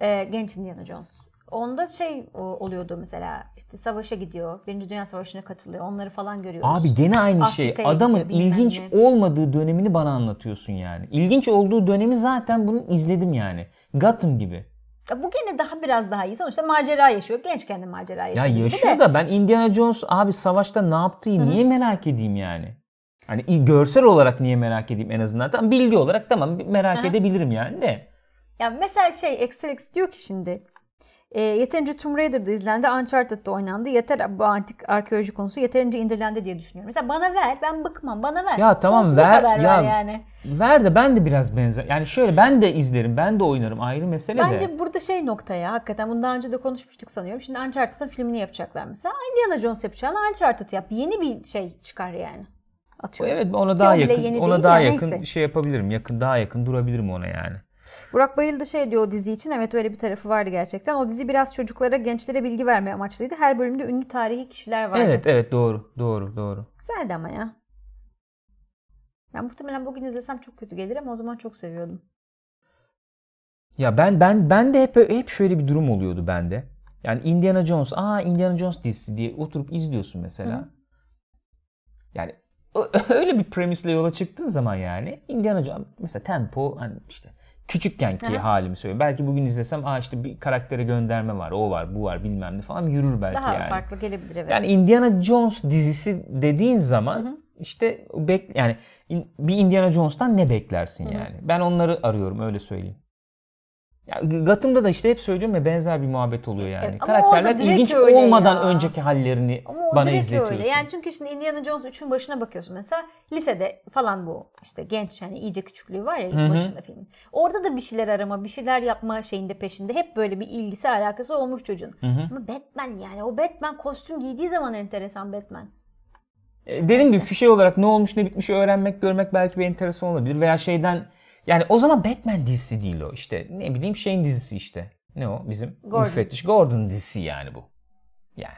Speaker 2: Ee, genç Indiana Jones. Onda şey o- oluyordu mesela işte savaşa gidiyor. Birinci Dünya Savaşı'na katılıyor. Onları falan görüyoruz.
Speaker 1: Abi gene aynı şey.
Speaker 2: Afrika'ya
Speaker 1: Adamın
Speaker 2: gidiyor, bilmem
Speaker 1: ilginç
Speaker 2: ne.
Speaker 1: olmadığı dönemini bana anlatıyorsun yani. İlginç olduğu dönemi zaten bunu izledim yani. Gotham gibi.
Speaker 2: Ya bu gene daha biraz daha iyi. Sonuçta macera yaşıyor. Gençken de macera
Speaker 1: Ya
Speaker 2: yaşıyor. Bir de
Speaker 1: yaşıyor da ben Indiana Jones abi savaşta ne yaptığı niye merak edeyim yani? Hani i- görsel olarak niye merak edeyim en azından? Tamam bilgi olarak tamam merak
Speaker 2: Aha.
Speaker 1: edebilirim yani de.
Speaker 2: Ya mesela şey Xrx diyor ki şimdi e, yeterince Tomb Raider'da izlendi, Uncharted'da oynandı. Yeter bu antik arkeoloji konusu yeterince indirilendi diye düşünüyorum. Mesela bana ver, ben bıkmam. Bana ver.
Speaker 1: Ya tamam,
Speaker 2: Sonsuza
Speaker 1: ver,
Speaker 2: kadar
Speaker 1: ya
Speaker 2: ver yani.
Speaker 1: Ver de ben de biraz benzer. Yani şöyle ben de izlerim, ben de oynarım ayrı mesele
Speaker 2: Bence
Speaker 1: de.
Speaker 2: burada şey noktaya hakikaten bunu daha önce de konuşmuştuk sanıyorum. Şimdi Uncharted'ın filmini yapacaklar mesela. Indiana Jones yapacağını Uncharted yap. Yeni bir şey çıkar yani. atıyorum.
Speaker 1: Evet ona daha
Speaker 2: John bile
Speaker 1: yakın
Speaker 2: yeni
Speaker 1: ona
Speaker 2: değil
Speaker 1: daha
Speaker 2: ya,
Speaker 1: yakın
Speaker 2: neyse.
Speaker 1: şey yapabilirim. Yakın daha yakın durabilirim ona yani.
Speaker 2: Burak Bayıl da şey diyor o dizi için. Evet öyle bir tarafı vardı gerçekten. O dizi biraz çocuklara, gençlere bilgi vermeye amaçlıydı. Her bölümde ünlü tarihi kişiler vardı.
Speaker 1: Evet evet doğru doğru doğru.
Speaker 2: Güzeldi ama ya. Ben muhtemelen bugün izlesem çok kötü gelir ama o zaman çok seviyordum.
Speaker 1: Ya ben ben ben de hep hep şöyle bir durum oluyordu bende. Yani Indiana Jones, aa Indiana Jones dizisi diye oturup izliyorsun mesela.
Speaker 2: Hı.
Speaker 1: Yani ö- öyle bir premisle yola çıktığın zaman yani Indiana Jones mesela tempo hani işte küçükkenki
Speaker 2: Aha.
Speaker 1: halimi söylüyorum. Belki bugün izlesem aa işte bir karaktere gönderme var, o var, bu var bilmem ne falan yürür belki
Speaker 2: Daha
Speaker 1: yani.
Speaker 2: farklı gelebilir evet.
Speaker 1: Yani Indiana Jones dizisi dediğin zaman işte bek yani in- bir Indiana Jones'tan ne beklersin yani? Ben onları arıyorum öyle söyleyeyim. Ya G- Gotham'da da işte hep söylüyorum ya benzer bir muhabbet oluyor yani.
Speaker 2: Evet, ama
Speaker 1: Karakterler
Speaker 2: orada direkt
Speaker 1: ilginç
Speaker 2: öyle
Speaker 1: olmadan
Speaker 2: ya.
Speaker 1: önceki hallerini
Speaker 2: Ama o
Speaker 1: bana
Speaker 2: direkt
Speaker 1: izletiyorsun.
Speaker 2: öyle. Yani çünkü şimdi Indiana Jones 3'ün başına bakıyorsun mesela. Lisede falan bu işte genç hani iyice küçüklüğü var ya
Speaker 1: Hı hı.
Speaker 2: başında filmin. Orada da bir şeyler arama, bir şeyler yapma şeyinde peşinde. Hep böyle bir ilgisi alakası olmuş çocuğun.
Speaker 1: Hı hı.
Speaker 2: Ama Batman yani o Batman kostüm giydiği zaman enteresan Batman.
Speaker 1: E, Dediğim gibi fişe olarak ne olmuş ne bitmiş öğrenmek görmek belki bir enteresan olabilir veya şeyden yani o zaman Batman dizisi değil o işte ne bileyim şeyin dizisi işte ne o bizim
Speaker 2: Gordon.
Speaker 1: müfettiş Gordon dizisi yani bu yani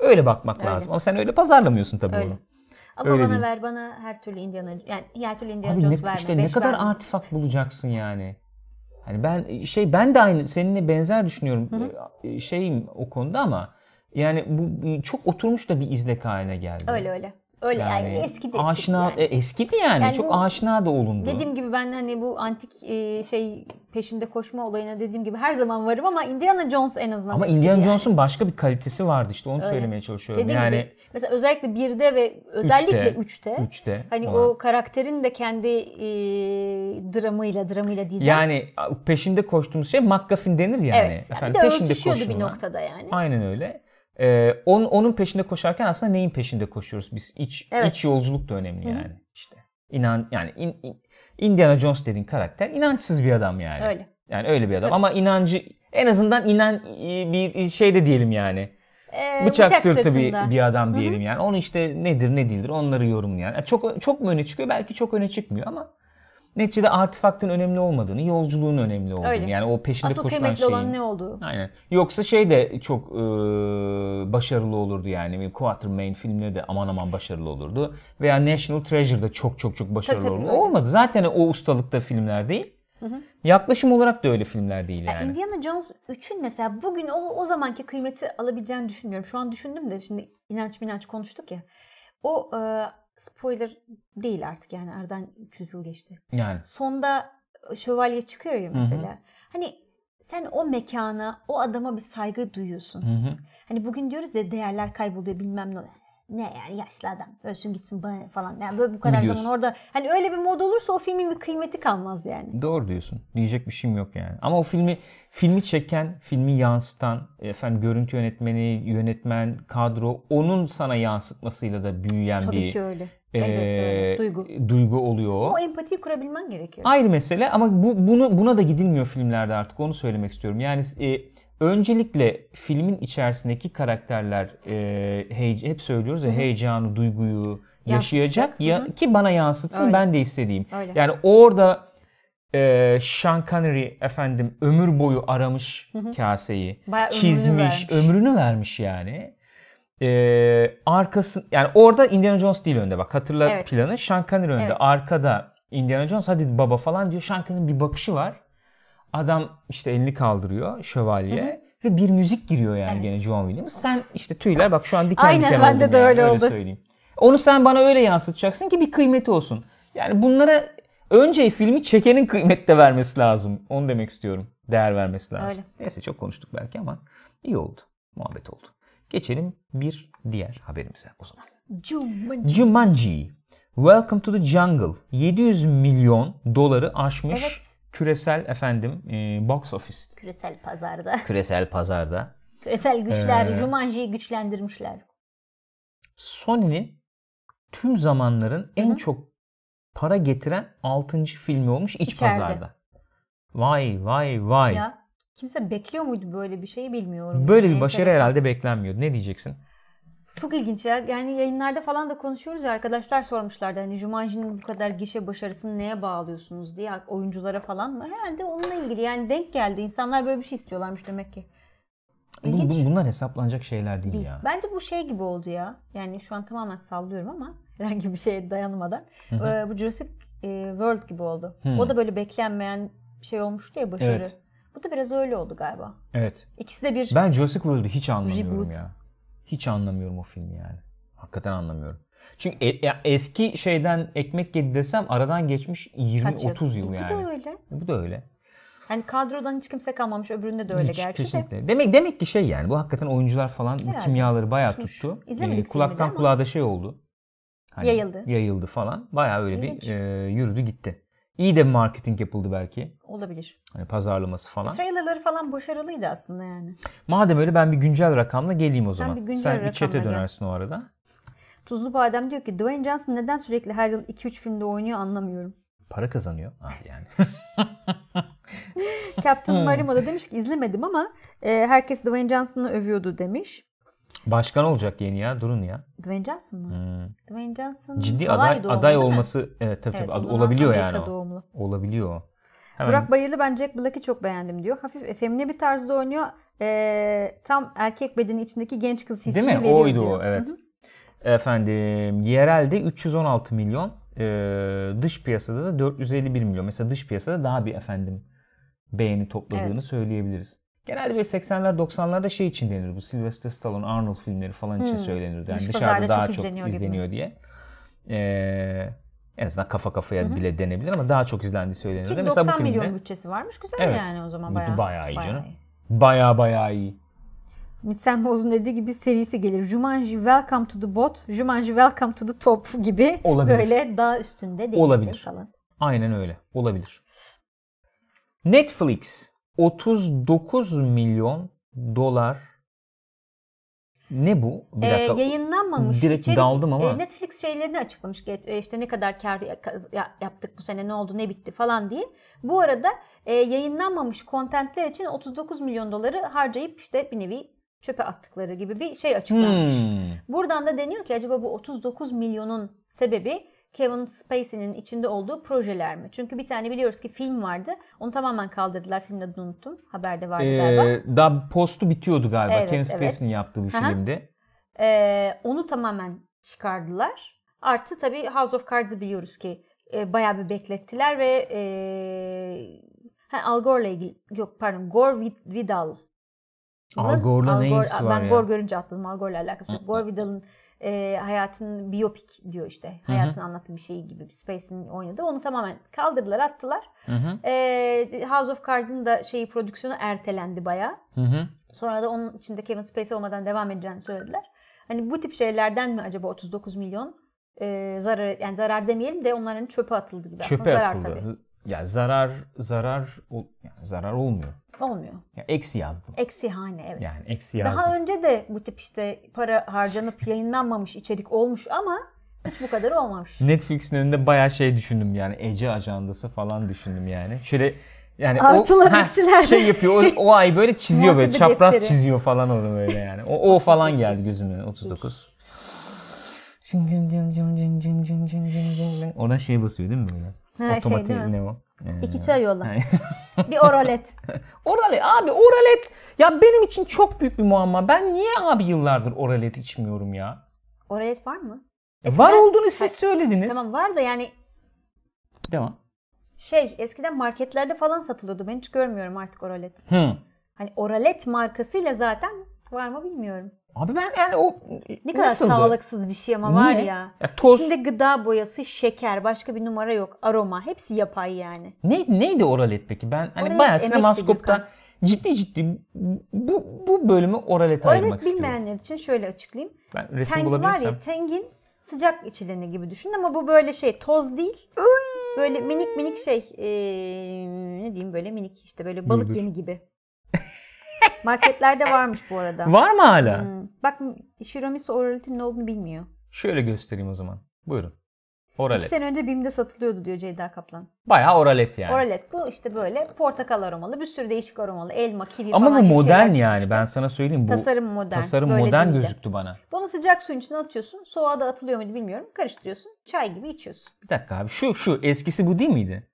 Speaker 1: öyle bakmak
Speaker 2: Öyle.
Speaker 1: lazım ama sen öyle pazarlamıyorsun tabii
Speaker 2: Öyle.
Speaker 1: onu.
Speaker 2: Ama
Speaker 1: Öyle
Speaker 2: bana
Speaker 1: değil.
Speaker 2: ver bana her türlü Indiana yani her türlü Indiana
Speaker 1: Abi
Speaker 2: Jones
Speaker 1: ne,
Speaker 2: verme.
Speaker 1: işte ne
Speaker 2: beş
Speaker 1: kadar
Speaker 2: verme.
Speaker 1: artifak bulacaksın yani. Hani ben şey ben de aynı seninle benzer düşünüyorum e, şeyim o konuda ama yani bu e, çok oturmuş da bir izlek haline geldi.
Speaker 2: Öyle öyle. Öyle yani, eski de eski.
Speaker 1: aşina
Speaker 2: yani.
Speaker 1: e, eskidi yani,
Speaker 2: Yani
Speaker 1: çok
Speaker 2: bu-
Speaker 1: aşina da olundu.
Speaker 2: Dediğim gibi ben hani bu antik e, şey peşinde koşma olayına dediğim gibi her zaman varım ama Indiana Jones en azından.
Speaker 1: Ama
Speaker 2: eski
Speaker 1: Indiana
Speaker 2: yani.
Speaker 1: Jones'un başka bir kalitesi vardı işte onu
Speaker 2: Öyle.
Speaker 1: söylemeye çalışıyorum.
Speaker 2: Dediğim
Speaker 1: yani
Speaker 2: gibi mesela özellikle 1'de ve özellikle
Speaker 1: Üçte.
Speaker 2: 3'te.
Speaker 1: üçte.
Speaker 2: Hani
Speaker 1: falan.
Speaker 2: o karakterin de kendi e, dramıyla dramıyla diyeceğim.
Speaker 1: yani a, peşinde koştuğumuz şey McGuffin denir yani.
Speaker 2: evet. Yani bir de örtüşüyordu bir
Speaker 1: koşun lan.
Speaker 2: noktada yani.
Speaker 1: Aynen öyle. Ee, on, onun peşinde koşarken aslında neyin peşinde koşuyoruz biz? İç,
Speaker 2: Evet.
Speaker 1: iç yolculuk da önemli yani işte. İnan yani in- in- Indiana Jones dediğin karakter inançsız bir adam yani.
Speaker 2: Öyle.
Speaker 1: Yani öyle bir adam
Speaker 2: Tabii.
Speaker 1: ama inancı en azından inan e, bir şey de diyelim yani.
Speaker 2: Ee,
Speaker 1: Bıçak, sırtı bir,
Speaker 2: sırtında.
Speaker 1: bir adam diyelim yani. Onu işte nedir ne değildir onları yorumlayan. Yani çok çok mu öne çıkıyor? Belki çok öne çıkmıyor ama neticede artefaktın önemli olmadığını, yolculuğun önemli olduğunu.
Speaker 2: Öyle.
Speaker 1: Yani o peşinde
Speaker 2: Asıl
Speaker 1: koşulan
Speaker 2: kıymetli
Speaker 1: şeyin.
Speaker 2: olan ne olduğu.
Speaker 1: Aynen. Yoksa şey de çok e, başarılı olurdu yani. Quatermain filmleri de aman aman başarılı olurdu. Veya National Treasure da çok çok çok başarılı
Speaker 2: Tabii, tabii,
Speaker 1: olurdu.
Speaker 2: öyle.
Speaker 1: Olmadı. Zaten o ustalıkta filmler değil.
Speaker 2: hı.
Speaker 1: Yaklaşım olarak da öyle filmler değil
Speaker 2: Yani
Speaker 1: yani.
Speaker 2: Indiana Jones 3'ün mesela bugün o, o zamanki kıymeti alabileceğini düşünmüyorum. Şu an düşündüm de şimdi inanç minanç konuştuk ya. O e, spoiler değil artık yani aradan 300 yıl geçti.
Speaker 1: Yani.
Speaker 2: Sonda şövalye çıkıyor ya
Speaker 1: hı.
Speaker 2: mesela. Hani sen o mekana, o adama bir saygı duyuyorsun.
Speaker 1: Hı hı.
Speaker 2: Hani bugün diyoruz ya değerler kayboluyor bilmem ne. Ne yani yaşlı adam ölsün gitsin bana falan. Yani böyle bu kadar
Speaker 1: diyorsun?
Speaker 2: zaman orada. Hani öyle bir mod olursa o filmin bir kıymeti kalmaz yani.
Speaker 1: Doğru diyorsun. Diyecek bir şeyim yok yani. Ama o filmi filmi çeken, filmi yansıtan, efendim görüntü yönetmeni, yönetmen, kadro onun sana yansıtmasıyla da büyüyen
Speaker 2: Tabii
Speaker 1: bir
Speaker 2: ki öyle.
Speaker 1: e,
Speaker 2: Elbette öyle. Duygu.
Speaker 1: duygu oluyor o.
Speaker 2: O empatiyi kurabilmen gerekiyor.
Speaker 1: Ayrı mesele ama bu bunu buna da gidilmiyor filmlerde artık onu söylemek istiyorum. Yani e, öncelikle filmin içerisindeki karakterler e, heyece- hep söylüyoruz ya heyecanı, duyguyu yaşayacak ya,
Speaker 2: Hı hı.
Speaker 1: ki bana yansıtsın
Speaker 2: Öyle.
Speaker 1: ben de istediğim.
Speaker 2: Öyle.
Speaker 1: Yani orada e, Sean Connery efendim ömür boyu aramış kaseyi,
Speaker 2: Bayağı ömrünü
Speaker 1: çizmiş,
Speaker 2: vermiş.
Speaker 1: ömrünü vermiş yani. E, arkası yani orada Indiana Jones değil önde bak hatırla
Speaker 2: Evet.
Speaker 1: planı Sean Connery önde
Speaker 2: Evet.
Speaker 1: arkada Indiana Jones hadi baba falan diyor Sean Connery'nin bir bakışı var adam işte elini kaldırıyor şövalye ve bir müzik giriyor yani
Speaker 2: Evet.
Speaker 1: gene John Williams sen işte tüyler bak şu an diken
Speaker 2: Aynen,
Speaker 1: diken
Speaker 2: bende
Speaker 1: oldum
Speaker 2: de
Speaker 1: yani,
Speaker 2: öyle oldu.
Speaker 1: söyleyeyim. Onu sen bana öyle yansıtacaksın ki bir kıymeti olsun. Yani bunlara önce filmi çekenin kıymet de vermesi lazım. Onu demek istiyorum. Değer vermesi lazım.
Speaker 2: Öyle.
Speaker 1: Neyse çok konuştuk belki ama iyi oldu. Muhabbet oldu. Geçelim bir diğer haberimize o zaman.
Speaker 2: Cuman.
Speaker 1: Jumanji. Welcome to the Jungle. 700 milyon doları aşmış
Speaker 2: Evet.
Speaker 1: küresel efendim e, box office.
Speaker 2: Küresel pazarda.
Speaker 1: Küresel pazarda.
Speaker 2: Küresel güçler
Speaker 1: Ee,
Speaker 2: Jumanji'yi güçlendirmişler.
Speaker 1: Sony'nin tüm zamanların en çok para getiren 6. filmi olmuş iç
Speaker 2: İçeride.
Speaker 1: pazarda. Vay vay vay.
Speaker 2: Ya kimse bekliyor muydu böyle bir şeyi bilmiyorum.
Speaker 1: Böyle
Speaker 2: Yani
Speaker 1: bir başarı
Speaker 2: enteresan.
Speaker 1: herhalde beklenmiyordu. Ne diyeceksin?
Speaker 2: Çok ilginç ya. Yani yayınlarda falan da konuşuyoruz ya arkadaşlar sormuşlardı hani Jumanji'nin bu kadar gişe başarısını neye bağlıyorsunuz diye oyunculara falan mı? Herhalde onunla ilgili yani denk geldi. İnsanlar böyle bir şey istiyorlarmış demek ki.
Speaker 1: Bu-
Speaker 2: İlginç.
Speaker 1: bu- bunlar hesaplanacak şeyler değil,
Speaker 2: Değil.
Speaker 1: ya.
Speaker 2: Bence bu şey gibi oldu ya. Yani şu an tamamen sallıyorum ama herhangi bir şeye dayanmadan.
Speaker 1: hı.
Speaker 2: Ee, bu Jurassic e, World gibi oldu.
Speaker 1: Hı.
Speaker 2: O da böyle beklenmeyen bir şey olmuştu ya başarı.
Speaker 1: Evet.
Speaker 2: Bu da biraz öyle oldu galiba.
Speaker 1: Evet.
Speaker 2: İkisi de bir
Speaker 1: Ben Jurassic World'u hiç anlamıyorum
Speaker 2: Reboot.
Speaker 1: ya. Hiç anlamıyorum o filmi yani. Hakikaten anlamıyorum. Çünkü e- ya eski şeyden ekmek yedi desem aradan geçmiş
Speaker 2: kaç
Speaker 1: 20-30 yıl
Speaker 2: Bu da
Speaker 1: yani.
Speaker 2: öyle.
Speaker 1: Bu da öyle.
Speaker 2: Yani kadrodan hiç kimse kalmamış. Öbüründe de öyle
Speaker 1: Hiç,
Speaker 2: gerçi de.
Speaker 1: kesinlikle. Demek demek ki şey yani bu hakikaten oyuncular falan bu
Speaker 2: Herhalde.
Speaker 1: kimyaları bayağı
Speaker 2: Tutmuş.
Speaker 1: tuttu. Ee,
Speaker 2: İzlemedik filmi de
Speaker 1: kulaktan
Speaker 2: ama.
Speaker 1: kulağa da şey oldu. Hani
Speaker 2: Yayıldı.
Speaker 1: Yayıldı falan. Bayağı öyle
Speaker 2: İlginç.
Speaker 1: bir e, yürüdü gitti. İyi de marketing yapıldı belki.
Speaker 2: Olabilir.
Speaker 1: Hani pazarlaması falan.
Speaker 2: Trailerları falan başarılıydı aslında yani.
Speaker 1: Madem öyle ben bir güncel rakamla geleyim o
Speaker 2: Sen
Speaker 1: zaman.
Speaker 2: bir güncel
Speaker 1: Sen bir
Speaker 2: rakamla
Speaker 1: çete
Speaker 2: gel.
Speaker 1: dönersin o arada.
Speaker 2: Tuzlu Badem diyor ki Dwayne Johnson neden sürekli her yıl 2-3 filmde oynuyor anlamıyorum.
Speaker 1: Para kazanıyor. Ah yani. Hmm.
Speaker 2: Captain Marimo da demiş ki izlemedim ama e, herkes Dwayne Johnson'ı övüyordu demiş.
Speaker 1: Başkan olacak yeni ya. Durun ya.
Speaker 2: Dwayne Johnson mı?
Speaker 1: Hmm.
Speaker 2: Dwayne Johnson
Speaker 1: Ciddi
Speaker 2: Hawaii
Speaker 1: aday
Speaker 2: doğumlu
Speaker 1: aday
Speaker 2: değil mi?
Speaker 1: olması evet tabii
Speaker 2: Evet,
Speaker 1: tabii
Speaker 2: o zaman
Speaker 1: olabiliyor
Speaker 2: Amerika
Speaker 1: yani. o.
Speaker 2: doğumlu.
Speaker 1: Olabiliyor. o. Hemen
Speaker 2: Burak Bayırlı ben Jack Black'i çok beğendim diyor. Hafif efemine bir tarzda oynuyor. E, tam erkek bedeni içindeki genç kız hissini
Speaker 1: Değil mi?
Speaker 2: veriyor
Speaker 1: Oydu
Speaker 2: diyor.
Speaker 1: o evet.
Speaker 2: Hı hı.
Speaker 1: Efendim yerelde 316 milyon, e, dış piyasada da 451 milyon. Mesela dış piyasada daha bir efendim beğeni topladığını
Speaker 2: Evet.
Speaker 1: söyleyebiliriz. Genelde böyle 80'ler 90'larda şey için denir bu Sylvester Stallone, Arnold filmleri falan için
Speaker 2: Hmm.
Speaker 1: söylenirdi. Yani
Speaker 2: Dış
Speaker 1: dışarıda
Speaker 2: pazarda
Speaker 1: daha
Speaker 2: çok
Speaker 1: çok
Speaker 2: izleniyor
Speaker 1: izleniyor,
Speaker 2: gibi.
Speaker 1: diye. E, en azından kafa kafaya bile denebilir ama daha çok izlendiği söylenirdi.
Speaker 2: Ki
Speaker 1: Mesela
Speaker 2: 90
Speaker 1: bu filmde
Speaker 2: milyon bütçesi varmış. Güzel
Speaker 1: Evet.
Speaker 2: yani o zaman
Speaker 1: Bu
Speaker 2: bayağı.
Speaker 1: bayağı iyi canım. baya baya iyi.
Speaker 2: Sam Boz'un dediği gibi serisi gelir. Jumanji Welcome to the Bot, Jumanji Welcome to the Top gibi
Speaker 1: Olabilir.
Speaker 2: böyle daha üstünde denizde
Speaker 1: Olabilir.
Speaker 2: falan.
Speaker 1: Aynen öyle. Olabilir. Netflix 39 milyon dolar ne bu? Bir
Speaker 2: Ee,
Speaker 1: dakika.
Speaker 2: yayınlanmamış.
Speaker 1: Direkt
Speaker 2: içerik-
Speaker 1: daldım ama.
Speaker 2: e, Netflix şeylerini açıklamış. Geç, e, işte ne kadar kar ya- ya- yaptık bu sene ne oldu ne bitti falan diye. Bu arada e, yayınlanmamış kontentler için 39 milyon doları harcayıp işte bir nevi çöpe attıkları gibi bir şey açıklanmış.
Speaker 1: Hmm.
Speaker 2: Buradan da deniyor ki acaba bu 39 milyonun sebebi Kevin Spacey'nin içinde olduğu projeler mi? Çünkü bir tane biliyoruz ki film vardı. Onu tamamen kaldırdılar. Filmin adını unuttum. Haberde vardı galiba.
Speaker 1: Ee, daha postu bitiyordu galiba.
Speaker 2: Evet,
Speaker 1: Kevin
Speaker 2: evet.
Speaker 1: Spacey'nin yaptığı bir
Speaker 2: Hı hı.
Speaker 1: filmdi.
Speaker 2: Ee, onu tamamen çıkardılar. Artı tabii House of Cards'ı biliyoruz ki e, bayağı bir beklettiler ve e, ha, Al Gore'la ilgili yok pardon Gore Vid- Vidal.
Speaker 1: Al Gore'la ne
Speaker 2: Gore-
Speaker 1: ilgisi var
Speaker 2: ben
Speaker 1: ya?
Speaker 2: Gore görünce atladım. Al Gore'la alakası yok. Gore Vidal'ın e, hayatın biyopik diyor işte. Hayatını anlattığı bir şey gibi. Space'in oynadığı. Onu tamamen kaldırdılar attılar.
Speaker 1: Hı hı.
Speaker 2: E, House of Cards'ın da şeyi prodüksiyonu ertelendi bayağı.
Speaker 1: Hı hı.
Speaker 2: Sonra da onun içinde Kevin Spacey olmadan devam edeceğini söylediler. Hani bu tip şeylerden mi acaba 39 milyon e, zarar yani zarar demeyelim de onların çöpe atıldı gibi.
Speaker 1: Çöpe
Speaker 2: aslında zarar
Speaker 1: atıldı. Z- Ya zarar zarar ol- yani zarar olmuyor.
Speaker 2: tabii. Olmuyor.
Speaker 1: Ya eksi yazdım.
Speaker 2: Eksihane evet.
Speaker 1: Yani eksi yazdım.
Speaker 2: Daha önce de bu tip işte para harcanıp yayınlanmamış içerik olmuş ama hiç bu kadar olmamış.
Speaker 1: Netflix'in önünde bayağı şey düşündüm yani Ece ajandası falan düşündüm yani. Şöyle yani
Speaker 2: Artılar,
Speaker 1: ha,
Speaker 2: eksiler.
Speaker 1: şey yapıyor. O, o ay böyle çiziyor böyle
Speaker 2: Muhasebe
Speaker 1: çapraz
Speaker 2: defteri.
Speaker 1: çiziyor falan onu böyle yani. O, o falan geldi gözümün 39. Cın cın cın cın cın cın cın cın cın cın cın. Oradan şeye basıyor değil mi böyle?
Speaker 2: Ha, şey
Speaker 1: Otomatik
Speaker 2: değil mi?
Speaker 1: ne o? Ee,
Speaker 2: İki çay yolla.
Speaker 1: Hayır.
Speaker 2: bir oralet.
Speaker 1: Oralet abi oralet ya benim için çok büyük bir muamma. Ben niye abi yıllardır oralet içmiyorum ya?
Speaker 2: Oralet var mı?
Speaker 1: E, var olduğunu
Speaker 2: Hayır.
Speaker 1: siz söylediniz.
Speaker 2: Tamam var da yani
Speaker 1: Devam.
Speaker 2: şey eskiden marketlerde falan satılıyordu. Ben hiç görmüyorum artık oralet.
Speaker 1: Hı.
Speaker 2: Hani oralet markasıyla zaten var mı bilmiyorum.
Speaker 1: Abi ben yani o
Speaker 2: Ne kadar
Speaker 1: nasıldı?
Speaker 2: sağlıksız bir şey ama var
Speaker 1: Niye?
Speaker 2: ya.
Speaker 1: Ya toz-
Speaker 2: İçinde gıda boyası, şeker, başka bir numara yok. Aroma hepsi yapay yani.
Speaker 1: Ne, neydi oralet peki? Ben hani
Speaker 2: Oralet
Speaker 1: bayağı
Speaker 2: emekti
Speaker 1: sinemaskopta
Speaker 2: Gökhan.
Speaker 1: ciddi ciddi bu, bu bölümü oralete ayırmak
Speaker 2: Oralet
Speaker 1: istiyorum.
Speaker 2: bilmeyenler için şöyle açıklayayım.
Speaker 1: Ben resim
Speaker 2: Tengin var
Speaker 1: bulabilirsem.
Speaker 2: ya tengin sıcak içileni gibi düşün ama bu böyle şey toz değil. Böyle minik minik şey eee, ne diyeyim böyle minik işte böyle balık yemi gibi. Marketlerde varmış bu arada.
Speaker 1: Var mı hala?
Speaker 2: Hmm. Bak Shiromisu oraletin ne olduğunu bilmiyor.
Speaker 1: Şöyle göstereyim o zaman. Buyurun.
Speaker 2: İki
Speaker 1: Oralet.
Speaker 2: sene önce BİM'de satılıyordu diyor Ceyda Kaplan.
Speaker 1: Bayağı oralet yani.
Speaker 2: Oralet bu işte böyle portakal aromalı bir sürü değişik aromalı elma kivi
Speaker 1: Ama
Speaker 2: falan
Speaker 1: bu
Speaker 2: gibi şeyler
Speaker 1: modern yani
Speaker 2: çıkmıştı.
Speaker 1: ben sana söyleyeyim bu tasarım,
Speaker 2: tasarım modern. böyle
Speaker 1: modern
Speaker 2: değildi.
Speaker 1: gözüktü bana.
Speaker 2: Bunu sıcak suyun içine atıyorsun. Soğuğa da atılıyor muydu bilmiyorum. Karıştırıyorsun. Çay gibi içiyorsun.
Speaker 1: Bir dakika abi şu şu eskisi bu değil miydi?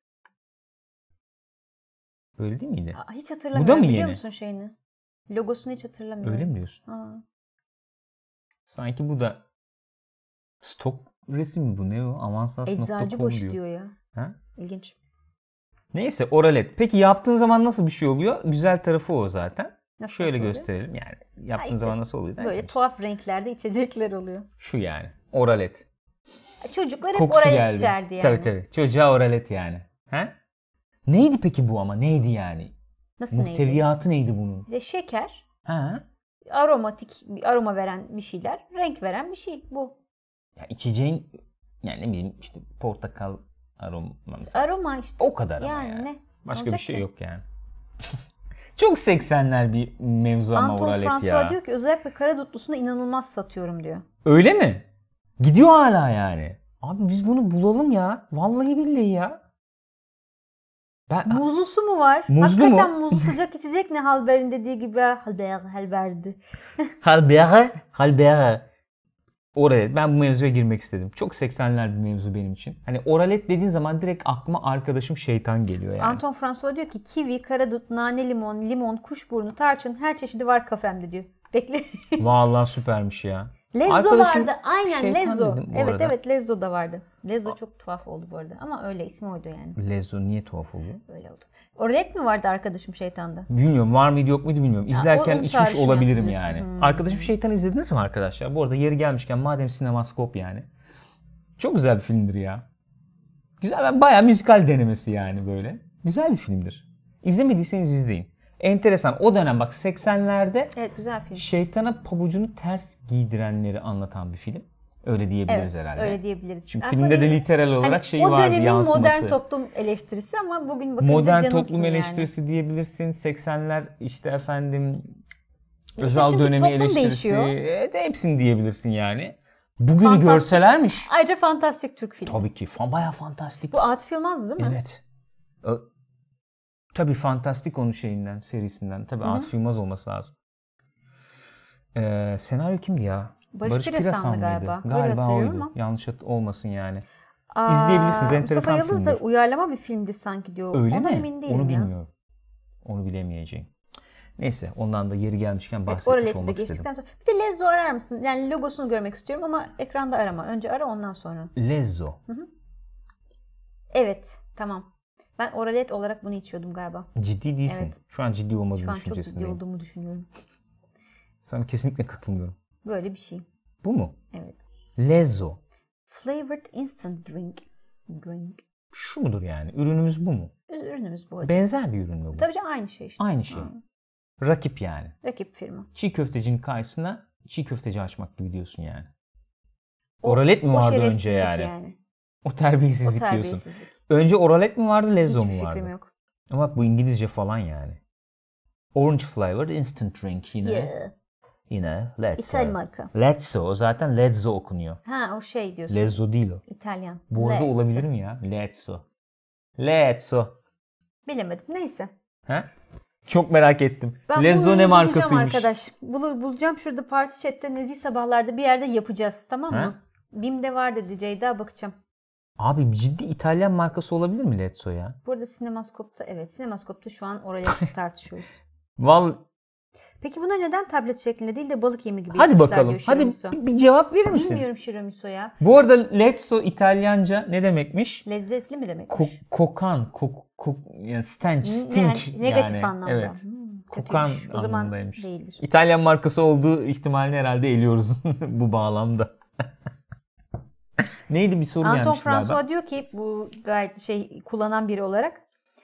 Speaker 1: Böyle değil miydi?
Speaker 2: Aa, hiç hatırlamıyorum. Bu da mı biliyor
Speaker 1: yeni?
Speaker 2: musun şeyini? Logosunu hiç hatırlamıyorum.
Speaker 1: Öyle mi diyorsun?
Speaker 2: Aa.
Speaker 1: Sanki bu da stok resim mi bu ne o?
Speaker 2: Eczacı
Speaker 1: Avansas.com
Speaker 2: boş
Speaker 1: diyor.
Speaker 2: diyor. ya.
Speaker 1: Ha?
Speaker 2: İlginç.
Speaker 1: Neyse oralet. Peki yaptığın zaman nasıl bir şey oluyor? Güzel tarafı o zaten.
Speaker 2: Nasıl
Speaker 1: Şöyle
Speaker 2: nasıl oluyor?
Speaker 1: gösterelim yani. Yaptığın
Speaker 2: işte
Speaker 1: zaman nasıl oluyor? derken
Speaker 2: Böyle
Speaker 1: işte.
Speaker 2: tuhaf renklerde içecekler oluyor.
Speaker 1: Şu yani. Oralet.
Speaker 2: Çocuklar hep
Speaker 1: Kokusu
Speaker 2: oraya
Speaker 1: geldi.
Speaker 2: içerdi yani.
Speaker 1: Tabii tabii. Çocuğa oralet yani. He? Neydi peki bu ama? Neydi yani?
Speaker 2: Nasıl neydi?
Speaker 1: Muhteviyatı neydi bunun?
Speaker 2: İşte şeker,
Speaker 1: Ha?
Speaker 2: aromatik, aroma veren bir şeyler, renk veren bir şey bu.
Speaker 1: Ya içeceğin yani ne bileyim işte portakal aroma mesela.
Speaker 2: Aroma işte.
Speaker 1: O kadar ama
Speaker 2: yani,
Speaker 1: yani.
Speaker 2: ne?
Speaker 1: Başka
Speaker 2: Olacak
Speaker 1: bir şey
Speaker 2: ki?
Speaker 1: yok yani. Çok 80'ler bir mevzu ama
Speaker 2: Anton
Speaker 1: oralet
Speaker 2: François
Speaker 1: ya.
Speaker 2: diyor ki özellikle karadutlusunu inanılmaz satıyorum diyor.
Speaker 1: Öyle mi? Gidiyor hala yani. Abi biz bunu bulalım ya. Vallahi billahi ya. Ben
Speaker 2: Muzlusu mu var?
Speaker 1: Muzlu
Speaker 2: Hakikaten muzlu sıcak içecek ne Halber'in dediği gibi Halber, Halber'di.
Speaker 1: Halbera, Halbera. Oralet. Ben bu mevzuya girmek istedim. Çok 80'ler bir mevzu benim için. Hani oralet dediğin zaman direkt aklıma arkadaşım şeytan geliyor yani.
Speaker 2: Anton François diyor ki kivi, karadut, nane, limon, limon, kuşburnu, tarçın her çeşidi var kafemde diyor. Bekle.
Speaker 1: Vallahi süpermiş ya.
Speaker 2: Lezzo
Speaker 1: Arkadaşım
Speaker 2: vardı. Aynen
Speaker 1: şeytan
Speaker 2: Lezzo.
Speaker 1: dedim bu
Speaker 2: Evet
Speaker 1: arada.
Speaker 2: evet Lezzo da vardı. Lezzo çok tuhaf oldu bu arada ama öyle ismi oydu yani.
Speaker 1: Lezzo niye tuhaf oluyor?
Speaker 2: Öyle oldu. Oralet mi vardı arkadaşım şeytanda?
Speaker 1: Bilmiyorum var mıydı yok muydu bilmiyorum. İzlerken
Speaker 2: onu
Speaker 1: içmiş
Speaker 2: çağrışım
Speaker 1: olabilirim
Speaker 2: yaptı
Speaker 1: yani.
Speaker 2: diyorsun. Hmm.
Speaker 1: Arkadaşım Şeytan izlediniz mi arkadaşlar? Bu arada yeri gelmişken madem sinemaskop yani. Çok güzel bir filmdir ya. Güzel ben bayağı müzikal denemesi yani böyle. Güzel bir filmdir. İzlemediyseniz izleyin. Enteresan o dönem bak 80'lerde
Speaker 2: Evet güzel film.
Speaker 1: şeytana pabucunu ters giydirenleri anlatan bir film. Öyle diyebiliriz
Speaker 2: Evet
Speaker 1: herhalde.
Speaker 2: öyle diyebiliriz.
Speaker 1: Çünkü
Speaker 2: Aslında
Speaker 1: filmde de
Speaker 2: hani-
Speaker 1: literal olarak
Speaker 2: hani
Speaker 1: şeyi vardı yansıması.
Speaker 2: O dönemin modern toplum eleştirisi ama bugün bakınca
Speaker 1: Modern
Speaker 2: canımsın
Speaker 1: toplum
Speaker 2: yani.
Speaker 1: eleştirisi diyebilirsin. 80'ler işte efendim
Speaker 2: İşte
Speaker 1: özel
Speaker 2: çünkü
Speaker 1: dönemi
Speaker 2: toplum
Speaker 1: eleştirisi.
Speaker 2: değişiyor.
Speaker 1: E, de hepsini diyebilirsin yani. Bugünü
Speaker 2: Fantastik.
Speaker 1: görselermiş.
Speaker 2: Ayrıca fantastik Türk filmi.
Speaker 1: Tabii ki. Fan bayağı fantastik.
Speaker 2: Bu Atif Yılmaz değil mi?
Speaker 1: evet. Ö- Tabii fantastik onun şeyinden, serisinden. Tabii Atif Yılmaz olması lazım. Ee, senaryo kimdi ya?
Speaker 2: Barış Pirasan mı galiba? Öyle
Speaker 1: Galiba
Speaker 2: hatırlıyorum
Speaker 1: oydu.
Speaker 2: ama.
Speaker 1: Yanlış hat- olmasın yani.
Speaker 2: Aa,
Speaker 1: İzleyebilirsiniz, enteresan
Speaker 2: Mustafa Yıldız da
Speaker 1: filmdir.
Speaker 2: uyarlama bir filmdi sanki diyor.
Speaker 1: Öyle
Speaker 2: Ondan
Speaker 1: mi?
Speaker 2: emin değilim
Speaker 1: Onu
Speaker 2: ya.
Speaker 1: bilmiyorum. Onu bilemeyeceğim. Neyse ondan da yeri gelmişken
Speaker 2: Evet,
Speaker 1: bahsetmiş
Speaker 2: Oralet'i de
Speaker 1: olmak
Speaker 2: geçtikten
Speaker 1: istedim.
Speaker 2: sonra. Bir de Lezzo arar mısın? Yani logosunu görmek istiyorum ama ekranda arama. Önce ara ondan sonra.
Speaker 1: Lezzo.
Speaker 2: Evet tamam. Ben oralet olarak bunu içiyordum galiba.
Speaker 1: Ciddi değilsin.
Speaker 2: Evet.
Speaker 1: Şu an ciddi olmadığın
Speaker 2: Şu an çok ciddi
Speaker 1: düşüncesindeyim.
Speaker 2: olduğumu düşünüyorum.
Speaker 1: Sana kesinlikle katılmıyorum.
Speaker 2: Böyle bir şey.
Speaker 1: Bu mu?
Speaker 2: Evet.
Speaker 1: Lezzo.
Speaker 2: Flavored instant drink. Drink.
Speaker 1: Şu mudur yani? Ürünümüz bu mu?
Speaker 2: Ürünümüz bu hocam.
Speaker 1: Benzer bir ürün mü bu?
Speaker 2: Tabii canım aynı şey işte.
Speaker 1: Aynı şey.
Speaker 2: Ha,
Speaker 1: Rakip yani.
Speaker 2: Rakip firma.
Speaker 1: Çiğ köftecinin karşısına çiğ köfteci açmak gibi diyorsun yani.
Speaker 2: O-
Speaker 1: oralet mi
Speaker 2: o
Speaker 1: vardı önce
Speaker 2: şerefsizlik
Speaker 1: yani?
Speaker 2: yani.
Speaker 1: O
Speaker 2: O
Speaker 1: terbiyesizlik, diyorsun.
Speaker 2: terbiyesizlik.
Speaker 1: Önce oralet mi vardı, lezzo
Speaker 2: Hiçbir
Speaker 1: mu vardı?
Speaker 2: fikrim yok.
Speaker 1: Ama bak bu İngilizce falan yani. Orange flavored instant drink yine.
Speaker 2: Yeah.
Speaker 1: Yine Lezzo.
Speaker 2: İtalyan marka.
Speaker 1: Lezzo. Zaten Lezzo okunuyor.
Speaker 2: Ha o şey diyorsun.
Speaker 1: Lezzo değil o.
Speaker 2: İtalyan.
Speaker 1: Bu arada
Speaker 2: Lezzo.
Speaker 1: olabilir mi ya? Lezzo. Lezzo.
Speaker 2: Bilemedim. Neyse.
Speaker 1: He? Çok merak ettim.
Speaker 2: Ben bunu
Speaker 1: Lezzo ne
Speaker 2: bulacağım
Speaker 1: markasıymış?
Speaker 2: arkadaş. Bulu, bulacağım şurada parti chatte nezih sabahlarda bir yerde yapacağız tamam mı? BİM'de var dedi Ceyda bakacağım.
Speaker 1: Abi ciddi İtalyan markası olabilir mi Lezzo ya?
Speaker 2: Burada sinemaskopta evet sinemaskopta şu an oraya tartışıyoruz.
Speaker 1: Val
Speaker 2: Peki buna neden tablet şeklinde değil de balık yemi gibi
Speaker 1: Hadi
Speaker 2: yapmışlar
Speaker 1: bakalım.
Speaker 2: diyor
Speaker 1: Hadi
Speaker 2: Şiramisu.
Speaker 1: bir, bir cevap verir misin?
Speaker 2: Bilmiyorum Şiramiso'ya.
Speaker 1: Bu arada Lezzo İtalyanca ne demekmiş?
Speaker 2: Lezzetli mi demek?
Speaker 1: Ko- kokan, kok, kok, yani stench, stink yani.
Speaker 2: negatif anlamda.
Speaker 1: Evet.
Speaker 2: Hmm,
Speaker 1: Kokan
Speaker 2: kötüymüş. O zaman
Speaker 1: anlamındaymış.
Speaker 2: değildir.
Speaker 1: İtalyan markası olduğu ihtimalini herhalde eliyoruz bu bağlamda. Neydi bir soru
Speaker 2: Anton
Speaker 1: gelmişti galiba.
Speaker 2: François diyor ki bu gayet şey kullanan biri olarak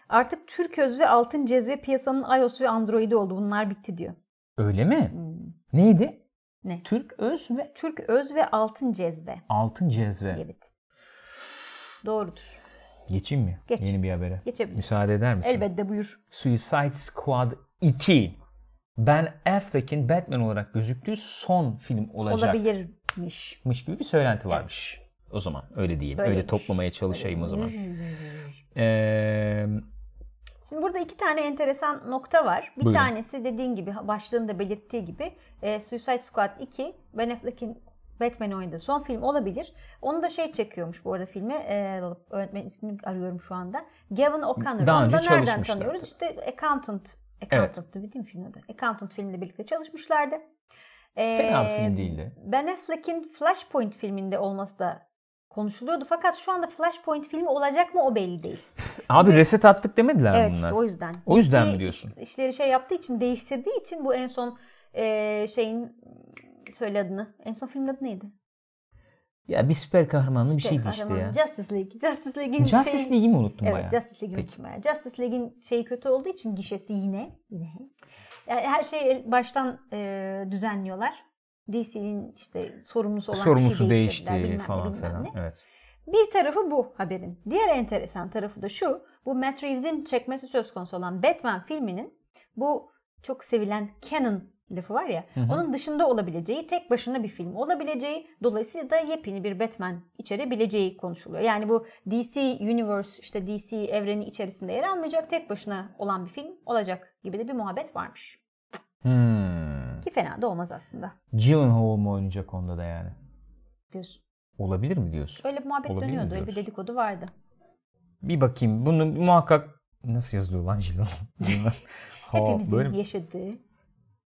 Speaker 2: artık Türköz ve Altın Cezve piyasanın iOS ve Android'i oldu. Bunlar bitti diyor.
Speaker 1: Öyle mi?
Speaker 2: Hmm.
Speaker 1: Neydi?
Speaker 2: Ne?
Speaker 1: Türk öz ve
Speaker 2: Türk öz ve altın cezve.
Speaker 1: altın cezve.
Speaker 2: Evet. Doğrudur.
Speaker 1: Geçeyim mi?
Speaker 2: Geç.
Speaker 1: Yeni bir habere.
Speaker 2: Geçebiliriz.
Speaker 1: Müsaade eder misin?
Speaker 2: Elbette buyur.
Speaker 1: Suicide Squad 2. Ben Affleck'in Batman olarak gözüktüğü son film olacakmış
Speaker 2: Olabilirmiş.
Speaker 1: gibi bir söylenti varmış. O zaman öyle diyeyim.
Speaker 2: Böyle
Speaker 1: öyle
Speaker 2: bir-
Speaker 1: toplamaya çalışayım o zaman.
Speaker 2: Hmm.
Speaker 1: Ee,
Speaker 2: Şimdi burada iki tane enteresan nokta var. Bir
Speaker 1: Buyurun.
Speaker 2: tanesi dediğin gibi başlığında belirttiği gibi e, Suicide Squad 2 Ben Affleck'in Batman oynadığı son film olabilir. Onu da şey çekiyormuş bu arada filme. E, öğretmen ismini arıyorum şu anda. Gavin O'Connor.
Speaker 1: Daha
Speaker 2: Onu
Speaker 1: önce
Speaker 2: da nereden
Speaker 1: çalışmışlar.
Speaker 2: tanıyoruz? İşte Accountant. Accountant değil mi filmin adı? Accountant filminde birlikte çalışmışlardı. E,
Speaker 1: fena bir film değildi.
Speaker 2: Ben Affleck'in Flashpoint filminde olması da konuşuluyordu. Fakat şu anda Flashpoint filmi olacak mı o belli değil.
Speaker 1: Abi reset attık demediler mi
Speaker 2: Evet
Speaker 1: bunlar.
Speaker 2: işte o yüzden.
Speaker 1: O yüzden
Speaker 2: Gitti,
Speaker 1: mi diyorsun?
Speaker 2: iş- işleri şey yaptığı için değiştirdiği için bu en son eee, şeyin söyle adını. En son filmin adı neydi?
Speaker 1: Ya bir süper kahramanlı bir
Speaker 2: Süper
Speaker 1: şeydi işte
Speaker 2: kahraman.
Speaker 1: ya.
Speaker 2: Justice League. Justice League'in
Speaker 1: Justice
Speaker 2: şeyi-
Speaker 1: League'i mi unuttum
Speaker 2: Evet
Speaker 1: bayağı?
Speaker 2: Justice League'i
Speaker 1: Peki.
Speaker 2: unuttum ya. Justice League'in şeyi kötü olduğu için gişesi yine. yine. Yani her şeyi el- baştan eee, düzenliyorlar. DC'nin işte sorumlusu olan
Speaker 1: Sorumlusu
Speaker 2: kişi
Speaker 1: değişti
Speaker 2: değiştirdiler, bilmem ne,
Speaker 1: falan
Speaker 2: bilmem
Speaker 1: filan.
Speaker 2: ne.
Speaker 1: Evet.
Speaker 2: Bir tarafı bu haberin. Diğer enteresan tarafı da şu. Bu Matt Reeves'in çekmesi söz konusu olan Batman filminin bu çok sevilen canon lafı var ya.
Speaker 1: hı.
Speaker 2: Onun dışında olabileceği, tek başına bir film olabileceği, dolayısıyla da yepyeni bir Batman içerebileceği konuşuluyor. Yani bu DC Universe, işte DC evreni içerisinde yer almayacak, tek başına olan bir film olacak gibi de bir muhabbet varmış.
Speaker 1: Hmm.
Speaker 2: Ki fena da olmaz aslında
Speaker 1: Gyllenhaal mı oynayacak onda da yani?
Speaker 2: diyorsun.
Speaker 1: Olabilir mi diyorsun?
Speaker 2: Öyle bir muhabbet
Speaker 1: Olabilir mi
Speaker 2: dönüyordu, öyle bir
Speaker 1: diyorsun?
Speaker 2: dedikodu vardı.
Speaker 1: Bir bakayım. Bunu muhakkak nasıl yazılıyor lan Gyllenhaal? Ha,
Speaker 2: Hepimizin
Speaker 1: böyle mi?
Speaker 2: yaşadığı.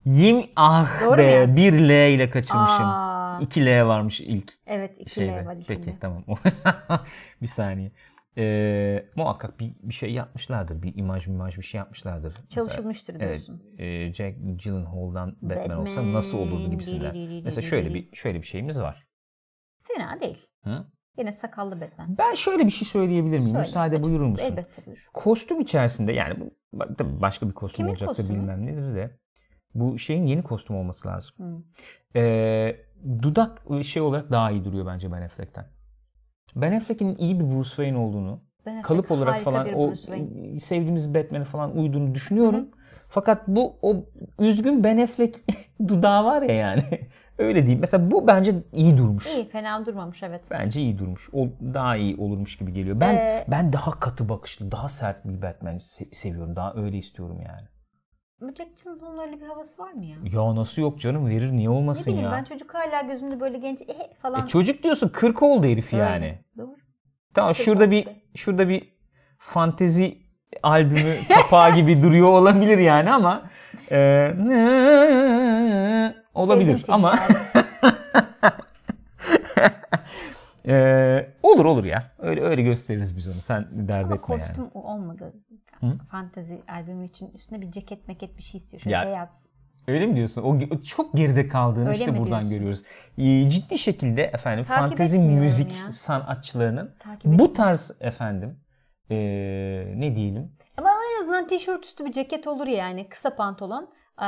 Speaker 1: Yim ah
Speaker 2: Doğru mu
Speaker 1: be
Speaker 2: yazdın?
Speaker 1: bir L ile kaçırmışım.
Speaker 2: Aa,
Speaker 1: 2 L varmış ilk
Speaker 2: Evet iki
Speaker 1: şeyde.
Speaker 2: L var içinde.
Speaker 1: Şey Peki tamam. bir saniye. Ee, muhakkak bir, bir şey yapmışlardır. Bir imaj imaj bir şey yapmışlardır. Mesela-
Speaker 2: Çalışılmıştır
Speaker 1: Evet.
Speaker 2: diyorsun.
Speaker 1: E, Jack Gyllenhaal'dan Batman,
Speaker 2: Batman,
Speaker 1: olsa nasıl olurdu gibisinden.
Speaker 2: diriri,
Speaker 1: Mesela
Speaker 2: diriri.
Speaker 1: şöyle bir şöyle bir şeyimiz var.
Speaker 2: Fena değil.
Speaker 1: Hı?
Speaker 2: Yine sakallı Batman.
Speaker 1: Ben şöyle bir şey söyleyebilir miyim?
Speaker 2: Söyle.
Speaker 1: Müsaade buyurur musun?
Speaker 2: Elbette buyur.
Speaker 1: Kostüm içerisinde yani bu- bak- tabii başka bir kostüm
Speaker 2: Kimin
Speaker 1: olacak da
Speaker 2: kostümü?
Speaker 1: bilmem nedir de bu şeyin yeni kostüm olması lazım.
Speaker 2: Hı.
Speaker 1: Ee, dudak şey olarak daha iyi duruyor bence Ben Affleck'ten. Ben Affleck'in iyi bir Bruce Wayne olduğunu,
Speaker 2: Ben Affleck
Speaker 1: kalıp olarak
Speaker 2: harika
Speaker 1: falan
Speaker 2: bir
Speaker 1: o
Speaker 2: Bruce Wayne.
Speaker 1: sevdiğimiz Batman'e falan uyduğunu düşünüyorum. Fakat bu o üzgün Ben Affleck dudağı var ya yani. Öyle diyeyim. Mesela bu bence iyi durmuş.
Speaker 2: İyi fena durmamış evet.
Speaker 1: Bence iyi durmuş. O daha iyi olurmuş gibi geliyor. Ben
Speaker 2: Ee,
Speaker 1: ben daha katı bakışlı, daha sert bir Batman'i se- seviyorum. Daha öyle istiyorum yani.
Speaker 2: Ama Jack Gyllenhaal'ın öyle bir havası var mı ya?
Speaker 1: Ya nasıl yok canım verir niye
Speaker 2: Ne
Speaker 1: olmasın
Speaker 2: bileyim
Speaker 1: ya?
Speaker 2: ben çocuk hala gözümde böyle genç eh falan.
Speaker 1: E çocuk diyorsun 40 oldu herif
Speaker 2: Öyle.
Speaker 1: yani.
Speaker 2: Doğru.
Speaker 1: Tamam
Speaker 2: Sıfır
Speaker 1: şurada bir
Speaker 2: madde.
Speaker 1: şurada bir fantezi albümü kapağı gibi duruyor olabilir yani ama e, olabilir
Speaker 2: Sevdim seni
Speaker 1: ama
Speaker 2: yani.
Speaker 1: e, olur olur ya. Öyle öyle gösteririz biz onu. Sen dert
Speaker 2: Ama
Speaker 1: etme
Speaker 2: kostüm
Speaker 1: yani.
Speaker 2: o- olmadı. Fantezi albümü için üstüne bir ceket meket bir şey istiyor. Şöyle
Speaker 1: Ya,
Speaker 2: beyaz.
Speaker 1: Öyle mi diyorsun? O ge- çok geride kaldığını
Speaker 2: Öyle
Speaker 1: işte
Speaker 2: mi
Speaker 1: buradan
Speaker 2: diyorsun?
Speaker 1: görüyoruz. E, ciddi şekilde efendim
Speaker 2: Takip
Speaker 1: fantezi
Speaker 2: etmiyorum
Speaker 1: müzik
Speaker 2: ya.
Speaker 1: sanatçılarının
Speaker 2: Takip
Speaker 1: bu tarz efendim e, ne diyelim
Speaker 2: Ama en azından tişört üstü bir ceket olur yani. Kısa pantolon. Aa,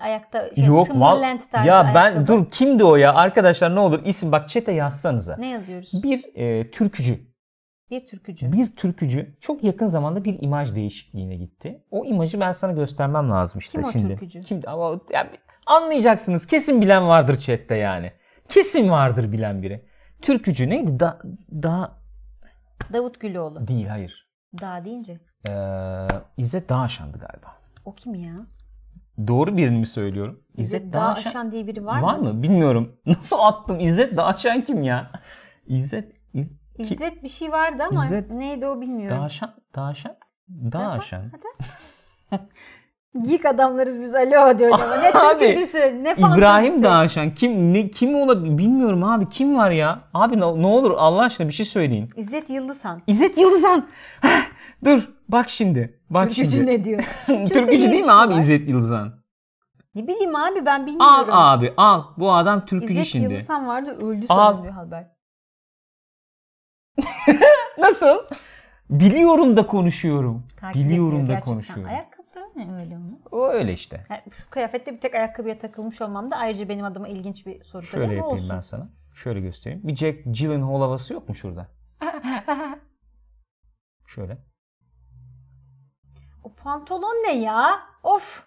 Speaker 2: ayakta şey,
Speaker 1: Yok
Speaker 2: Timberland
Speaker 1: lan.
Speaker 2: tarzı
Speaker 1: Ya ben
Speaker 2: ayakkabı.
Speaker 1: dur kimdi o ya? Arkadaşlar ne olur isim bak çete yazsanıza.
Speaker 2: Ne yazıyoruz?
Speaker 1: Bir e, türkücü.
Speaker 2: Bir türkücü.
Speaker 1: Bir türkücü çok yakın zamanda bir imaj değişikliğine gitti. O imajı ben sana göstermem lazım işte
Speaker 2: Kim o
Speaker 1: şimdi.
Speaker 2: türkücü?
Speaker 1: Kim ama ya, anlayacaksınız. Kesin bilen vardır chatte yani. Kesin vardır bilen biri. Türkücü neydi? Da, daha
Speaker 2: Davut Güloğlu.
Speaker 1: değil hayır.
Speaker 2: Dağ deyince.
Speaker 1: Ee, İzzet Dağaşan'dı galiba.
Speaker 2: O kim ya?
Speaker 1: Doğru birini mi söylüyorum? İzzet
Speaker 2: İzzet Dağ
Speaker 1: Dağaşan.
Speaker 2: Aşan diye biri var, mı?
Speaker 1: Bilmiyorum. Nasıl attım? İzzet Dağşan kim ya? İzzet İz, ki,
Speaker 2: İzzet bir şey vardı ama
Speaker 1: İzzet
Speaker 2: neydi o bilmiyorum.
Speaker 1: Dağşan Dağşan Dağşan.
Speaker 2: Geek adamlarız biz alo diyor ama ne
Speaker 1: Abi,
Speaker 2: türkücüsü ne fantezisi.
Speaker 1: İbrahim Dağşan kim ne kim olabilir bilmiyorum abi kim var ya? Abi ne, ne olur Allah aşkına bir şey söyleyin.
Speaker 2: İzzet Yıldızhan.
Speaker 1: İzzet Yıldızan. Heh, Dur bak şimdi. Bak
Speaker 2: Türkücü
Speaker 1: şimdi.
Speaker 2: ne diyor?
Speaker 1: Türkücü değil mi
Speaker 2: bir şey
Speaker 1: abi
Speaker 2: var.
Speaker 1: İzzet Yıldızan?
Speaker 2: Ne bileyim abi ben
Speaker 1: Al
Speaker 2: bilmiyorum.
Speaker 1: abi al. Bu adam türkücü
Speaker 2: İzzet
Speaker 1: şimdi.
Speaker 2: Yıldızhan vardı öldü
Speaker 1: Al.
Speaker 2: sanırım diyor haber.
Speaker 1: Nasıl? Biliyorum da konuşuyorum.
Speaker 2: Takip ediyor
Speaker 1: Biliyorum da
Speaker 2: gerçekten.
Speaker 1: konuşuyorum.
Speaker 2: Ayakkabıları ne öyle mi?
Speaker 1: O öyle işte.
Speaker 2: Ha, Şu kıyafette bir tek ayakkabıya takılmış olmam da ayrıca benim adıma ilginç bir soru
Speaker 1: Şöyle
Speaker 2: tabii ama
Speaker 1: yapayım
Speaker 2: olsun.
Speaker 1: ben sana. Şöyle göstereyim. Bir Jack Gyllenhaal havası yok mu şurada? Şöyle.
Speaker 2: O pantolon ne ya? Of.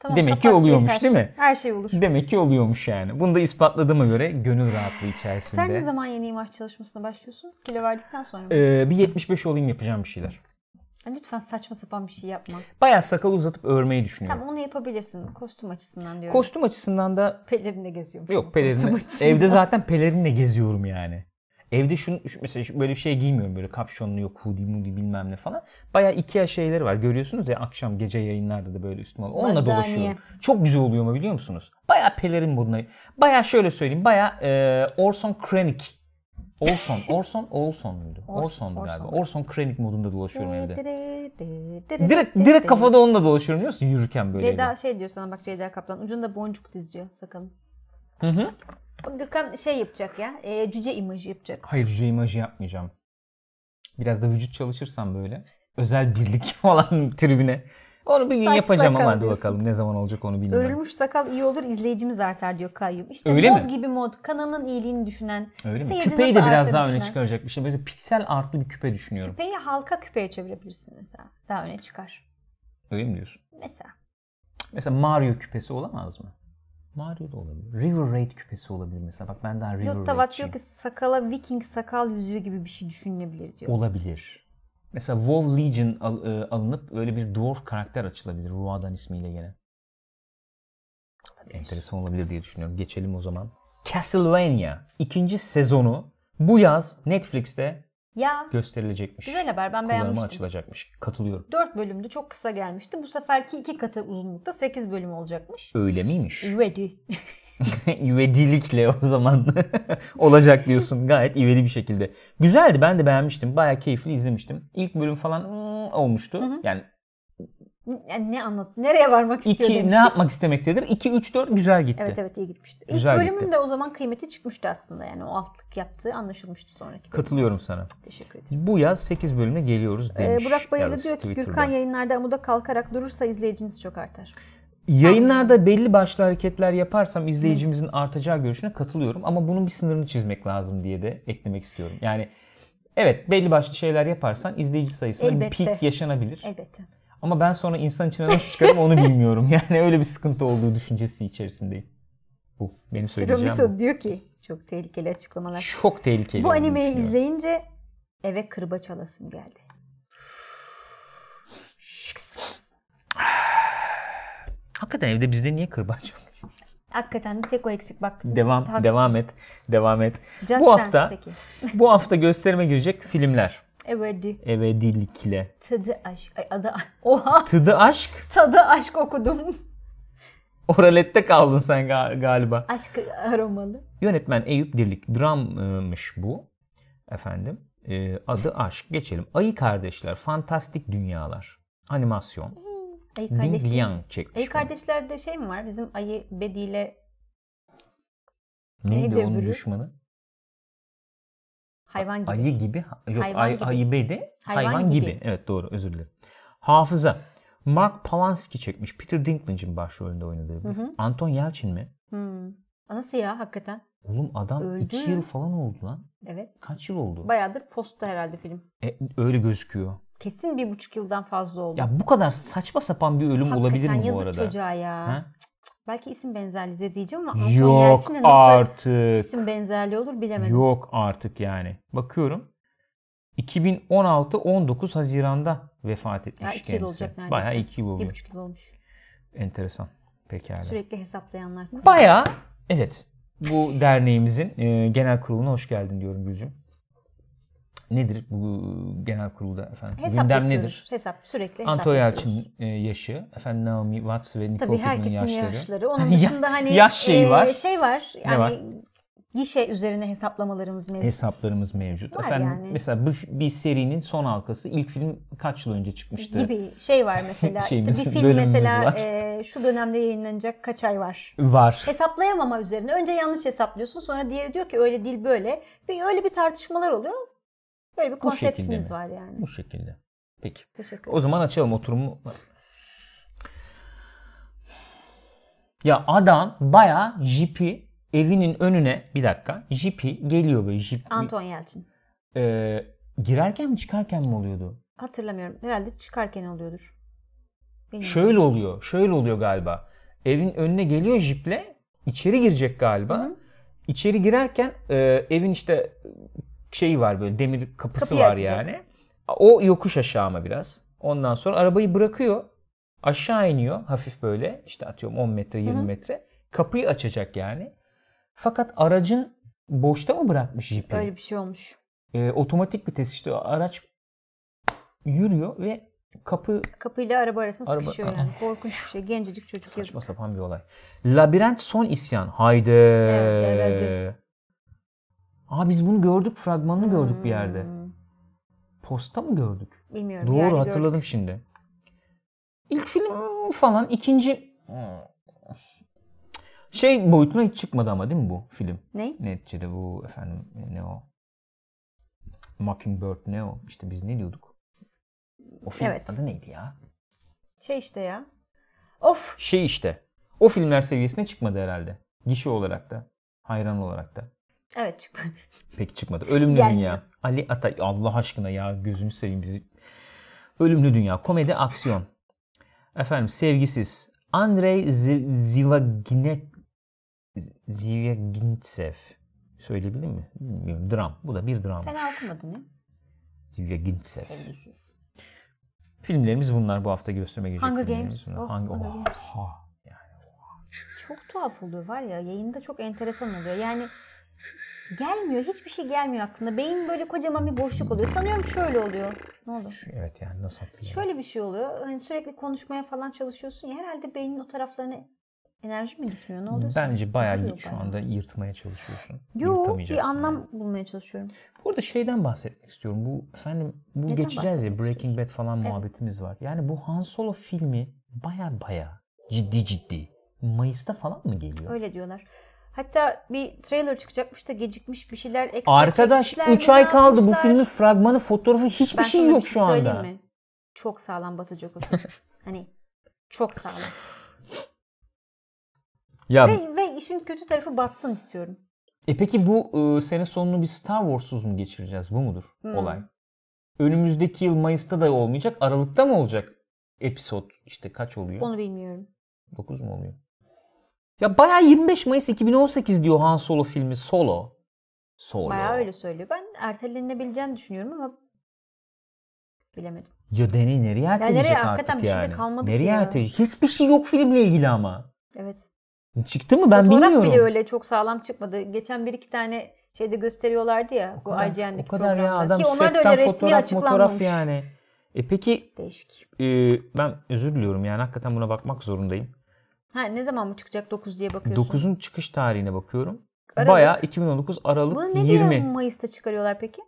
Speaker 2: Tamam,
Speaker 1: Demek ki
Speaker 2: kapat,
Speaker 1: oluyormuş,
Speaker 2: yeter.
Speaker 1: değil mi?
Speaker 2: Her şey olur.
Speaker 1: Demek ki oluyormuş yani. Bunu da ispatladığıma göre gönül rahatlığı içerisinde.
Speaker 2: Sen ne zaman yeni imaj çalışmasına başlıyorsun? Kilo verdikten sonra mı?
Speaker 1: Ee, bir 75 olayım yapacağım bir şeyler.
Speaker 2: Ya Lütfen saçma sapan bir şey yapma.
Speaker 1: Bayağı sakal uzatıp örmeyi düşünüyorum.
Speaker 2: Tamam onu yapabilirsin. Kostüm açısından diyorum.
Speaker 1: Kostüm açısından da
Speaker 2: Pelerinle geziyormuş. ama
Speaker 1: yok pelerin.
Speaker 2: kostüm açısından.
Speaker 1: Evde zaten pelerinle geziyorum yani. Evde şunu şu- mesela şu- böyle bir şey giymiyorum böyle kapşonlu yok hoodie moodie bilmem ne falan. Bayağı Ikea şeyleri var görüyorsunuz ya akşam gece yayınlarda da böyle üstüme alıyorum. Onunla
Speaker 2: Battaniye.
Speaker 1: dolaşıyorum. Çok güzel oluyor ama biliyor musunuz? Bayağı pelerin moduna. Bayağı şöyle söyleyeyim bayağı e, Orson Krennic. Orson, Orson, Olson muydu?
Speaker 2: Orson,
Speaker 1: Orson'du galiba.
Speaker 2: Orson.
Speaker 1: Orson Krennic modunda dolaşıyorum evde.
Speaker 2: Dere, dere, dere,
Speaker 1: Direkt,
Speaker 2: dere,
Speaker 1: direkt
Speaker 2: dere.
Speaker 1: kafada onunla dolaşıyorum biliyor musun? Yürürken böyle.
Speaker 2: Ceyda şey diyor sana bak Ceyda Kaplan. Ucunda boncuk diz diyor sakalın.
Speaker 1: Hı hı.
Speaker 2: Bak Gökhan şey yapacak ya. E, cüce imajı yapacak.
Speaker 1: Hayır J imajı yapmayacağım. Biraz da vücut çalışırsam böyle. Özel birlik falan tribüne. Onu bir gün
Speaker 2: Saç
Speaker 1: yapacağım ama
Speaker 2: sakal
Speaker 1: hadi
Speaker 2: diyorsun.
Speaker 1: bakalım ne zaman olacak onu bilmiyorum.
Speaker 2: Örülmüş sakal iyi olur izleyicimiz artar diyor Kayyum. İşte
Speaker 1: Öyle
Speaker 2: mod
Speaker 1: mi?
Speaker 2: gibi mod. Kanalın iyiliğini düşünen.
Speaker 1: Öyle mi?
Speaker 2: seyirci
Speaker 1: Küpeyi de
Speaker 2: nasıl
Speaker 1: biraz
Speaker 2: artar
Speaker 1: daha öne
Speaker 2: düşünen.
Speaker 1: çıkaracak bir şey. Böyle piksel artı bir küpe düşünüyorum.
Speaker 2: Küpeyi halka küpeye çevirebilirsin mesela. Daha öne çıkar.
Speaker 1: Öyle mi diyorsun?
Speaker 2: Mesela.
Speaker 1: Mesela Mario küpesi olamaz mı? Mario da olabilir. River Raid küpesi olabilir mesela. Bak ben daha River
Speaker 2: Yok
Speaker 1: Raid'ciyim.
Speaker 2: Tavat diyor ki sakala viking sakal yüzüğü gibi bir şey düşünülebilir diyor.
Speaker 1: Olabilir. Mesela WoW Legion al- e, alınıp öyle bir dwarf karakter açılabilir. Ruadan ismiyle gene. Enteresan olabilir diye düşünüyorum. Geçelim o zaman. Castlevania ikinci sezonu bu yaz Netflix'te
Speaker 2: Ya
Speaker 1: gösterilecekmiş.
Speaker 2: güzel haber ben
Speaker 1: Kullanıma
Speaker 2: beğenmiştim.
Speaker 1: açılacakmış. Katılıyorum.
Speaker 2: 4 bölümde çok kısa gelmişti. Bu seferki iki katı uzunlukta 8 bölüm olacakmış.
Speaker 1: Öyle miymiş?
Speaker 2: Ready.
Speaker 1: İvedilikle o zaman olacak diyorsun. Gayet ivedi bir şekilde. Güzeldi. Ben de beğenmiştim. Bayağı keyifli izlemiştim. İlk bölüm falan hmm, olmuştu. Yani
Speaker 2: Yani ne anlat? Nereye varmak istiyor
Speaker 1: iki ne
Speaker 2: demiştik.
Speaker 1: yapmak istemektedir? 2 3 4 güzel gitti.
Speaker 2: Evet evet iyi gitmişti.
Speaker 1: Güzel
Speaker 2: İlk bölümün
Speaker 1: gitti.
Speaker 2: de o zaman kıymeti çıkmıştı aslında. Yani o altlık yaptığı anlaşılmıştı sonraki. bölüm.
Speaker 1: Katılıyorum sana.
Speaker 2: Teşekkür ederim.
Speaker 1: Bu yaz 8 bölümle geliyoruz
Speaker 2: Ee,
Speaker 1: demiş.
Speaker 2: Burak Bayırlı
Speaker 1: Yalnız
Speaker 2: diyor ki
Speaker 1: Twitter'da.
Speaker 2: Gürkan yayınlarda amuda kalkarak durursa izleyiciniz çok artar.
Speaker 1: Yayınlarda belli başlı hareketler yaparsam izleyicimizin artacağı görüşüne katılıyorum. Ama bunun bir sınırını çizmek lazım diye de eklemek istiyorum. Yani evet belli başlı şeyler yaparsan izleyici sayısında
Speaker 2: Elbette.
Speaker 1: bir peak yaşanabilir.
Speaker 2: Elbette.
Speaker 1: Ama ben sonra insan içine nasıl çıkarım onu bilmiyorum. Yani öyle bir sıkıntı olduğu düşüncesi içerisindeyim. Bu benim söyleyeceğim. bu.
Speaker 2: Siromiso diyor ki çok tehlikeli açıklamalar.
Speaker 1: Çok tehlikeli.
Speaker 2: Bu
Speaker 1: olduğunu
Speaker 2: animeyi
Speaker 1: düşünüyorum.
Speaker 2: izleyince eve kırbaç alasım geldi.
Speaker 1: Hakikaten evde bizde niye kırbaç yok?
Speaker 2: Hakikaten de tek o eksik bak.
Speaker 1: Devam,
Speaker 2: Haklısın.
Speaker 1: devam et, devam et. bu
Speaker 2: Just Dance
Speaker 1: hafta,
Speaker 2: peki.
Speaker 1: bu hafta gösterime girecek filmler.
Speaker 2: Evet.
Speaker 1: Evedilikle.
Speaker 2: Tadı aşk. Ay adı Oha.
Speaker 1: Tıdı aşk.
Speaker 2: Tadı aşk okudum.
Speaker 1: Oralette kaldın sen ga- galiba.
Speaker 2: Aşk aromalı.
Speaker 1: Yönetmen Eyüp Dirlik. Drammış bu. Efendim. Ee, adı aşk. Geçelim. Ayı Kardeşler. Fantastik Dünyalar. Animasyon.
Speaker 2: Ayı
Speaker 1: Ding
Speaker 2: kardeşler.
Speaker 1: Liang çekmiş.
Speaker 2: Ayı
Speaker 1: bunu.
Speaker 2: kardeşlerde şey mi var? Bizim ayı bediyle
Speaker 1: Neydi
Speaker 2: Neydi
Speaker 1: onun
Speaker 2: öbürü?
Speaker 1: düşmanı?
Speaker 2: hayvan gibi.
Speaker 1: Ayı gibi. ha- Yok
Speaker 2: Hayvan
Speaker 1: ay,
Speaker 2: gibi.
Speaker 1: ayı beydi. Hayvan,
Speaker 2: Hayvan
Speaker 1: gibi.
Speaker 2: gibi.
Speaker 1: Evet doğru özür dilerim. Hafıza. Mark Polanski çekmiş. Peter Dinklage'in başrolünde oynadığı. bu. Anton Yelçin mi?
Speaker 2: Hmm. Nasıl ya hakikaten?
Speaker 1: Oğlum adam
Speaker 2: Öldü.
Speaker 1: 2 yıl falan oldu lan.
Speaker 2: Evet.
Speaker 1: Kaç yıl oldu?
Speaker 2: Bayağıdır postta herhalde film.
Speaker 1: E, öyle gözüküyor.
Speaker 2: Kesin bir buçuk yıldan fazla oldu.
Speaker 1: Ya bu kadar saçma sapan bir ölüm
Speaker 2: Hakikaten
Speaker 1: olabilir mi bu
Speaker 2: yazık
Speaker 1: arada?
Speaker 2: çocuğa ya.
Speaker 1: Ha?
Speaker 2: Belki isim benzerliği de diyeceğim ama Anton
Speaker 1: Yok
Speaker 2: Yelçin'le nasıl
Speaker 1: artık.
Speaker 2: isim benzerliği olur bilemedim.
Speaker 1: Yok artık yani. Bakıyorum. 2016-19 Haziran'da vefat etmiş
Speaker 2: Ya iki yıl
Speaker 1: kendisi.
Speaker 2: olacak neredeyse.
Speaker 1: Bayağı 2 yıl
Speaker 2: Bir
Speaker 1: oluyor.
Speaker 2: buçuk yıl olmuş.
Speaker 1: Enteresan. Pekala.
Speaker 2: Sürekli hesaplayanlar.
Speaker 1: Bayağı evet. Bu derneğimizin e, genel kuruluna hoş geldin diyorum Gülcüm. Nedir bu genel kurulda efendim?
Speaker 2: Hesap
Speaker 1: Gündem
Speaker 2: yapıyoruz.
Speaker 1: nedir?
Speaker 2: Hesap sürekli hesap
Speaker 1: Antonio
Speaker 2: yapıyoruz.
Speaker 1: Yelçin e, yaşı, efendim Naomi Watts ve Nicole
Speaker 2: Tabii
Speaker 1: Kidman'ın
Speaker 2: herkesin
Speaker 1: yaşları.
Speaker 2: yaşları. Onun
Speaker 1: Ya-
Speaker 2: dışında hani
Speaker 1: yaş şeyi
Speaker 2: e,
Speaker 1: var.
Speaker 2: Şey var. Yani
Speaker 1: var?
Speaker 2: gişe üzerine hesaplamalarımız mevcut.
Speaker 1: Hesaplarımız mevcut.
Speaker 2: Var
Speaker 1: efendim
Speaker 2: yani.
Speaker 1: mesela bu, bir serinin son halkası ilk film kaç yıl önce çıkmıştı?
Speaker 2: gibi şey var mesela işte
Speaker 1: Şeyimiz,
Speaker 2: bir film
Speaker 1: bölümümüz
Speaker 2: mesela
Speaker 1: var.
Speaker 2: e, şu dönemde yayınlanacak kaç ay var
Speaker 1: Var.
Speaker 2: hesaplayamama üzerine önce yanlış hesaplıyorsun sonra diğeri diyor ki öyle değil böyle bir öyle bir tartışmalar oluyor böyle bir
Speaker 1: Bu şekilde
Speaker 2: konseptimiz
Speaker 1: mi?
Speaker 2: var yani
Speaker 1: Bu şekilde. Peki.
Speaker 2: teşekkür
Speaker 1: O
Speaker 2: ederim
Speaker 1: zaman açalım oturumu. Ya adam baya jipi evinin önüne bir dakika jipi geliyor böyle jip
Speaker 2: Anton Yelçin
Speaker 1: Ee, girerken mi çıkarken mi oluyordu?
Speaker 2: hatırlamıyorum herhalde çıkarken oluyordur Bilmiyorum.
Speaker 1: Şöyle oluyor şöyle oluyor galiba. evin önüne geliyor jiple. içeri girecek galiba. İçeri girerken e, evin işte şeyi var böyle demir kapısı
Speaker 2: Kapıyı
Speaker 1: var
Speaker 2: açacak.
Speaker 1: yani. O yokuş aşağı ama biraz. Ondan sonra arabayı bırakıyor. Aşağı iniyor hafif böyle işte atıyorum 10 metre 20
Speaker 2: Hı hı.
Speaker 1: metre. Kapıyı açacak yani. Fakat aracın boşta mı bırakmış jipi?
Speaker 2: Öyle bir şey olmuş.
Speaker 1: E, otomatik vites işte araç yürüyor ve kapı
Speaker 2: Kapıyla araba arasında
Speaker 1: Araba-
Speaker 2: sıkışıyor
Speaker 1: Aa.
Speaker 2: yani. Korkunç bir şey. Gencecik çocuk
Speaker 1: saçma
Speaker 2: yazık.
Speaker 1: sapan bir olay. Labirent son isyan. Haydi.
Speaker 2: Evet, herhalde.
Speaker 1: Aa biz bunu gördük, fragmanını gördük bir yerde.
Speaker 2: Hmm,
Speaker 1: Posta mı gördük?
Speaker 2: Bilmiyorum. bir
Speaker 1: Doğru
Speaker 2: yerde
Speaker 1: hatırladım
Speaker 2: gördük.
Speaker 1: şimdi. İlk film falan ikinci Hmm. şey boyutuna hiç çıkmadı ama değil mi bu film?
Speaker 2: Ne?
Speaker 1: Neticede bu efendim ne o? Mockingbird ne o? İşte biz ne diyorduk? O film
Speaker 2: Evet.
Speaker 1: adı neydi ya?
Speaker 2: Şey işte ya. Of.
Speaker 1: Şey işte. O filmler seviyesine çıkmadı herhalde. Gişe olarak da. Hayran olarak da.
Speaker 2: Evet çık.
Speaker 1: Peki çıkmadı. Ölümlü
Speaker 2: Gelmiyor.
Speaker 1: Dünya. Ali Atay. Allah aşkına ya gözünü seveyim bizi. Ölümlü Dünya. Komedi aksiyon. Efendim sevgisiz. Andrei Zi- Zivagine- Z- Zivagintsev. Söyleyebilir mi? Bilmiyorum. Dram. Bu da bir dram.
Speaker 2: Fena okumadın ya.
Speaker 1: Zivagintsev.
Speaker 2: Sevgisiz.
Speaker 1: Filmlerimiz bunlar bu hafta gösterime girecek.
Speaker 2: Hunger
Speaker 1: filmlerimiz
Speaker 2: Games.
Speaker 1: bunlar.
Speaker 2: Oh,
Speaker 1: Hangi?
Speaker 2: Hunger
Speaker 1: Oha.
Speaker 2: Games.
Speaker 1: Yani.
Speaker 2: Çok tuhaf oluyor var ya. Yayında çok enteresan oluyor. Yani gelmiyor. Hiçbir şey gelmiyor aklına. Beyin böyle kocaman bir boşluk oluyor. Sanıyorum şöyle oluyor. Ne oldu?
Speaker 1: Evet yani nasıl hatırlayayım?
Speaker 2: Şöyle bir şey oluyor. Hani sürekli konuşmaya falan çalışıyorsun ya. Herhalde beynin o taraflarına enerji mi gitmiyor? Ne oluyor? sana?
Speaker 1: Bence bayağı
Speaker 2: Takılıyor
Speaker 1: şu
Speaker 2: bayağı.
Speaker 1: anda yırtmaya çalışıyorsun.
Speaker 2: Yo bir
Speaker 1: Yırtamayacaksın
Speaker 2: anlam
Speaker 1: yani.
Speaker 2: bulmaya çalışıyorum.
Speaker 1: Burada şeyden bahsetmek istiyorum. Bu efendim bu
Speaker 2: Neden
Speaker 1: geçeceğiz ya
Speaker 2: bahsetmek
Speaker 1: Breaking Bad falan
Speaker 2: Evet.
Speaker 1: muhabbetimiz var. Yani bu Han Solo filmi baya baya ciddi ciddi Mayıs'ta falan mı geliyor?
Speaker 2: Öyle diyorlar. Hatta bir trailer çıkacakmış da gecikmiş bir şeyler ekstra
Speaker 1: Arkadaş
Speaker 2: çekmişler,
Speaker 1: 3 ay
Speaker 2: ne
Speaker 1: kaldı bu
Speaker 2: yapmışlar.
Speaker 1: filmin fragmanı, fotoğrafı hiçbir
Speaker 2: Ben
Speaker 1: şey
Speaker 2: sana
Speaker 1: yok
Speaker 2: bir
Speaker 1: şu anda.
Speaker 2: söyleyeyim mi? Çok sağlam batacak o film. hani çok sağlam.
Speaker 1: Ya
Speaker 2: Ve, ve işin kötü tarafı batsın istiyorum.
Speaker 1: E peki bu e, sene sonunu bir Star Wars'uz mu geçireceğiz? Bu mudur
Speaker 2: Hmm.
Speaker 1: olay? Önümüzdeki yıl Mayıs'ta da olmayacak. Aralık'ta mı olacak? Episod işte kaç oluyor?
Speaker 2: Onu bilmiyorum.
Speaker 1: 9 mu oluyor? Ya bayağı 25 Mayıs 2018 diyor Han Solo filmi Solo. Solo.
Speaker 2: Bayağı öyle söylüyor. Ben ertelenebileceğini düşünüyorum ama bilemedim.
Speaker 1: Ya deney nereye erteleyecek
Speaker 2: nereye?
Speaker 1: artık
Speaker 2: Hakikaten bir şey de
Speaker 1: yani?
Speaker 2: kalmadı ki
Speaker 1: nereye
Speaker 2: ya.
Speaker 1: erteleyecek? Hiçbir şey yok filmle ilgili ama.
Speaker 2: Evet.
Speaker 1: Çıktı mı ben
Speaker 2: Fotoğraf
Speaker 1: bilmiyorum.
Speaker 2: bile öyle çok sağlam çıkmadı. Geçen bir iki tane şeyde gösteriyorlardı ya
Speaker 1: O
Speaker 2: bu
Speaker 1: kadar, o
Speaker 2: IGN'deki
Speaker 1: kadar ya
Speaker 2: programda.
Speaker 1: adam
Speaker 2: Ki onlar da
Speaker 1: setten
Speaker 2: öyle resmi
Speaker 1: fotoğraf fotoğraf
Speaker 2: açıklanmamış.
Speaker 1: yani. E peki
Speaker 2: Değişik.
Speaker 1: Ee, ben özür diliyorum yani hakikaten buna bakmak zorundayım.
Speaker 2: Ha ne zaman mı çıkacak 9 diye bakıyorsun.
Speaker 1: 9'un çıkış tarihine bakıyorum.
Speaker 2: Aralık.
Speaker 1: Bayağı 2019 Aralık
Speaker 2: Bunu ne
Speaker 1: 20.
Speaker 2: diye Mayıs'ta çıkarıyorlar peki?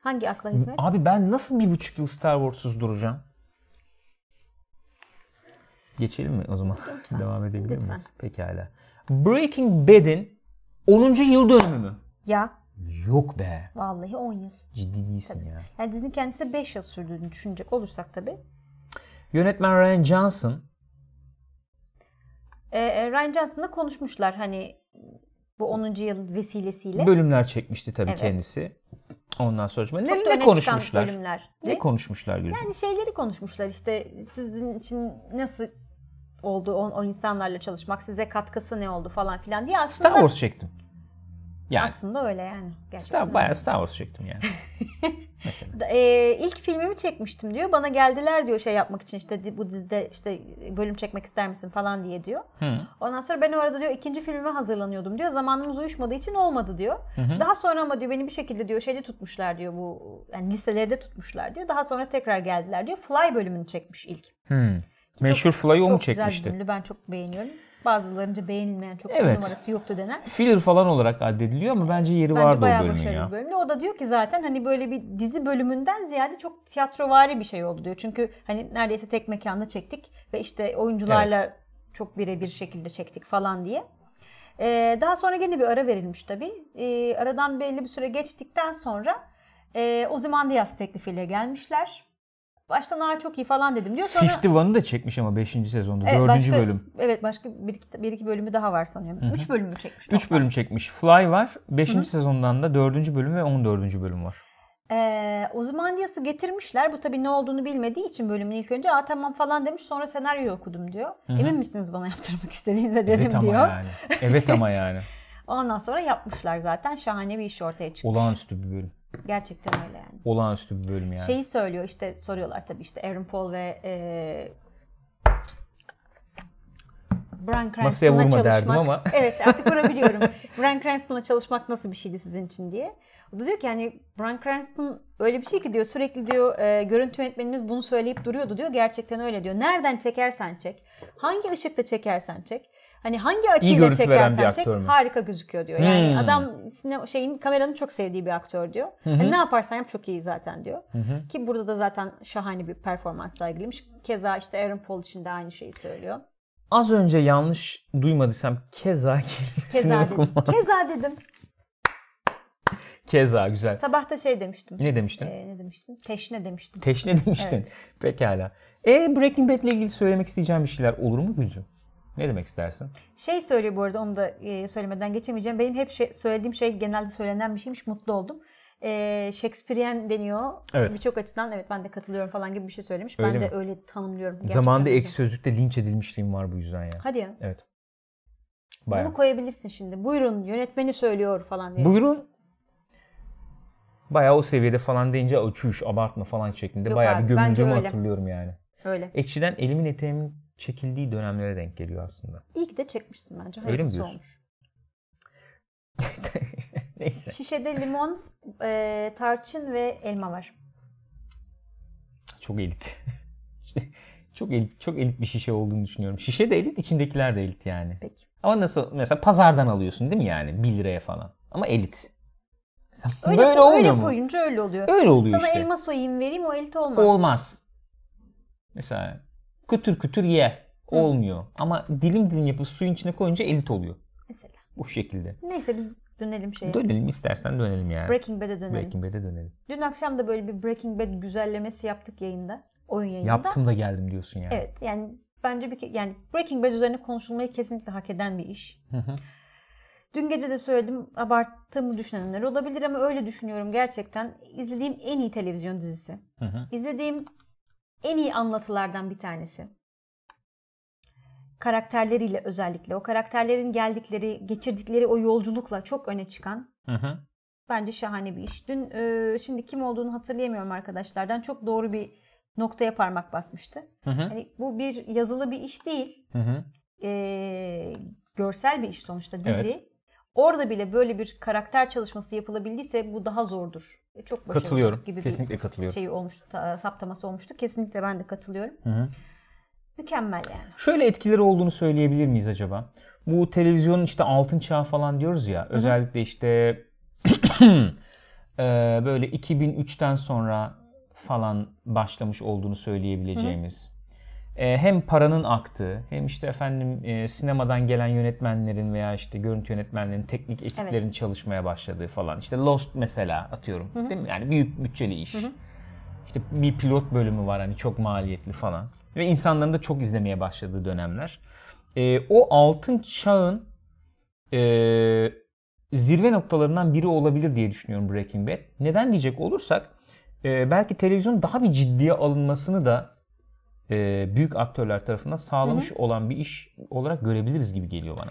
Speaker 2: Hangi akla hizmet?
Speaker 1: Abi ben nasıl bir buçuk yıl Star Wars'uz duracağım? Geçelim mi o zaman? Devam edebilir
Speaker 2: Lütfen.
Speaker 1: miyiz? Pekala. Breaking Bad'in 10. yıl dönümü mü?
Speaker 2: Ya
Speaker 1: Yok be.
Speaker 2: vallahi 10 yıl.
Speaker 1: Ciddi değilsin ya.
Speaker 2: Yani dizinin kendisi 5 yıl sürdüğünü düşünecek olursak tabii.
Speaker 1: Yönetmen Ryan Johnson.
Speaker 2: Ee, e, Ryan Johnson'la konuşmuşlar hani bu 10. yıl vesilesiyle.
Speaker 1: Bölümler çekmişti tabii
Speaker 2: Evet.
Speaker 1: kendisi. Ondan sonra
Speaker 2: Çok
Speaker 1: ne,
Speaker 2: da öne
Speaker 1: ne
Speaker 2: çıkan
Speaker 1: konuşmuşlar?
Speaker 2: bölümler.
Speaker 1: Ne konuşmuşlar Gülcüm?
Speaker 2: Yani şeyleri konuşmuşlar işte sizin için nasıl oldu o, o insanlarla çalışmak, size katkısı ne oldu falan filan diye aslında
Speaker 1: Star Wars çektim. Yani
Speaker 2: aslında öyle yani. Gerçekten.
Speaker 1: Star, bayağı Star Wars çektim yani. Mesela.
Speaker 2: Ee, ilk filmimi çekmiştim diyor. Bana geldiler diyor şey yapmak için işte di- bu dizide işte bölüm çekmek ister misin falan diye diyor.
Speaker 1: Hı.
Speaker 2: Ondan sonra ben orada diyor ikinci filmime hazırlanıyordum diyor. Zamanımız uyuşmadığı için olmadı diyor.
Speaker 1: hı.
Speaker 2: Daha sonra ama diyor beni bir şekilde diyor şeyde tutmuşlar diyor bu yani listelerde tutmuşlar diyor. Daha sonra tekrar geldiler diyor. Fly bölümünü çekmiş ilk.
Speaker 1: Hı. Hmm. Meşhur Fly'ı o mu
Speaker 2: Çok güzel
Speaker 1: çekmişti?
Speaker 2: bölümlü ben çok beğeniyorum. Bazılarınca beğenilmeyen çok
Speaker 1: Evet.
Speaker 2: numarası yoktu denen.
Speaker 1: Filler falan olarak addediliyor ama bence yeri
Speaker 2: Bence
Speaker 1: vardı o
Speaker 2: bayağı
Speaker 1: bölümün
Speaker 2: başarılı
Speaker 1: ya.
Speaker 2: bir bölümdü. O da diyor ki zaten hani böyle bir dizi bölümünden ziyade çok tiyatrovari bir şey oldu diyor. Çünkü hani neredeyse tek mekanda çektik ve işte oyuncularla çok birebir şekilde çektik falan diye. Ee, daha sonra gene bir ara verilmiş tabii. Ee, aradan belli bir süre geçtikten sonra e, Ozymandias teklifiyle gelmişler. Baştan aa çok iyi falan dedim diyor. Sonra
Speaker 1: Fifty One'ı da çekmiş ama 5. sezonda.
Speaker 2: Evet,
Speaker 1: 4.
Speaker 2: başka-
Speaker 1: bölüm.
Speaker 2: Evet başka bir iki, bir iki bölümü daha var sanıyorum. Üç bölümü çekmiş.
Speaker 1: 3
Speaker 2: toplam.
Speaker 1: bölüm çekmiş. Fly var. 5. sezondan da 4. bölüm ve 14. bölüm var.
Speaker 2: Ee, Ozymandias'ı getirmişler. Bu tabii ne olduğunu bilmediği için bölümün ilk önce aa tamam falan demiş sonra senaryoyu okudum diyor. Emin misiniz bana yaptırmak istediğinize dedim
Speaker 1: evet ama
Speaker 2: diyor.
Speaker 1: yani. Evet ama yani.
Speaker 2: Ondan sonra yapmışlar zaten. Şahane bir iş ortaya çıkmış.
Speaker 1: Olağanüstü bir bölüm.
Speaker 2: Gerçekten öyle yani.
Speaker 1: Olağanüstü bir bölüm yani.
Speaker 2: Şeyi söylüyor işte soruyorlar tabii işte Aaron Paul ve e, eee Bryan
Speaker 1: Masaya
Speaker 2: Cranston'la
Speaker 1: vurma
Speaker 2: çalışmak.
Speaker 1: derdim ama.
Speaker 2: Evet artık vurabiliyorum. Bryan Cranston'la çalışmak nasıl bir şeydi sizin için diye. O da diyor ki yani Bryan Cranston öyle bir şey ki diyor sürekli diyor eee, görüntü yönetmenimiz bunu söyleyip duruyordu diyor. Gerçekten öyle diyor. Nereden çekersen çek. Hangi ışıkta çekersen çek. Hani hangi açıyla
Speaker 1: görüntü veren bir
Speaker 2: çekersen çek
Speaker 1: aktör mü?
Speaker 2: harika gözüküyor diyor. Yani
Speaker 1: Hmm.
Speaker 2: adam sinema şeyin kameranın çok sevdiği bir aktör diyor.
Speaker 1: hı.
Speaker 2: Hani ne yaparsan yap çok iyi zaten diyor.
Speaker 1: hı.
Speaker 2: Ki burada da zaten şahane bir performans sergilemiş. Keza işte Aaron Paul için de aynı şeyi söylüyor.
Speaker 1: Az önce yanlış duymadıysam keza
Speaker 2: Keza
Speaker 1: kelimesini
Speaker 2: dedim.
Speaker 1: kullan.
Speaker 2: Keza dedim.
Speaker 1: Keza güzel.
Speaker 2: Sabah da şey demiştim.
Speaker 1: Ne demiştin?
Speaker 2: Ee, ne demiştim? Teşne demiştim.
Speaker 1: Teşne demiştin. Pekala. E Breaking Bad'le ilgili söylemek isteyeceğim bir şeyler olur mu Gülcüm? Ne demek istersin?
Speaker 2: Şey söylüyor bu arada onu da e, söylemeden geçemeyeceğim. Benim hep şey, söylediğim şey genelde söylenen bir şeymiş. Mutlu oldum. Ee, Shakespearean deniyor.
Speaker 1: Evet.
Speaker 2: Birçok açıdan evet ben de katılıyorum falan gibi bir şey söylemiş.
Speaker 1: Öyle
Speaker 2: ben
Speaker 1: mi?
Speaker 2: de öyle tanımlıyorum. Gerçekten
Speaker 1: Zamanında
Speaker 2: öyle.
Speaker 1: ek sözlükte linç edilmişliğim var bu yüzden ya.
Speaker 2: Hadi ya.
Speaker 1: Evet. Bayağı.
Speaker 2: Bunu koyabilirsin şimdi. Buyurun yönetmeni söylüyor falan diye.
Speaker 1: Buyurun. Bayağı o seviyede falan deyince uçuş abartma falan şeklinde
Speaker 2: Yok
Speaker 1: bayağı
Speaker 2: abi,
Speaker 1: bir
Speaker 2: bence
Speaker 1: gömüldüğümü
Speaker 2: öyle.
Speaker 1: hatırlıyorum yani.
Speaker 2: Öyle.
Speaker 1: Ekşiden elimin eteğimin çekildiği dönemlere denk geliyor aslında.
Speaker 2: İyi ki de çekmişsin bence.
Speaker 1: Öyle mi
Speaker 2: Hayırlısı
Speaker 1: diyorsun?
Speaker 2: olmuş.
Speaker 1: Neyse.
Speaker 2: Şişede limon, e, tarçın ve elma var.
Speaker 1: Çok elit. çok elit, çok elit bir şişe olduğunu düşünüyorum. Şişe de elit, içindekiler de elit yani.
Speaker 2: Peki.
Speaker 1: Ama nasıl mesela pazardan alıyorsun değil mi yani 1 liraya falan. Ama elit. Mesela
Speaker 2: Öyle,
Speaker 1: böyle
Speaker 2: koy-
Speaker 1: olmuyor
Speaker 2: öyle
Speaker 1: mu?
Speaker 2: koyunca öyle oluyor.
Speaker 1: Öyle oluyor
Speaker 2: Sana
Speaker 1: işte.
Speaker 2: elma soyayım vereyim o elit olmaz.
Speaker 1: Olmaz. Mesela kütür kütür ye. Olmuyor. Ama dilim dilim yapıp suyun içine koyunca elit oluyor.
Speaker 2: Mesela.
Speaker 1: Bu şekilde.
Speaker 2: Neyse biz dönelim şeye.
Speaker 1: Dönelim istersen dönelim yani.
Speaker 2: Breaking Bad'e Şey- dönelim.
Speaker 1: Breaking Bad'e dönelim.
Speaker 2: Dün akşam da böyle bir Breaking Bad güzellemesi yaptık yayında. Oyun yayında.
Speaker 1: Yaptım da geldim diyorsun yani.
Speaker 2: Evet yani bence bir ke- yani Breaking Bad üzerine konuşulmayı kesinlikle hak eden bir iş.
Speaker 1: Hı hı.
Speaker 2: Dün gece de söyledim abarttığımı düşünenler olabilir ama öyle düşünüyorum gerçekten. İzlediğim en iyi televizyon dizisi.
Speaker 1: Hı hı.
Speaker 2: İzlediğim en iyi anlatılardan bir tanesi. Karakterleriyle özellikle o karakterlerin geldikleri, geçirdikleri o yolculukla çok öne çıkan
Speaker 1: Hı hı.
Speaker 2: bence şahane bir iş. Dün e, şimdi kim olduğunu hatırlayamıyorum arkadaşlardan. Çok doğru bir noktaya parmak basmıştı.
Speaker 1: Hı hı.
Speaker 2: Hani bu bir yazılı bir iş değil.
Speaker 1: Hı hı.
Speaker 2: E, görsel bir iş sonuçta dizi.
Speaker 1: Evet.
Speaker 2: Orada bile böyle bir karakter çalışması yapılabildiyse bu daha zordur. E, Çok başarılı
Speaker 1: Katılıyorum.
Speaker 2: gibi bir
Speaker 1: Kesinlikle katılıyorum.
Speaker 2: şey olmuştu, ta- saptaması olmuştu. Kesinlikle ben de katılıyorum.
Speaker 1: Hı hı.
Speaker 2: Mükemmel yani.
Speaker 1: Şöyle etkileri olduğunu söyleyebilir miyiz acaba? Bu televizyonun işte altın çağı falan diyoruz ya. Özellikle işte eee, Ee, böyle 2003'ten sonra falan başlamış olduğunu söyleyebileceğimiz. Eee, hem paranın aktığı hem işte efendim eee, sinemadan gelen yönetmenlerin veya işte görüntü yönetmenlerin teknik ekiplerin çalışmaya başladığı falan. İşte Lost mesela atıyorum. Değil mi? Yani büyük bütçeli iş. İşte bir pilot bölümü var hani çok maliyetli falan. Ve insanların da çok izlemeye başladığı dönemler. Ee, o altın çağın ee, zirve noktalarından biri olabilir diye düşünüyorum Breaking Bad. Neden diyecek olursak ee, belki televizyonun daha bir ciddiye alınmasını da ee, büyük aktörler tarafından sağlamış olan bir iş olarak görebiliriz gibi geliyor bana.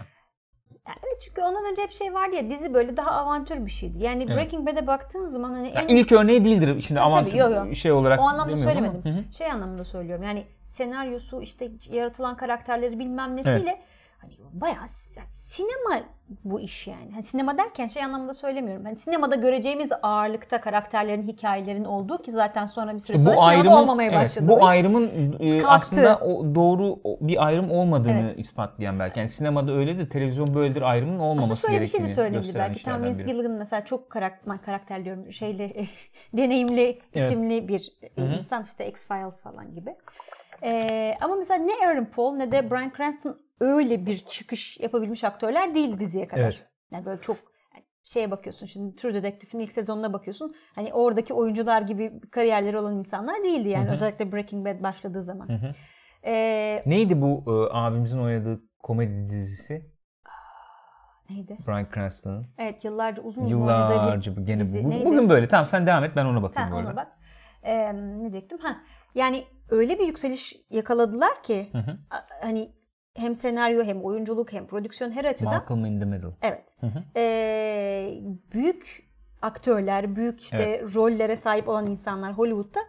Speaker 2: Yani evet çünkü ondan önce hep şey vardı ya dizi böyle daha avantür bir şeydi. Yani
Speaker 1: Evet.
Speaker 2: Breaking Bad'e baktığın zaman hani en,
Speaker 1: Yani ilk örneği değildir şimdi
Speaker 2: E, Tabii,
Speaker 1: avantür
Speaker 2: tabii, yok, yok.
Speaker 1: şey olarak
Speaker 2: o anlamda
Speaker 1: demiyorum ama.
Speaker 2: söylemedim.
Speaker 1: Hı hı.
Speaker 2: Şey anlamında söylüyorum. Yani senaryosu işte yaratılan karakterleri bilmem nesiyle hani bayağı s- yani sinema bu iş yani. Hani sinema derken şey anlamında söylemiyorum. Hani sinemada göreceğimiz ağırlıkta karakterlerin, hikayelerin olduğu ki zaten sonra bir süre sonra
Speaker 1: bu
Speaker 2: sinemada
Speaker 1: ayrımın,
Speaker 2: olmamaya
Speaker 1: evet,
Speaker 2: başladı. o
Speaker 1: bu
Speaker 2: iş.
Speaker 1: ayrımın e,
Speaker 2: Kalktı.
Speaker 1: aslında o doğru o- bir ayrım olmadığını
Speaker 2: Evet.
Speaker 1: ispatlayan belki. Yani sinemada öyledir, televizyon böyledir ayrımın
Speaker 2: Aslında
Speaker 1: olmaması
Speaker 2: şöyle bir şey
Speaker 1: gerektiğini
Speaker 2: de söyleyebilir
Speaker 1: gösteren
Speaker 2: belki. Tam
Speaker 1: işlerden
Speaker 2: Vince
Speaker 1: biri.
Speaker 2: Gilligan mesela çok karakter, karakter diyorum şeyli, deneyimli
Speaker 1: Evet.
Speaker 2: isimli bir
Speaker 1: Hı hı.
Speaker 2: insan işte X-Files falan gibi. Ee, ama mesela ne Aaron Paul ne de Bryan Cranston öyle bir çıkış yapabilmiş aktörler değil diziye kadar.
Speaker 1: Evet.
Speaker 2: Yani böyle çok yani şeye bakıyorsun şimdi True Detective'in ilk sezonuna bakıyorsun. Hani oradaki oyuncular gibi kariyerleri olan insanlar değildi yani.
Speaker 1: Hı hı.
Speaker 2: Özellikle Breaking Bad başladığı zaman.
Speaker 1: Hı hı.
Speaker 2: Ee,
Speaker 1: Neydi bu e, abimizin oynadığı komedi dizisi?
Speaker 2: Neydi?
Speaker 1: Bryan Cranston'ın.
Speaker 2: Evet yıllarca uzun uzun oynadığı bir
Speaker 1: Yıllarca bu- gene
Speaker 2: dizi
Speaker 1: bu.
Speaker 2: neydi?
Speaker 1: Bugün böyle. Tamam sen devam et ben ona bakayım
Speaker 2: Ha,
Speaker 1: bu
Speaker 2: ona
Speaker 1: arada.
Speaker 2: bak. Ee, ne diyecektim? Ha, yani öyle bir yükseliş yakaladılar ki
Speaker 1: Hı hı.
Speaker 2: a- hani hem senaryo hem oyunculuk hem prodüksiyon her açıdan
Speaker 1: Malcolm in the Middle.
Speaker 2: evet.
Speaker 1: Hı hı.
Speaker 2: Ee, büyük aktörler, büyük işte rollere sahip olan insanlar Hollywood'da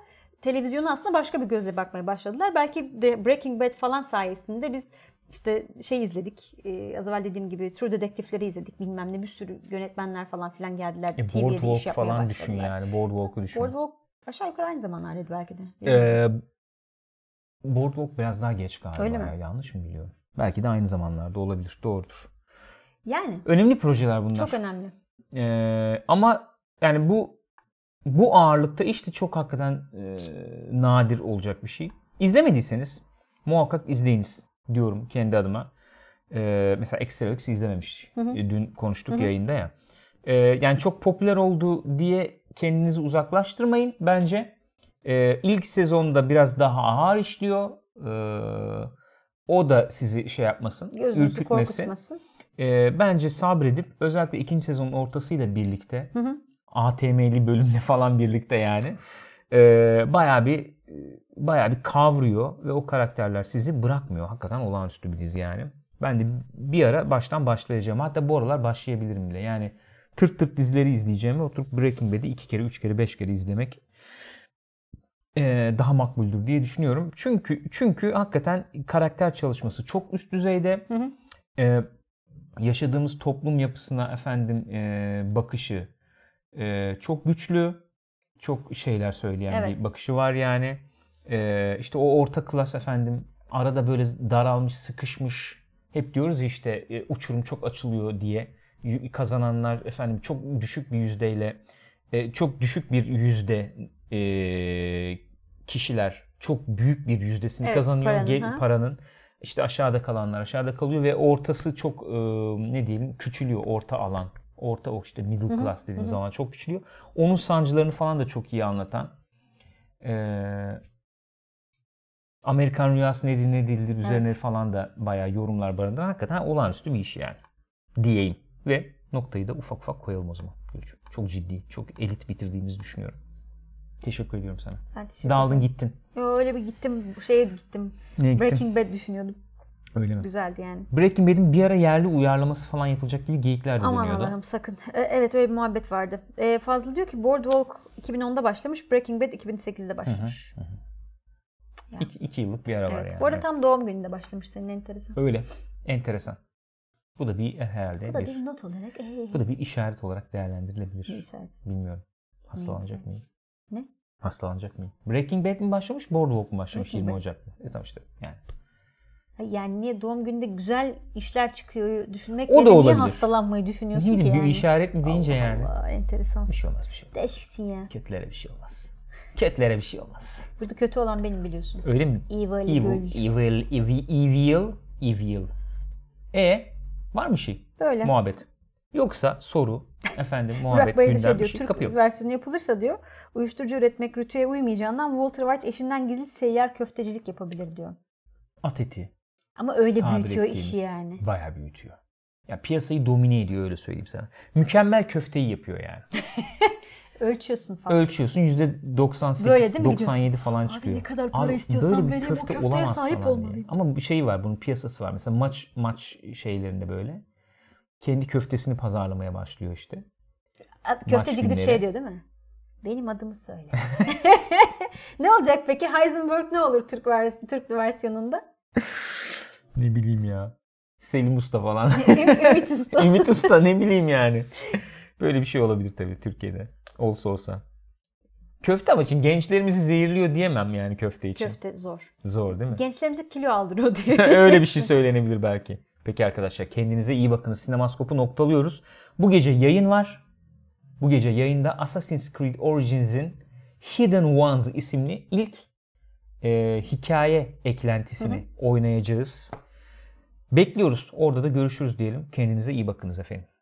Speaker 2: televizyona aslında başka bir gözle bakmaya başladılar. Belki de Breaking Bad falan sayesinde biz işte şey izledik. Ee, az evvel dediğim gibi True Detective'leri izledik. Bilmem ne bir sürü yönetmenler falan filan geldiler.
Speaker 1: E,
Speaker 2: TV'de iş
Speaker 1: boardwalk
Speaker 2: yapmaya
Speaker 1: falan
Speaker 2: başladılar.
Speaker 1: düşün yani. Boardwalk'u düşün.
Speaker 2: Boardwalk aşağı yukarı aynı zamanlardaydı belki de.
Speaker 1: Ee, boardwalk biraz daha geç galiba.
Speaker 2: Öyle
Speaker 1: ya,
Speaker 2: mi?
Speaker 1: Yanlış mı biliyorum? Belki de aynı zamanlarda olabilir. Doğrudur.
Speaker 2: yani
Speaker 1: Önemli projeler bunlar.
Speaker 2: çok önemli.
Speaker 1: Ee, ama yani bu bu ağırlıkta işte çok hakikaten e, nadir olacak bir şey. İzlemediyseniz muhakkak izleyiniz diyorum kendi adıma. Ee, mesela Extra X izlememiş.
Speaker 2: Hı hı.
Speaker 1: E, Dün konuştuk
Speaker 2: Hı hı.
Speaker 1: yayında ya. Ee, yani çok popüler oldu diye kendinizi uzaklaştırmayın bence. Ee, ilk sezonda biraz daha ağır işliyor. Ee, o da sizi şey yapmasın,
Speaker 2: Gözünüzü
Speaker 1: ürkütmesin.
Speaker 2: korkutmasın.
Speaker 1: Ee, bence sabredip özellikle ikinci sezonun ortasıyla birlikte
Speaker 2: Hı hı.
Speaker 1: ATM'li bölümle falan birlikte yani ee, bayağı bir e, bayağı bir kavruyor ve o karakterler sizi bırakmıyor. Hakikaten olağanüstü bir dizi yani. Ben de bir ara baştan başlayacağım. Hatta bu aralar başlayabilirim bile. Yani tırt tırt dizileri izleyeceğim ve oturup Breaking Bad'i iki kere, üç kere, beş kere izlemek ee, daha makbuldür diye düşünüyorum. Çünkü çünkü hakikaten karakter çalışması çok üst düzeyde.
Speaker 2: Hı hı.
Speaker 1: Ee, yaşadığımız toplum yapısına efendim ee, bakışı ee, çok güçlü, çok şeyler söyleyen
Speaker 2: Evet.
Speaker 1: bir bakışı var yani. Ee, işte o orta klas efendim arada böyle daralmış, sıkışmış. Hep diyoruz ya işte e, uçurum çok açılıyor diye Y- kazananlar efendim çok düşük bir yüzdeyle e, çok düşük bir yüzde e, kişiler çok büyük bir yüzdesini
Speaker 2: Evet,
Speaker 1: kazanıyor
Speaker 2: paranın,
Speaker 1: Ge-
Speaker 2: ha.
Speaker 1: paranın. İşte aşağıda kalanlar aşağıda kalıyor ve ortası çok e, ne diyelim küçülüyor orta alan. Orta o işte middle class dediğimiz zaman çok küçülüyor. Onun sancılarını falan da çok iyi anlatan. e, Amerikan rüyası nedir ne değildir üzerine falan da bayağı yorumlar barındıran hakikaten olağanüstü bir iş yani. Diyeyim. Ve noktayı da ufak ufak koyalım o zaman. Gülçin. Çok ciddi, çok elit bitirdiğimizi düşünüyorum. Teşekkür ediyorum sana.
Speaker 2: Ben teşekkür
Speaker 1: Daldın gittin.
Speaker 2: şey Yo, öyle bir gittim şeye gittim.
Speaker 1: Neye gittin?
Speaker 2: Breaking Bad düşünüyordum.
Speaker 1: Öyle mi?
Speaker 2: Güzeldi yani.
Speaker 1: Breaking Bad'in bir ara yerli uyarlaması falan yapılacak gibi geyikler de
Speaker 2: Aman
Speaker 1: dönüyordu.
Speaker 2: Allah'ım sakın. E, Evet öyle bir muhabbet vardı. E, Fazlı diyor ki Boardwalk 2010'da başlamış, Breaking Bad 2008'de başlamış.
Speaker 1: İki, iki yıllık bir ara var
Speaker 2: Evet.
Speaker 1: yani.
Speaker 2: Bu arada
Speaker 1: Evet.
Speaker 2: tam doğum gününde başlamış senin enteresan.
Speaker 1: Öyle. Enteresan. Bu da bir eh, herhalde
Speaker 2: Bu da
Speaker 1: bir,
Speaker 2: bir not olarak. ee,
Speaker 1: bu da bir işaret olarak değerlendirilebilir.
Speaker 2: bir işaret.
Speaker 1: Bilmiyorum. Hastalanacak
Speaker 2: Neyse.
Speaker 1: mıyım?
Speaker 2: Ne?
Speaker 1: Hastalanacak mıyım? Breaking Bad mi başlamış, Boardwalk mu başlamış
Speaker 2: Breaking
Speaker 1: 20
Speaker 2: Bad.
Speaker 1: Ocak'ta? E tamam işte yani.
Speaker 2: Ha, Yani niye doğum gününde güzel işler çıkıyor düşünmek
Speaker 1: O da
Speaker 2: niye
Speaker 1: olabilir.
Speaker 2: hastalanmayı düşünüyorsun
Speaker 1: Şimdi
Speaker 2: ki
Speaker 1: bir
Speaker 2: yani?
Speaker 1: işaret mi deyince
Speaker 2: Allah
Speaker 1: yani.
Speaker 2: Allah, enteresan.
Speaker 1: Bir şey olmaz bir şey olmaz.
Speaker 2: Değişiksin ya.
Speaker 1: Kötülere bir şey olmaz. Kötülere bir şey olmaz.
Speaker 2: Burada kötü olan benim biliyorsun.
Speaker 1: Öyle mi?
Speaker 2: Evil,
Speaker 1: Evil,
Speaker 2: gül.
Speaker 1: evil, evil, evil, evil. E var mı şey?
Speaker 2: Böyle.
Speaker 1: Muhabbet. Yoksa soru, efendim muhabbet,
Speaker 2: Burak Bayır da
Speaker 1: gündem
Speaker 2: şey
Speaker 1: bir
Speaker 2: diyor,
Speaker 1: şey
Speaker 2: Türk
Speaker 1: kapı yok.
Speaker 2: versiyonu yapılırsa diyor, uyuşturucu üretmek ritüele uymayacağından Walter White eşinden gizli seyyar köftecilik yapabilir diyor.
Speaker 1: At eti
Speaker 2: Ama öyle
Speaker 1: tabir
Speaker 2: büyütüyor
Speaker 1: ettiğimiz
Speaker 2: şey işi yani.
Speaker 1: Bayağı büyütüyor. Ya piyasayı domine ediyor öyle söyleyeyim sana. Mükemmel köfteyi yapıyor yani.
Speaker 2: Ölçüyorsun falan.
Speaker 1: ölçüyorsun yüzde 98
Speaker 2: Böyle değil mi
Speaker 1: 97 falan
Speaker 2: Abi
Speaker 1: çıkıyor.
Speaker 2: ne kadar para istiyorsan
Speaker 1: böyle bir
Speaker 2: vereyim, o köfteye
Speaker 1: olamaz
Speaker 2: sahip
Speaker 1: falan diye.
Speaker 2: olmalıyım.
Speaker 1: Ama bir şey var bunun piyasası var. Mesela maç maç şeylerinde böyle kendi köftesini pazarlamaya başlıyor işte.
Speaker 2: A- Köfteci gidip
Speaker 1: günleri.
Speaker 2: şey diyor değil mi? Benim adımı söyle. ne olacak peki? Heisenberg ne olur Türk, vers- Türk versiyonunda?
Speaker 1: Ne bileyim ya. Selim Usta falan.
Speaker 2: Ü- Ümit Usta.
Speaker 1: Ümit Usta ne bileyim yani. Böyle bir şey olabilir tabii Türkiye'de. Olsa olsa. Köfte ama şimdi gençlerimizi zehirliyor diyemem yani köfte için.
Speaker 2: Köfte zor.
Speaker 1: Zor değil mi?
Speaker 2: Gençlerimize kilo aldırıyor diyor.
Speaker 1: Öyle bir şey söylenebilir belki. Peki arkadaşlar kendinize iyi bakınız. Sinemaskop'u noktalıyoruz. Bu gece yayın var. Bu gece yayında Assassin's Creed Origins'in Hidden Ones isimli ilk e, hikaye eklentisini oynayacağız. Bekliyoruz. Orada da görüşürüz diyelim. Kendinize iyi bakınız efendim.